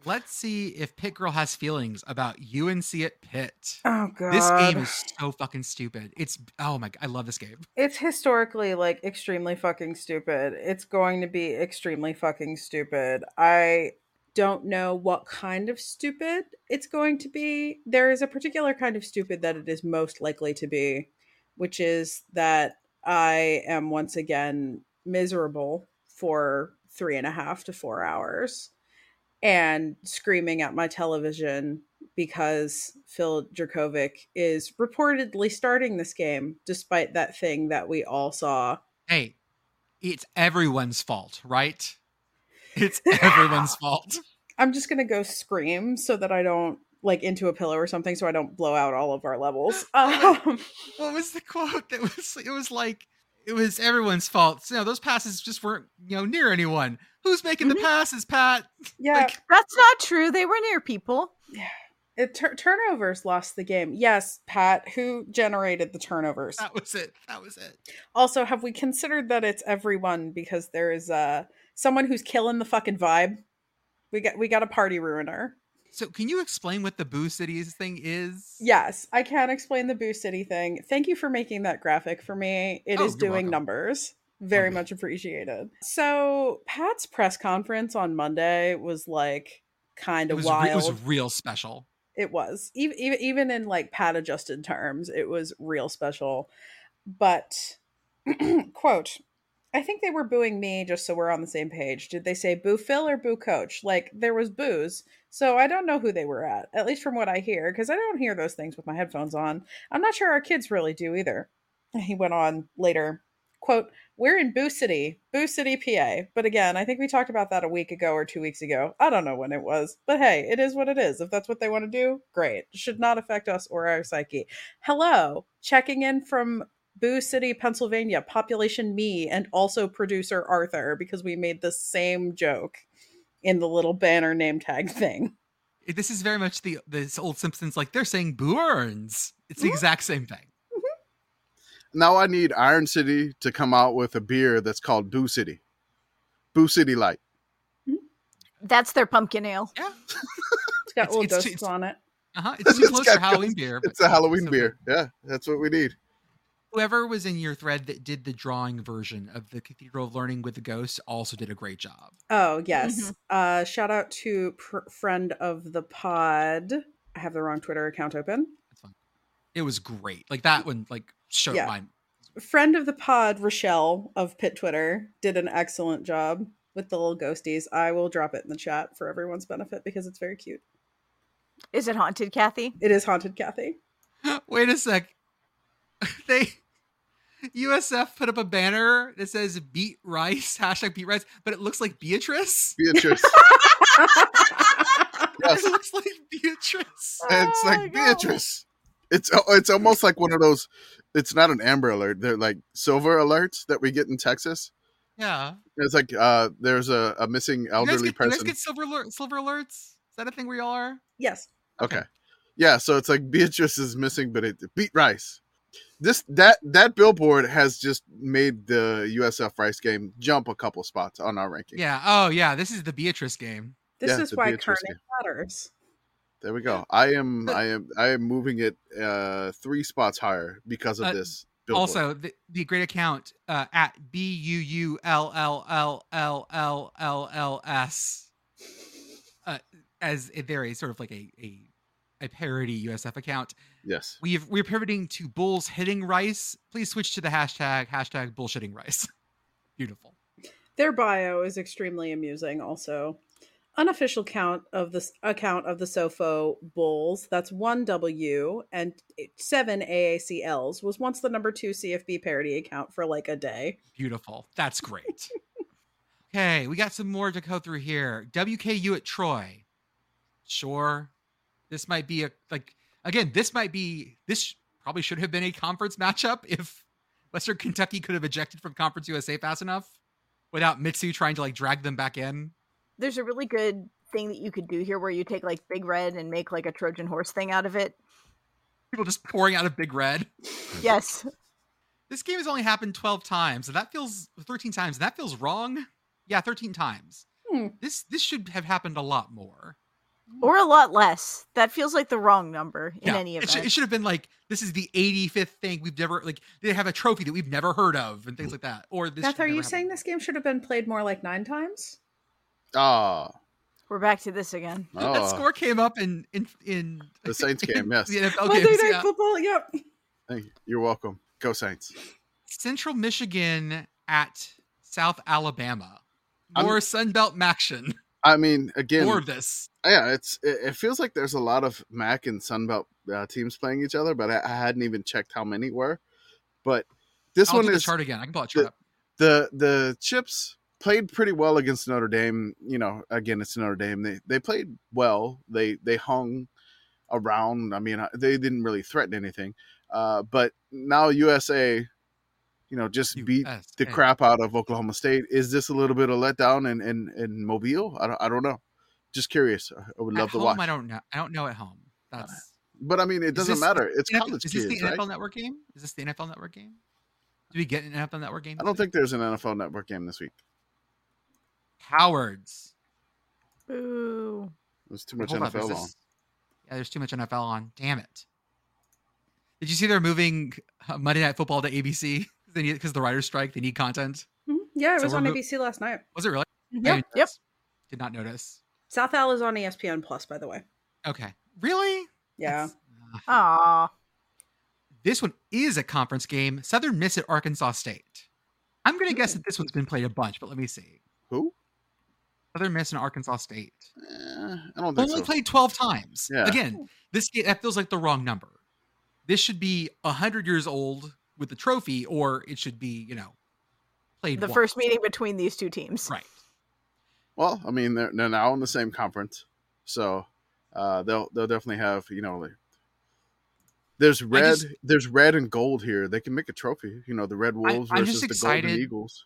Speaker 3: Let's see if Pit Girl has feelings about UNC at Pitt.
Speaker 2: Oh god.
Speaker 3: This game is so fucking stupid. It's oh my god, I love this game.
Speaker 2: it's historically like extremely fucking stupid. It's going to be extremely fucking stupid. I don't know what kind of stupid it's going to be. There is a particular kind of stupid that it is most likely to be, which is that I am once again miserable for three and a half to four hours and screaming at my television because Phil Dracovic is reportedly starting this game, despite that thing that we all saw.
Speaker 3: Hey, it's everyone's fault, right? It's everyone's fault.
Speaker 2: I'm just gonna go scream so that I don't like into a pillow or something, so I don't blow out all of our levels. Um,
Speaker 3: What was the quote that was? It was like it was everyone's fault. So, you know, those passes just weren't you know near anyone. Who's making
Speaker 2: Mhm.
Speaker 4: Mm-hmm.
Speaker 3: the passes, Pat?
Speaker 2: yeah,
Speaker 3: Like,
Speaker 1: That's not true. They were near people.
Speaker 2: it, tur- turnovers lost the game. Yes, Pat, who generated the turnovers?
Speaker 3: that was it. That was it.
Speaker 2: Also, have we considered that it's everyone because there is uh someone who's killing the fucking vibe? We got we got a party ruiner.
Speaker 3: So, can you explain what the Boo Cities thing is?
Speaker 2: Yes, I can explain the Boo City thing. Thank you for making that graphic for me. It is
Speaker 3: Oh, you're
Speaker 2: doing
Speaker 3: welcome.
Speaker 2: numbers. Very
Speaker 3: Okay.
Speaker 2: much appreciated. So Pat's press conference on Monday was like kind
Speaker 3: it
Speaker 2: of
Speaker 3: was re-
Speaker 2: wild.
Speaker 3: it was real special.
Speaker 2: it was even even in like pat adjusted terms it was real special but quote i think they were booing me just so we're on the same page did they say boo phil or boo coach like there was boos so i don't know who they were at at least from what i hear because i don't hear those things with my headphones on i'm not sure our kids really do either he went on later quote we're in boo city boo city pa but again i think we talked about that a week ago or two weeks ago i don't know when it was but hey it is what it is if that's what they want to do great should not affect us or our psyche hello checking in from boo city pennsylvania population me and also producer arthur because we made the same joke in the little banner name tag thing
Speaker 3: It- This is very much the this old Simpsons. Like they're saying Boo earns. It's the
Speaker 2: Mhm.
Speaker 3: exact same thing.
Speaker 4: Now I need Iron City to come out with a beer that's called Boo City. Boo City Light.
Speaker 1: That's their pumpkin ale.
Speaker 2: it's got
Speaker 3: It's-
Speaker 2: little
Speaker 3: it's-
Speaker 2: ghosts
Speaker 3: it's-
Speaker 2: on it
Speaker 3: Uh huh. It's too
Speaker 4: It's
Speaker 3: close
Speaker 4: got
Speaker 3: for Halloween beer. but
Speaker 4: It's a Halloween
Speaker 3: so good.
Speaker 4: beer. Yeah, that's what we need.
Speaker 3: whoever was in your thread that did the drawing version of the Cathedral of Learning with the Ghosts also did a great job.
Speaker 2: Oh yes. Uh, shout out to pr- friend of the pod. I have the wrong Twitter account open.
Speaker 3: It was great. Like that one, like showed
Speaker 2: Mm. Yeah.
Speaker 3: my
Speaker 2: Friend of the pod, Rochelle of Pit Twitter, did an excellent job with the little ghosties. I will drop it in the chat for everyone's benefit because it's very cute.
Speaker 1: Is it haunted, Kathy?
Speaker 2: It is haunted, Kathy.
Speaker 3: Wait a sec. They USF put up a banner that says "Beat Rice" hashtag Beat Rice, but it looks like Beatrice.
Speaker 1: Oh
Speaker 4: Beatrice. yes.
Speaker 3: It looks like Beatrice.
Speaker 4: And it's
Speaker 1: Oh my
Speaker 4: like
Speaker 1: God.
Speaker 4: Beatrice. It's oh, it's almost like one of those. It's not an Amber Alert. They're like silver alerts that we get in Texas.
Speaker 3: Yeah.
Speaker 4: It's like uh, there's a, a missing
Speaker 3: You guys,
Speaker 4: elderly
Speaker 3: get, you guys
Speaker 4: person.
Speaker 3: get silver alert, silver alerts. Is that a thing where y'all are?
Speaker 2: Yes.
Speaker 4: okay. yeah. So it's like Beatrice is missing, but it beat rice. This that that billboard has just made the USF rice game jump a couple spots on our ranking.
Speaker 3: Yeah. Oh, yeah. This is the Beatrice game.
Speaker 2: This
Speaker 4: Yeah,
Speaker 2: is
Speaker 4: the
Speaker 2: why
Speaker 4: Beatrice
Speaker 2: Carnage matters.
Speaker 4: There we go. I am I am I am moving it uh three spots higher because of
Speaker 3: Uh,
Speaker 4: this billboard.
Speaker 3: Also, the, the great account uh, at B U U L L L L L L L S uh, as they're a sort of like a, a a parody USF account.
Speaker 4: yes.
Speaker 3: We've we're pivoting to bulls hitting rice. Please switch to the hashtag hashtag bullshitting rice. Beautiful.
Speaker 2: Their bio is extremely amusing. Also, unofficial count of this account of the Sofo Bulls. That's one W and seven AACLs was once the number two CFB parody account for like a day.
Speaker 3: Beautiful. That's great. okay, we got some more to go through here. WKU at Troy. Sure. This might be a like again, this might be this probably should have been a conference matchup if Western Kentucky could have ejected from Conference USA fast enough without Mitsu trying to like drag them back in.
Speaker 1: There's a really good thing that you could do here where you take like Big Red and make like a Trojan horse thing out of it.
Speaker 3: People just pouring out of Big Red.
Speaker 4: Hmm.
Speaker 1: Yes.
Speaker 3: This game has only happened 12 times, and that feels 13 times, and that feels wrong. Yeah, 13 times.
Speaker 2: Hmm.
Speaker 3: This this should have happened a lot more.
Speaker 1: Or a lot less. That feels like the wrong number in
Speaker 3: Yeah,
Speaker 1: any
Speaker 3: it
Speaker 1: event.
Speaker 3: should, it should have been like this is the 85th thing we've never like they have a trophy that we've never heard of and things like that. Or this.
Speaker 2: Beth,
Speaker 3: should
Speaker 2: are you
Speaker 3: never happen.
Speaker 2: saying this game should have been played more like nine times?
Speaker 4: Ah,
Speaker 1: We're back to this again.
Speaker 4: ah,
Speaker 3: that score came up in in in
Speaker 4: the Saints game.
Speaker 3: in
Speaker 4: Yes.
Speaker 3: the NFL
Speaker 2: Monday
Speaker 3: games?
Speaker 2: Night
Speaker 3: Yeah.
Speaker 2: Football. Yep.
Speaker 4: Thank you. You're welcome. Go Saints.
Speaker 3: Central Michigan at South Alabama or Sunbelt Maction
Speaker 4: I mean, again,
Speaker 3: or this.
Speaker 4: yeah, it's it, it feels like there's a lot of Mac and Sunbelt uh, teams playing each other, but I, I hadn't even checked how many were. But this
Speaker 3: I'll
Speaker 4: one
Speaker 3: do the
Speaker 4: is
Speaker 3: chart again. I can pull that chart up.
Speaker 4: the the chips played pretty well against Notre Dame. You know, again, it's Notre Dame. They they played well. They they hung around. I mean, uh, they didn't really threaten anything. Uh, but now USA, you know, just beat the
Speaker 3: USA.
Speaker 4: crap out of Oklahoma State. Is this a little bit of letdown in in, in Mobile? I don't, I don't know. Just curious. I- I would
Speaker 3: At
Speaker 4: love to
Speaker 3: home,
Speaker 4: watch.
Speaker 3: I don't know. I don't know at home. That's
Speaker 4: But I mean, it doesn't
Speaker 3: this-
Speaker 4: matter. It's
Speaker 3: NFL
Speaker 4: college
Speaker 3: is this
Speaker 4: kids,
Speaker 3: the
Speaker 4: right?
Speaker 3: NFL Network game? Is this the NFL Network game? Do we get an NFL Network game?
Speaker 4: I
Speaker 3: this
Speaker 4: don't
Speaker 3: week?
Speaker 4: think there's an NFL Network game this week.
Speaker 3: cowards.
Speaker 1: Boo.
Speaker 4: There's too much
Speaker 3: Hold up, is
Speaker 4: NFL on.
Speaker 3: this- Yeah, there's too much NFL on. Damn it. Did you see they're moving uh, Monday Night Football to ABC? Because the writer's strike, they need content.
Speaker 2: Mhm. Yeah, it
Speaker 3: So
Speaker 2: was
Speaker 3: we're
Speaker 2: on
Speaker 3: mo-
Speaker 2: ABC last night.
Speaker 3: Was it really? I
Speaker 2: Yep.
Speaker 3: didn't
Speaker 1: Yep.
Speaker 3: notice. Did not notice.
Speaker 2: South Al is on E ESPN Plus, by the way.
Speaker 3: Okay. Really?
Speaker 2: Yeah.
Speaker 3: That's- uh,
Speaker 1: Aw.
Speaker 3: this one is a conference game. Southern Miss at Arkansas State. I'm going to guess that this one's been played a bunch, but let me see.
Speaker 4: Hmm. Who?
Speaker 3: Southern Miss and Arkansas State.
Speaker 4: Eh, I don't think
Speaker 3: Only
Speaker 4: so.
Speaker 3: played 12 times.
Speaker 4: Yeah.
Speaker 3: Again, this game, that feels like the wrong number. This should be 100 years old with the trophy, or it should be, you know, played
Speaker 1: The
Speaker 3: once.
Speaker 1: first meeting between these two teams.
Speaker 3: Right.
Speaker 4: Well, I mean, they're, they're now in the same conference, so uh, they'll they'll definitely have you know like there's red
Speaker 3: just-
Speaker 4: there's red and gold here. They can make a trophy. You know, the red wolves
Speaker 3: I'm
Speaker 4: versus
Speaker 3: just
Speaker 4: the golden
Speaker 3: excited.
Speaker 4: eagles.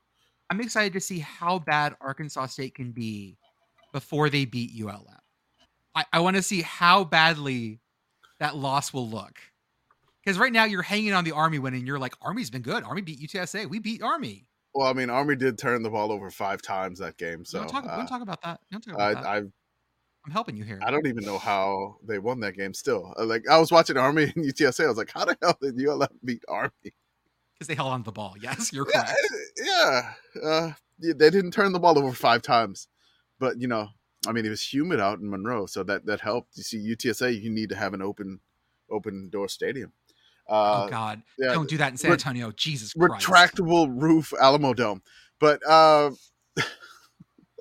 Speaker 3: I'm excited to see how bad Arkansas State can be before they beat ULM. I, I want to see how badly that loss will look. Because right now you're hanging on the Army win, and you're like, Army's been good. Army beat UTSA. We beat Army.
Speaker 4: Well, I mean, Army did turn the ball over five times that game,
Speaker 3: So,
Speaker 4: so
Speaker 3: don't, talk,
Speaker 4: uh,
Speaker 3: don't talk about that. Don't talk about that.
Speaker 4: I, I
Speaker 3: I'm helping you here.
Speaker 4: I don't even know how they won that game. Still, Uh, like I was watching Army and UTSA, I was like, how the hell did ULM beat Army?
Speaker 3: Because they held on to the ball. Yes, you're
Speaker 4: Yeah,
Speaker 3: correct.
Speaker 4: yeah. Uh, yeah, they didn't turn the ball over five times, but you know, I mean, it was humid out in Monroe, so that that helped. You see, UTSA, you need to have an open, open door stadium. Uh,
Speaker 3: oh, God.
Speaker 4: yeah,
Speaker 3: don't do that in San
Speaker 4: ret-
Speaker 3: Antonio. Jesus Christ.
Speaker 4: retractable roof Alamo Dome, but uh,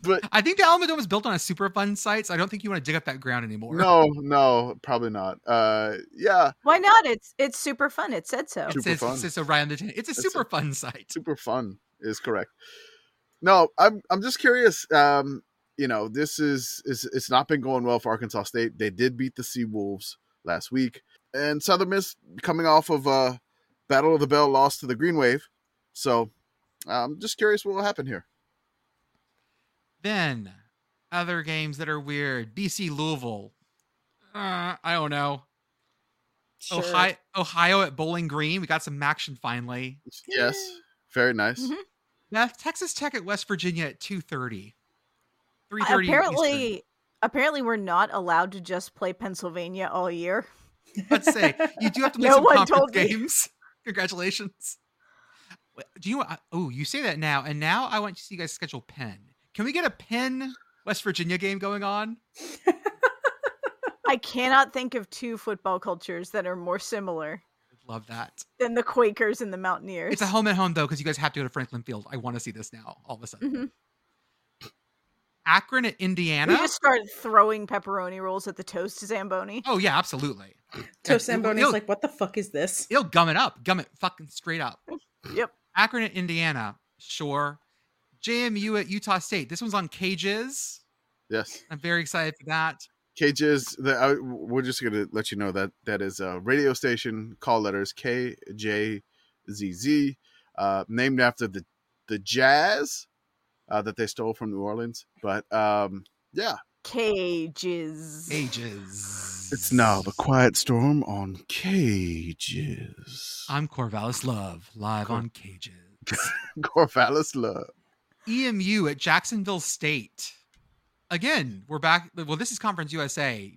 Speaker 4: but
Speaker 3: I think the Alamo Dome was built on a super fun site, so I don't think you want to dig up that ground anymore.
Speaker 4: no, no, probably not. Uh, yeah,
Speaker 1: Why not? It's it's super fun. It said so.
Speaker 4: Super
Speaker 3: It's, it's,
Speaker 4: fun.
Speaker 3: it's, just a right on the tin. It's a
Speaker 4: a-
Speaker 3: super fun site.
Speaker 4: super fun is correct. No, I'm I'm just curious. Um, you know, this is is it's not been going well for Arkansas State. They did beat the Sea Wolves last week, and Southern Miss coming off of a Battle of the Bell loss to the Green Wave. So, I'm just curious what will happen here.
Speaker 3: Then other games that are weird. BC Louisville. Uh, I don't know.
Speaker 2: Sure.
Speaker 3: Ohio Ohio at Bowling Green. We got some action finally.
Speaker 4: Yes, very nice.
Speaker 1: Mhm.
Speaker 3: Now Texas Tech at West Virginia at 2:30. 3:30 Eastern.
Speaker 1: Apparently, apparently, we're not allowed to just play Pennsylvania all year.
Speaker 3: Let's say you do have to play
Speaker 1: No
Speaker 3: some
Speaker 1: one
Speaker 3: conference
Speaker 1: told me.
Speaker 3: games. Congratulations. Wait, Do you Oh, you say that now and now I want to see you guys schedule Penn. Can we get a Penn West Virginia game going on?
Speaker 1: I cannot think of two football cultures that are more similar
Speaker 3: I'd love that.
Speaker 1: than the Quakers and the Mountaineers.
Speaker 3: It's a home and home though, because you guys have to go to Franklin Field. I want to see this now. All of a sudden,
Speaker 1: Mhm.
Speaker 3: Akron at
Speaker 1: We
Speaker 3: Indiana.
Speaker 1: just started throwing pepperoni rolls at the toast zamboni.
Speaker 3: Oh yeah, absolutely.
Speaker 2: So
Speaker 3: Yeah,
Speaker 2: Samboni's
Speaker 3: it'll-
Speaker 2: like, what the fuck is this?
Speaker 3: It'll gum it up, gum it fucking straight up.
Speaker 1: Yep.
Speaker 3: Akron at Indiana, sure. JMU at Utah State. This one's on cages.
Speaker 4: Yes,
Speaker 3: I'm very excited for that.
Speaker 4: Cage is the. I, we're just gonna let you know that that is a radio station. Call letters K J Z Z, uh, named after the the jazz uh, that they stole from New Orleans. But um, yeah,
Speaker 1: Cages.
Speaker 3: Cages.
Speaker 4: it's now the Quiet Storm on Cages.
Speaker 3: I'm Corvallis Love live
Speaker 4: Cor-
Speaker 3: on cages.
Speaker 4: Corvallis Love.
Speaker 3: EMU at Jacksonville State. Again, we're back. Well, this is Conference USA.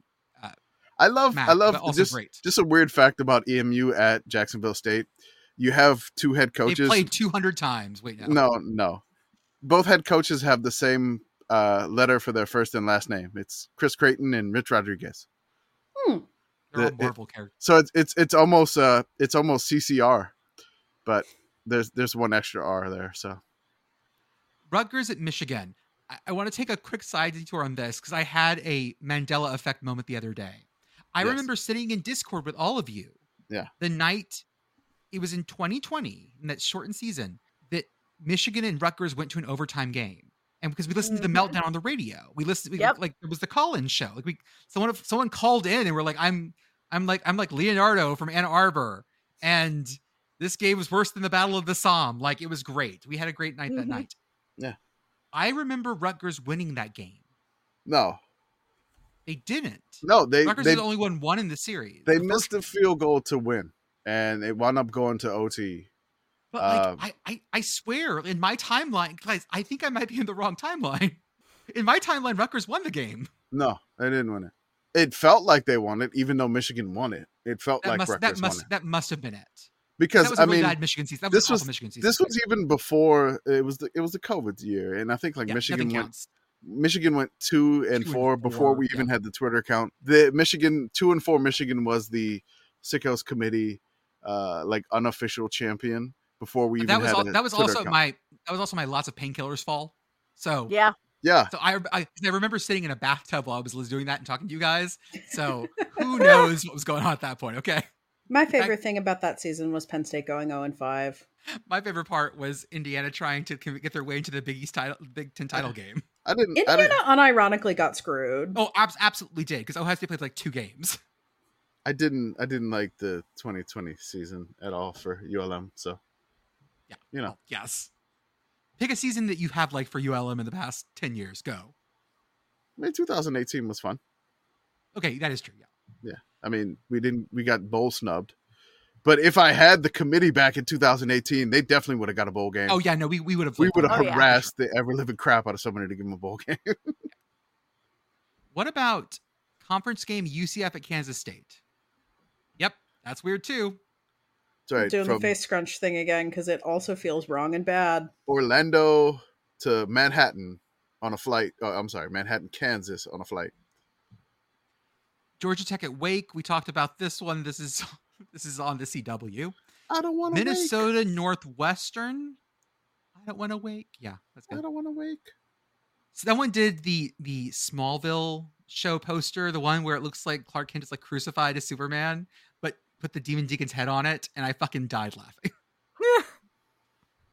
Speaker 4: I love.
Speaker 3: Matt,
Speaker 4: I love.
Speaker 3: but also
Speaker 4: Just
Speaker 3: great.
Speaker 4: just a weird fact about EMU at Jacksonville State. You have two head
Speaker 3: They
Speaker 4: coaches.
Speaker 3: played 200 times. Wait, no.
Speaker 4: No, no. Both head coaches have the same uh, letter for their first and last name. It's Chris Creighton and Rich Rodriguez.
Speaker 3: They're all
Speaker 4: the-
Speaker 3: Marvel characters.
Speaker 4: So it's it's it's almost uh it's almost CCR. but there's there's one extra R there. So
Speaker 3: Rutgers at Michigan. I, I want to take a quick side detour on this because I had a Mandela effect moment the other day. I
Speaker 4: Yes.
Speaker 3: remember sitting in Discord with all of you.
Speaker 4: Yeah.
Speaker 3: The night it was in 2020 in that shortened season that Michigan and Rutgers went to an overtime game. And because we listened to the
Speaker 4: Mm-hmm.
Speaker 2: Mhm.
Speaker 3: meltdown on the radio, we listened. We,
Speaker 1: Yep.
Speaker 3: Like it was the call-in show. Like we, someone, someone called in and we're like, "I'm, I'm like, I'm like Leonardo from Ann Arbor, and this game was worse than the Battle of the Somme. Like it was great. We had a great night that
Speaker 1: Mhm.
Speaker 3: night.
Speaker 4: Yeah.
Speaker 3: I remember Rutgers winning that game.
Speaker 4: no,
Speaker 3: They didn't.
Speaker 4: no, they
Speaker 3: Rutgers
Speaker 4: they
Speaker 3: is the only one one in the series.
Speaker 4: they
Speaker 3: The
Speaker 4: missed a field goal to win, and it wound up going to OT.
Speaker 3: But like,
Speaker 4: Um,
Speaker 3: I, I, I swear, in my timeline, guys, I think I might be in the wrong timeline. In my timeline, Rutgers won the game.
Speaker 4: No, they didn't win it. It felt like they won it, even though Michigan won it. It felt
Speaker 3: That
Speaker 4: like
Speaker 3: must,
Speaker 4: Rutgers
Speaker 3: that must,
Speaker 4: won it
Speaker 3: that must have been it. That
Speaker 4: because
Speaker 3: was a
Speaker 4: I
Speaker 3: really
Speaker 4: mean
Speaker 3: bad Michigan season. That was
Speaker 4: this
Speaker 3: an awful
Speaker 4: was-
Speaker 3: Michigan season.
Speaker 4: this was even before it was the it was the COVID year, and I think like
Speaker 3: Yeah,
Speaker 4: Michigan
Speaker 3: nothing
Speaker 4: went
Speaker 3: counts.
Speaker 4: Michigan went two and
Speaker 3: Two and
Speaker 4: four before
Speaker 3: four,
Speaker 4: we even
Speaker 3: yeah.
Speaker 4: had the Twitter account. The Michigan two and four Michigan was the Sickos committee uh like unofficial champion before we
Speaker 3: But
Speaker 4: even
Speaker 3: that was
Speaker 4: had
Speaker 3: all,
Speaker 4: a
Speaker 3: that was
Speaker 4: Twitter
Speaker 3: also
Speaker 4: account.
Speaker 3: my that was also my lots of painkillers fall. So
Speaker 1: Yeah.
Speaker 4: yeah
Speaker 3: So I, I I remember sitting in a bathtub while I was doing that and talking to you guys. So who knows what was going on at that point? Okay.
Speaker 2: My favorite thing about that season was Penn State going 0 and 5.
Speaker 3: My favorite part was Indiana trying to com- get their way into the Big East title, Big Ten title game.
Speaker 4: I didn't I
Speaker 2: Indiana
Speaker 4: didn't
Speaker 2: unironically got screwed.
Speaker 3: Oh, abs- absolutely did because Ohio State played like two games.
Speaker 4: I didn't I didn't like the 2020 season at all for ULM. So
Speaker 3: Yeah.
Speaker 4: you know
Speaker 3: Well, yes. Pick a season that you have like for ULM in the past ten years. Go.
Speaker 4: I mean, 2018 was fun.
Speaker 3: Okay, that is true. Yeah.
Speaker 4: I mean we didn't we got bowl snubbed, but if I had the committee back in 2018, they definitely would have got a bowl game.
Speaker 3: Oh yeah. No, we we would have.
Speaker 4: We would have
Speaker 1: Oh, yeah.
Speaker 4: harassed the ever living crap out of somebody to give them a bowl game.
Speaker 3: What about conference game UCF at Kansas State? Yep, that's weird too.
Speaker 4: Sorry,
Speaker 2: Doing
Speaker 4: from
Speaker 2: the face scrunch thing again because it also feels wrong and bad.
Speaker 4: Orlando to Manhattan on a flight. Oh, I'm sorry, Manhattan, Kansas on a flight.
Speaker 3: Georgia Tech at Wake. We talked about this one. This is this is on the CW.
Speaker 4: I don't want to
Speaker 3: Minnesota Northwestern. I don't want to wake. Yeah, that's
Speaker 4: Wake. I
Speaker 3: good.
Speaker 4: don't want to wake.
Speaker 3: So that one did the the Smallville show poster, the one where it looks like Clark Kent is like crucified as Superman, but put the Demon Deacon's head on it, and I fucking died laughing.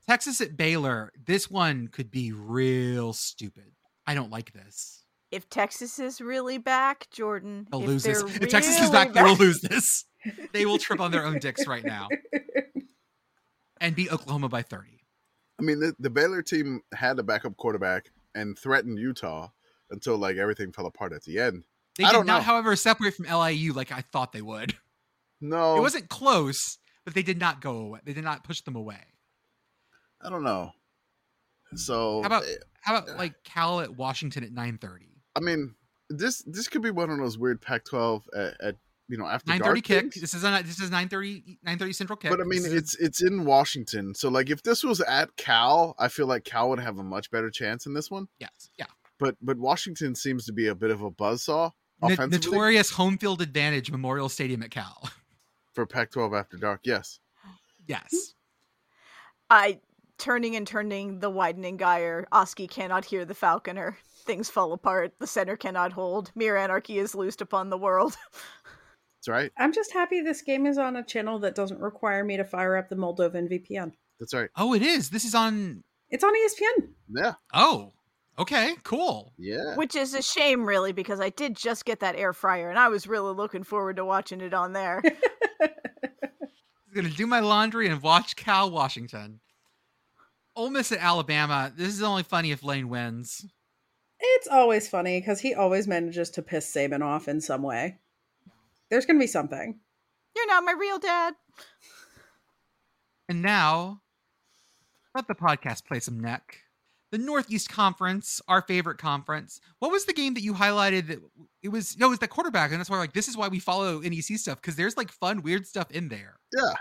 Speaker 3: Texas at Baylor. This one could be real stupid. I don't like this.
Speaker 1: If Texas is really back, Jordan,
Speaker 3: They'll
Speaker 1: if
Speaker 3: lose this.
Speaker 1: they're
Speaker 3: If Texas is
Speaker 1: really
Speaker 3: back, they will lose this. They will trip on their own dicks right now and beat Oklahoma by 30.
Speaker 4: I mean, the, the Baylor team had a backup quarterback and threatened Utah until like everything fell apart at the end.
Speaker 3: They
Speaker 4: I
Speaker 3: did
Speaker 4: don't
Speaker 3: not,
Speaker 4: know.
Speaker 3: however, separate from LIU like I thought they would.
Speaker 4: No,
Speaker 3: It wasn't close, but they did not go away. They did not push them away.
Speaker 4: I don't know. So
Speaker 3: How about-
Speaker 4: eh,
Speaker 3: How about like Cal at Washington at 9:30?
Speaker 4: I mean, this this could be one of those weird Pac-12 at, at you know after dark
Speaker 3: 9:30 kick.
Speaker 4: games.
Speaker 3: This is on this is 9:30 9:30 Central kick.
Speaker 4: But I mean,
Speaker 3: This is-
Speaker 4: it's it's in Washington, so like if this was at Cal, I feel like Cal would have a much better chance in this one.
Speaker 3: yes, yeah.
Speaker 4: But but Washington seems to be a bit of a buzzsaw
Speaker 3: No-
Speaker 4: offensively
Speaker 3: notorious home field advantage Memorial Stadium at Cal.
Speaker 4: for Pac-12 after dark. Yes,
Speaker 3: yes.
Speaker 4: Hmm.
Speaker 1: I turning and turning the widening gyre. Oski cannot hear the falconer. Things fall apart. The center cannot hold. Mere anarchy is loosed upon the world.
Speaker 4: that's right.
Speaker 2: I'm just happy this game is on a channel that doesn't require me to fire up the Moldovan VPN.
Speaker 4: That's right.
Speaker 3: Oh, it is. This is on
Speaker 2: It's on E ESPN.
Speaker 4: Yeah,
Speaker 3: Oh. Okay, cool.
Speaker 4: yeah.
Speaker 1: Which is a shame, really, because I did just get that air fryer and I was really looking forward to watching it on there.
Speaker 3: I'm gonna do my laundry and watch Cal Washington. Ole Miss at Alabama. This is only funny if Lane wins.
Speaker 2: It's always funny because he always manages to piss Saban off in some way. There's going to be something.
Speaker 1: You're not my real dad.
Speaker 3: And now, let the podcast play some neck. The Northeast Conference, our favorite conference. What was the game that you highlighted that it was no, it was the quarterback, and that's why like this is why we follow NEC stuff because there's like fun, weird stuff in there.
Speaker 4: Yeah.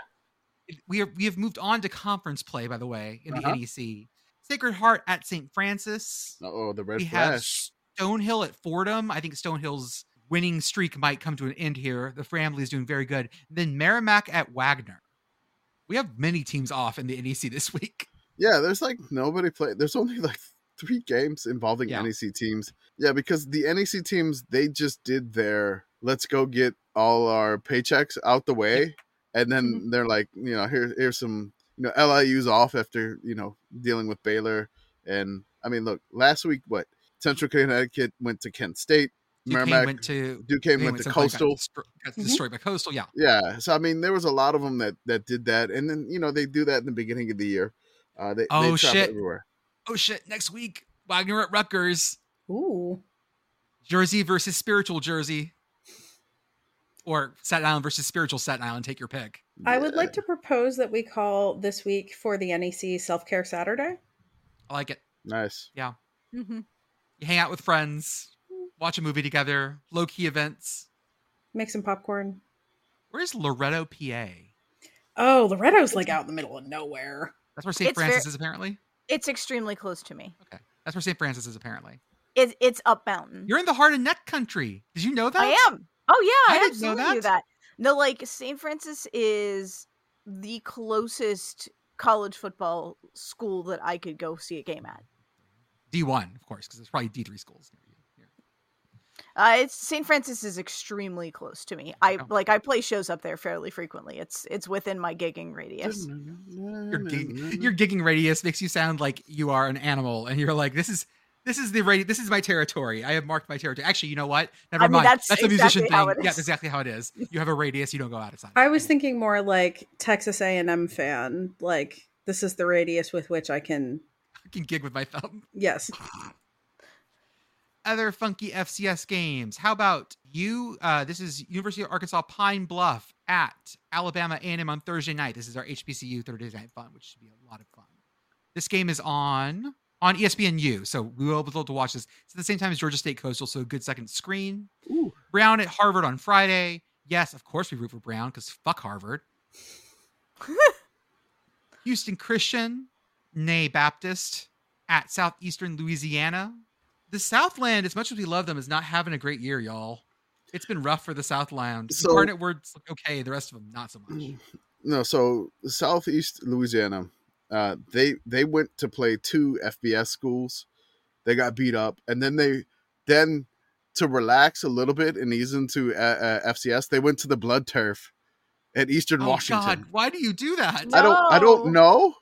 Speaker 3: It- We are we have moved on to conference play, by the way, in
Speaker 4: Uh-huh.
Speaker 3: the NEC. Sacred Heart at St. Francis.
Speaker 4: Oh, the red
Speaker 3: we have
Speaker 4: flash.
Speaker 3: Stonehill at Fordham. I think Stonehill's winning streak might come to an end here. The family is doing very good. Then Merrimack at Wagner. We have many teams off in the NEC this week.
Speaker 4: Yeah, there's like nobody play. There's only like three games involving
Speaker 3: Yeah.
Speaker 4: NEC teams. Yeah, because the NEC teams they just did their let's go get all our paychecks out the way, and then
Speaker 3: Mm-hmm.
Speaker 4: they're like, you know, here here's some you know LIU's off after you know dealing with Baylor, and I mean, look, last week what Central Connecticut went to Kent State,
Speaker 3: Duquesne
Speaker 4: Merrimack,
Speaker 3: went to
Speaker 4: Duquesne
Speaker 3: Duquesne
Speaker 4: went to
Speaker 3: someplace, got
Speaker 4: Coastal. Mm-hmm.
Speaker 3: destro- got
Speaker 2: Mhm.
Speaker 3: destroyed by Coastal. Yeah,
Speaker 4: Yeah, so I mean, there was a lot of them that that did that, and then you know they do that in the beginning of the year. Uh, they,
Speaker 3: Oh,
Speaker 4: they travel
Speaker 3: shit.
Speaker 4: everywhere.
Speaker 3: oh shit, next week, Wagner at Rutgers,
Speaker 2: Ooh.
Speaker 3: Jersey versus spiritual Jersey, or Staten Island versus spiritual Staten Island. Take your pick.
Speaker 2: I would
Speaker 4: Yeah.
Speaker 2: like to propose that we call this week for the NEC Self Care Saturday.
Speaker 3: I like it.
Speaker 4: nice.
Speaker 3: Mm-hmm.
Speaker 1: hmm
Speaker 3: You hang out with friends, watch a movie together, low key events.
Speaker 2: Make some popcorn.
Speaker 3: Where's Loretto, PA?
Speaker 2: Oh, Loretto's like out in the middle of nowhere.
Speaker 3: That's where St.
Speaker 1: It's very-
Speaker 3: Francis is apparently.
Speaker 1: It's extremely close to me.
Speaker 3: Okay, that's where St. Francis is apparently.
Speaker 1: It's it's up mountain.
Speaker 3: You're in the heart and neck country. Did you know that?
Speaker 1: I am. Oh yeah,
Speaker 3: I
Speaker 1: I,
Speaker 3: didn't know
Speaker 1: absolutely knew
Speaker 3: that.
Speaker 1: that. No, like St. Francis is the closest college football school that I could go see a game at.
Speaker 3: D one, of course, because there's probably D three schools near you. Here.
Speaker 1: Uh, it's St. Francis is extremely close to me. I
Speaker 3: Oh.
Speaker 1: like I play shows up there fairly frequently. It's it's within my gigging radius.
Speaker 3: Your, gig, your gigging radius makes you sound like you are an animal, and you're like, this is this is the radi- this is my territory. I have marked my territory. Actually, you know what? Never
Speaker 1: I mean,
Speaker 3: mind.
Speaker 1: that's
Speaker 3: a musician
Speaker 1: exactly how
Speaker 3: thing.
Speaker 1: it
Speaker 3: Yeah,
Speaker 1: is.
Speaker 3: exactly how it is. You have a radius. You don't go outside.
Speaker 2: I was thinking more like Texas A&M fan. Like this is the radius with which I can.
Speaker 3: I can gig with my thumb.
Speaker 2: Yes.
Speaker 3: Other funky FCS games. How about you? Uh, this is University of Arkansas Pine Bluff at Alabama A&M on Thursday night. This is our HBCU Thursday night fun, which should be a lot of fun. This game is on on E ESPNU, so we will be able to watch this. It's at the same time as Georgia State Coastal, so a good second screen.
Speaker 4: Ooh.
Speaker 3: Brown at Harvard on Friday. Yes, of course we root for Brown because fuck Harvard. Houston Christian, nay Baptist, at Southeastern Louisiana. The Southland, as much as we love them, is not having a great year, y'all. It's been rough for the Southland.
Speaker 4: So-
Speaker 3: Incarnate Word's look okay. The rest of them, not so much.
Speaker 4: No, so Southeast Louisiana, uh, they they went to play two FBS schools. They got beat up, and then they then to relax a little bit and ease into uh, uh, FCS, they went to the blood turf at Eastern
Speaker 3: Oh, God,
Speaker 4: Washington.
Speaker 3: why do you do that?
Speaker 1: No.
Speaker 4: I don't I don't
Speaker 1: No.
Speaker 4: know,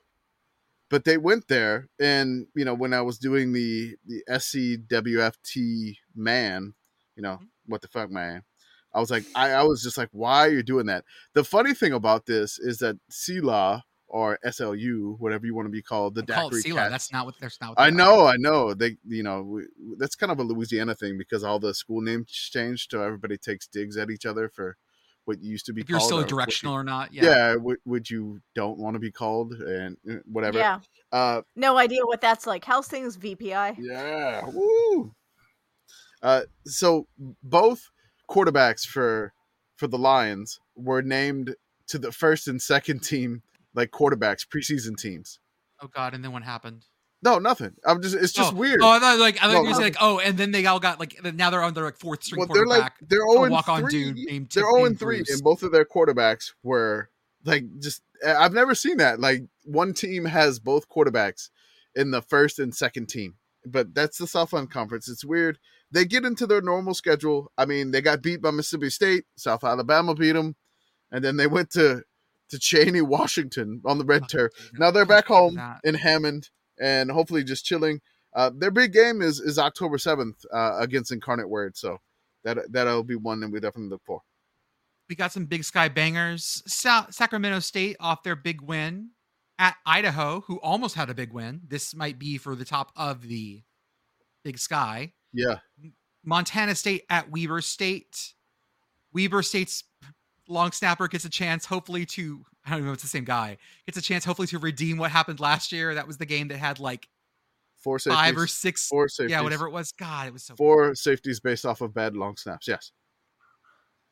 Speaker 4: but they went there, and you know when I was doing the the E SCWFT man, you know
Speaker 3: Mm-hmm.
Speaker 4: what the fuck man, I was like I, I was just like why are you doing that? The funny thing about this is that CELA or SLU, whatever you want to be called, the
Speaker 3: Don't Call it
Speaker 4: Daiquiri
Speaker 3: Sela.
Speaker 4: Cats.
Speaker 3: That's not what. That's not. What
Speaker 4: I
Speaker 3: they are.
Speaker 4: know, I know. They, you know, we, that's kind of a Louisiana thing because all the school names changed, so everybody takes digs at each other for what used to be.
Speaker 3: If you're
Speaker 4: called or
Speaker 3: still
Speaker 4: what you-
Speaker 3: directional or not, yeah.
Speaker 4: yeah, what, what you don't want to be called and uh, whatever.
Speaker 1: Yeah.
Speaker 4: Uh,
Speaker 1: No idea what that's like. How's things VPI?
Speaker 4: yeah. Woo. Uh, so both quarterbacks for for the Lions were named to the first and second team like quarterbacks preseason teams.
Speaker 3: Oh God, and then what happened?
Speaker 4: No, nothing. I'm just it's just
Speaker 3: oh,
Speaker 4: weird.
Speaker 3: Oh, I thought like I thought
Speaker 4: No,
Speaker 3: you were
Speaker 4: no.
Speaker 3: saying, like oh, and then they all got like now they're on their like fourth string
Speaker 4: well, they're like
Speaker 3: quarterback.
Speaker 4: they're 0
Speaker 3: walk on
Speaker 4: and 3.
Speaker 3: dude named
Speaker 4: They're
Speaker 3: Tim-
Speaker 4: 0 and
Speaker 3: named
Speaker 4: 3
Speaker 3: Bruce.
Speaker 4: and both of their quarterbacks were like just I've never seen that. Like one team has both quarterbacks in the first and second team. But that's the Southland Conference. It's weird. They get into their normal schedule. I mean, they got beat by Mississippi State, South Alabama beat them, and then they went to to Cheney, Washington on the red
Speaker 3: Uh,
Speaker 4: turf.
Speaker 3: Oh,
Speaker 4: Now they're back home
Speaker 3: That-
Speaker 4: in Hammond and hopefully just chilling. Uh, their big game is is October seventh uh, against Incarnate Word, so that that'll be one that we definitely look for.
Speaker 3: We got some big sky bangers. Sa- Sacramento State off their big win at Idaho, who almost had a big win. This might be for the top of the big sky.
Speaker 4: Yeah,
Speaker 3: Montana State at Weber State. Weber State's long snapper gets a chance, hopefully, to I don't even know if it's the same guy, gets a chance, hopefully, to redeem what happened last year. That was the game that had like
Speaker 4: four safeties,
Speaker 3: five or six,
Speaker 4: four safeties,
Speaker 3: yeah, whatever it was. God, it was so
Speaker 4: four safeties based off of bad long snaps. Yes,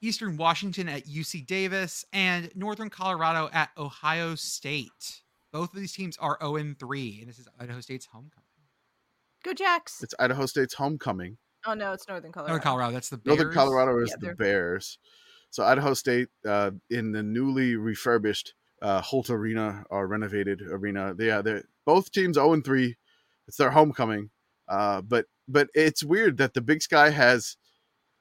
Speaker 3: Eastern Washington at UC Davis and Northern Colorado at Ohio State. Both of these teams are 0 and 3, and this is Idaho State's homecoming.
Speaker 1: Go Jacks.
Speaker 4: it's Idaho State's homecoming.
Speaker 1: Oh no, it's Northern Colorado.
Speaker 3: Northern Colorado, that's the Bears.
Speaker 4: Northern Colorado is
Speaker 1: Yeah,
Speaker 4: the
Speaker 1: they're-
Speaker 4: Bears, so Idaho State uh, in the newly refurbished uh, Holt Arena, our renovated arena. They, yeah, they're both teams zero and three. It's their homecoming, uh, but but it's weird that the Big Sky has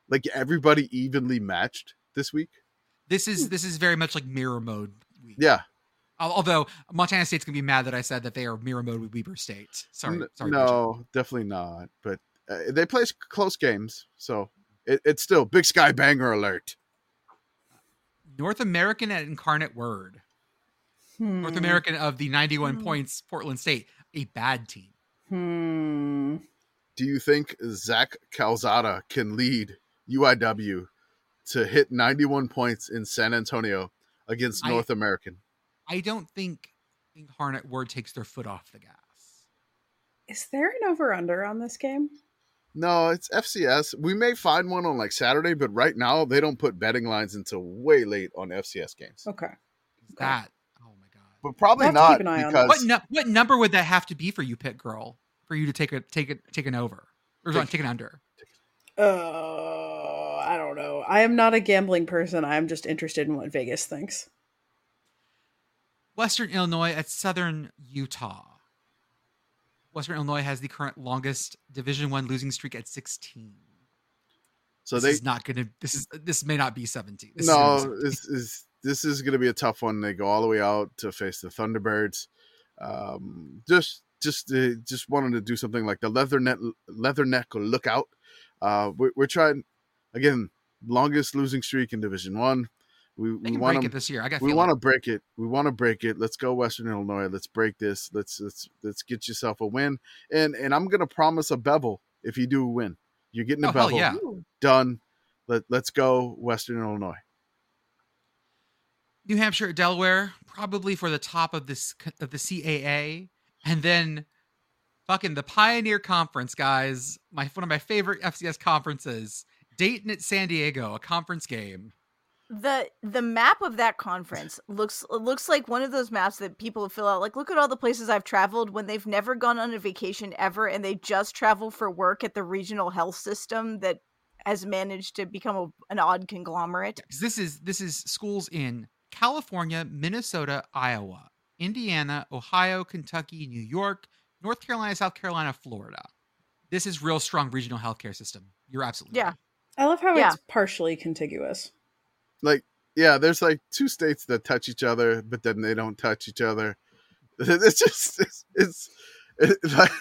Speaker 4: like everybody evenly matched this week.
Speaker 3: This is this is very much like mirror mode. Week.
Speaker 4: Hmm. Yeah,
Speaker 3: Al- Although Montana State's gonna be mad that I said that they are mirror mode with Weber State. Sorry,
Speaker 4: N-
Speaker 3: sorry. Bridget.
Speaker 4: no, definitely not. But uh, they play s- close games, so it, it's still Big Sky banger alert.
Speaker 3: North American at incarnate word. North
Speaker 2: Hmm.
Speaker 3: American of the 91
Speaker 1: Hmm.
Speaker 3: points, Portland State, a bad team.
Speaker 2: Hmm.
Speaker 4: Do you think Zach Calzada can lead UIW to hit 91 points in San Antonio against
Speaker 3: I-
Speaker 4: North American?
Speaker 3: I don't think Incarnate Word takes their foot off the gas.
Speaker 2: Is there an over under on this game?
Speaker 4: No, it's FCS. We may find one on like Saturday, but right now they don't put betting lines until way late on FCS games.
Speaker 2: Okay.
Speaker 3: That oh my god.
Speaker 4: But probably
Speaker 2: We'll have
Speaker 4: not
Speaker 2: to keep an eye on
Speaker 4: because
Speaker 3: What nu- what number would that have to be for you, Pit Girl, for you to take a take a take an over or
Speaker 4: Take-
Speaker 3: take, take an under?
Speaker 2: Uh, I don't know. I am not a gambling person. I'm just interested in what Vegas thinks.
Speaker 3: Western Illinois at Southern Utah. Western Illinois has the current longest Division One losing streak at 16.
Speaker 4: so
Speaker 3: this
Speaker 4: they
Speaker 3: is not going to. This is this may not be 17. This is gonna be
Speaker 4: no
Speaker 3: 17.
Speaker 4: this is this is going to be a tough one. They go all the way out to face the Thunderbirds. Um, just just uh, just wanted to do something like the leather net leather neck lookout. Uh, we're, we're trying again longest losing streak in Division One. We,
Speaker 3: they
Speaker 4: we
Speaker 3: can
Speaker 4: want
Speaker 3: break
Speaker 4: to
Speaker 3: it this year. I got.
Speaker 4: we want to break it. We want to break it. Let's go Western Illinois. Let's break this. Let's let's let's get yourself a win. And and I'm gonna promise a bevel if you do win. You're getting a
Speaker 3: Oh, hell
Speaker 4: bevel.
Speaker 3: yeah.
Speaker 1: Ooh.
Speaker 4: Done. Let let's go Western Illinois.
Speaker 3: New Hampshire at Delaware, probably for the top of this of the CAA, and then fucking the Pioneer Conference, guys. My one of my favorite FCS conferences, Dayton at San Diego, a conference game.
Speaker 1: the the map of that conference looks looks like one of those maps that people fill out like look at all the places i've traveled when they've never gone on a vacation ever and they just travel for work at the regional health system that has managed to become a, an odd conglomerate
Speaker 3: 'Cause This is this is schools in California, Minnesota, Iowa, Indiana, Ohio, Kentucky, New York, North Carolina, South Carolina, Florida. This is real strong regional healthcare system. You're absolutely
Speaker 1: Yeah.
Speaker 3: right.
Speaker 2: I love how
Speaker 1: Yeah.
Speaker 2: it's partially contiguous.
Speaker 4: Like yeah, there's like two states that touch each other, but then they don't touch each other. It's just it's it's it, like,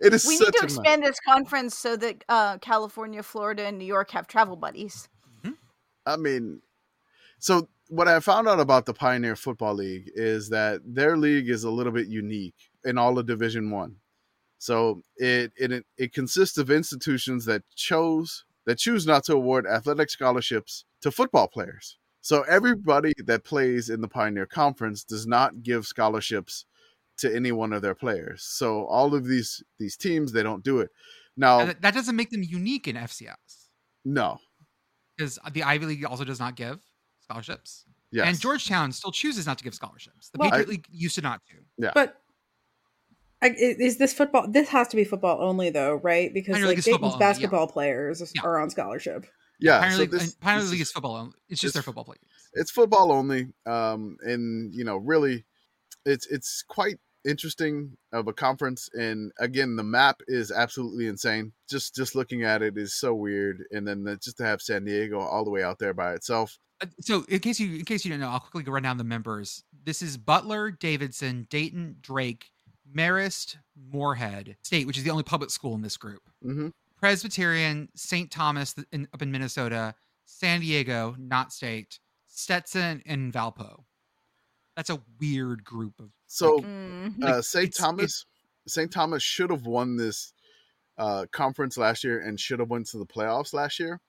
Speaker 4: it is
Speaker 1: we
Speaker 4: such
Speaker 1: need to
Speaker 4: a mess.
Speaker 1: expand this conference so that uh, california florida and new york have travel buddies
Speaker 3: Mm-hmm.
Speaker 4: I mean, so what I found out about the Pioneer Football League is that their league is a little bit unique in all of Division One. So it it it consists of institutions that chose that choose not to award athletic scholarships to football players. So everybody that plays in the Pioneer Conference does not give scholarships to any one of their players. So all of these these teams they don't do it.
Speaker 3: Now,
Speaker 4: Now,
Speaker 3: that- that doesn't make them unique in FCS.
Speaker 4: no,
Speaker 3: because the Ivy League also does not give scholarships,
Speaker 4: yes,
Speaker 3: and Georgetown still chooses not to give scholarships. The
Speaker 2: Well-
Speaker 3: Patriot League used to not do.
Speaker 2: But I, i- is this football? This has to be football only, though, right? Because
Speaker 3: Minor league
Speaker 2: like
Speaker 3: is
Speaker 2: Dayton's
Speaker 3: football only, yeah.
Speaker 2: basketball players
Speaker 3: Yeah.
Speaker 2: are on scholarship.
Speaker 4: yeah.
Speaker 3: Pioneer
Speaker 4: so
Speaker 3: League,
Speaker 4: this-
Speaker 3: and Pioneer
Speaker 4: this
Speaker 3: League
Speaker 4: is-
Speaker 3: is football. only. It's
Speaker 4: this-
Speaker 3: just their football players.
Speaker 4: it's football only um and you know really it's it's quite interesting of a conference and again the map is absolutely insane just just looking at it is so weird and then the, just to have san diego all the way out there by itself
Speaker 3: Uh, So, in case you in case you don't know, I'll quickly go run down the members. This is Butler, Davidson, Dayton, Drake, Marist, Moorhead State, which is the only public school in this group.
Speaker 4: hmm
Speaker 3: Presbyterian, St. Thomas th- in, up in Minnesota, San Diego, not state, Stetson, and Valpo. That's a weird group of
Speaker 4: so
Speaker 1: Mhm.
Speaker 3: mm,
Speaker 4: uh, st
Speaker 3: it's- it-
Speaker 4: thomas st thomas should have won this uh conference last year and should have went to the playoffs last year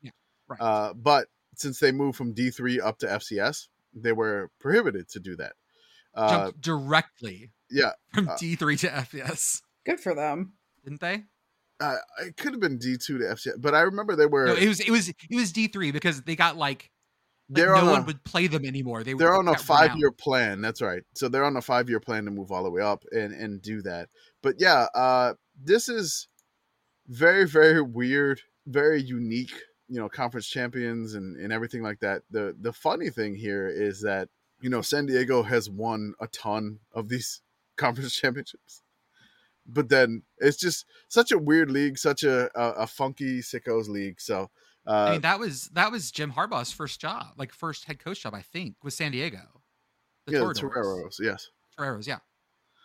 Speaker 3: right.
Speaker 4: Uh, but since they moved from D3 up to FCS, they were prohibited to do that. Uh,
Speaker 3: jumped directly
Speaker 4: yeah,
Speaker 3: from
Speaker 4: uh,
Speaker 3: D3 to FBS,
Speaker 2: Good for them.
Speaker 3: didn't they?
Speaker 4: uh, it could have been D2 to FCS, but I remember they were
Speaker 3: No, it was it was it was D3 because they got like, like
Speaker 4: they're
Speaker 3: no
Speaker 4: on
Speaker 3: one
Speaker 4: a,
Speaker 3: would play them anymore. They
Speaker 4: they're
Speaker 3: got
Speaker 4: on a
Speaker 3: run out.
Speaker 4: five year plan. That's right. So they're on a five year plan to move all the way up and and do that. But yeah, uh, this is very very weird, very unique. You know, conference champions and and everything like that. The the funny thing here is that you know, San Diego has won a ton of these conference championships. But then it's just such a weird league, such a a, a funky sickos league. So
Speaker 3: I
Speaker 4: uh,
Speaker 3: mean, that was that was Jim Harbaugh's first job, like first head coach job, I think, was San Diego.
Speaker 4: yeah, the
Speaker 3: Toreadors.
Speaker 4: Toreros, yes.
Speaker 3: Toreros, yeah.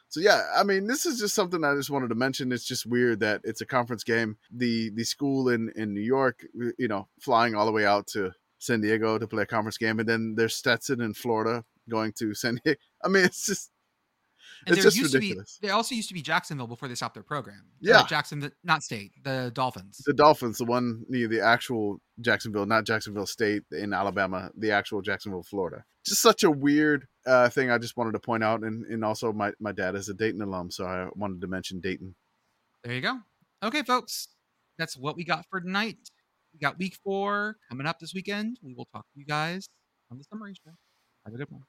Speaker 4: So yeah, I mean, this is just something I just wanted to mention. It's just weird that it's a conference game. The the school in in New York, you know, flying all the way out to San Diego to play a conference game, and then there's Stetson in Florida going to San Diego. I mean, it's just
Speaker 3: And
Speaker 4: It's
Speaker 3: there
Speaker 4: just
Speaker 3: used
Speaker 4: ridiculous.
Speaker 3: to be there also used to be Jacksonville before they stopped their program.
Speaker 4: Yeah.
Speaker 3: Jackson not state, the Dolphins.
Speaker 4: the Dolphins, the one the, the actual Jacksonville, not Jacksonville State in Alabama, the actual Jacksonville, Florida. Just such a weird uh, thing. I just wanted to point out, and and also my my dad is a Dayton alum, so I wanted to mention Dayton.
Speaker 3: There you go. Okay, folks. That's what we got for tonight. We got week four coming up this weekend. We will talk to you guys on the summary show. Have a good one.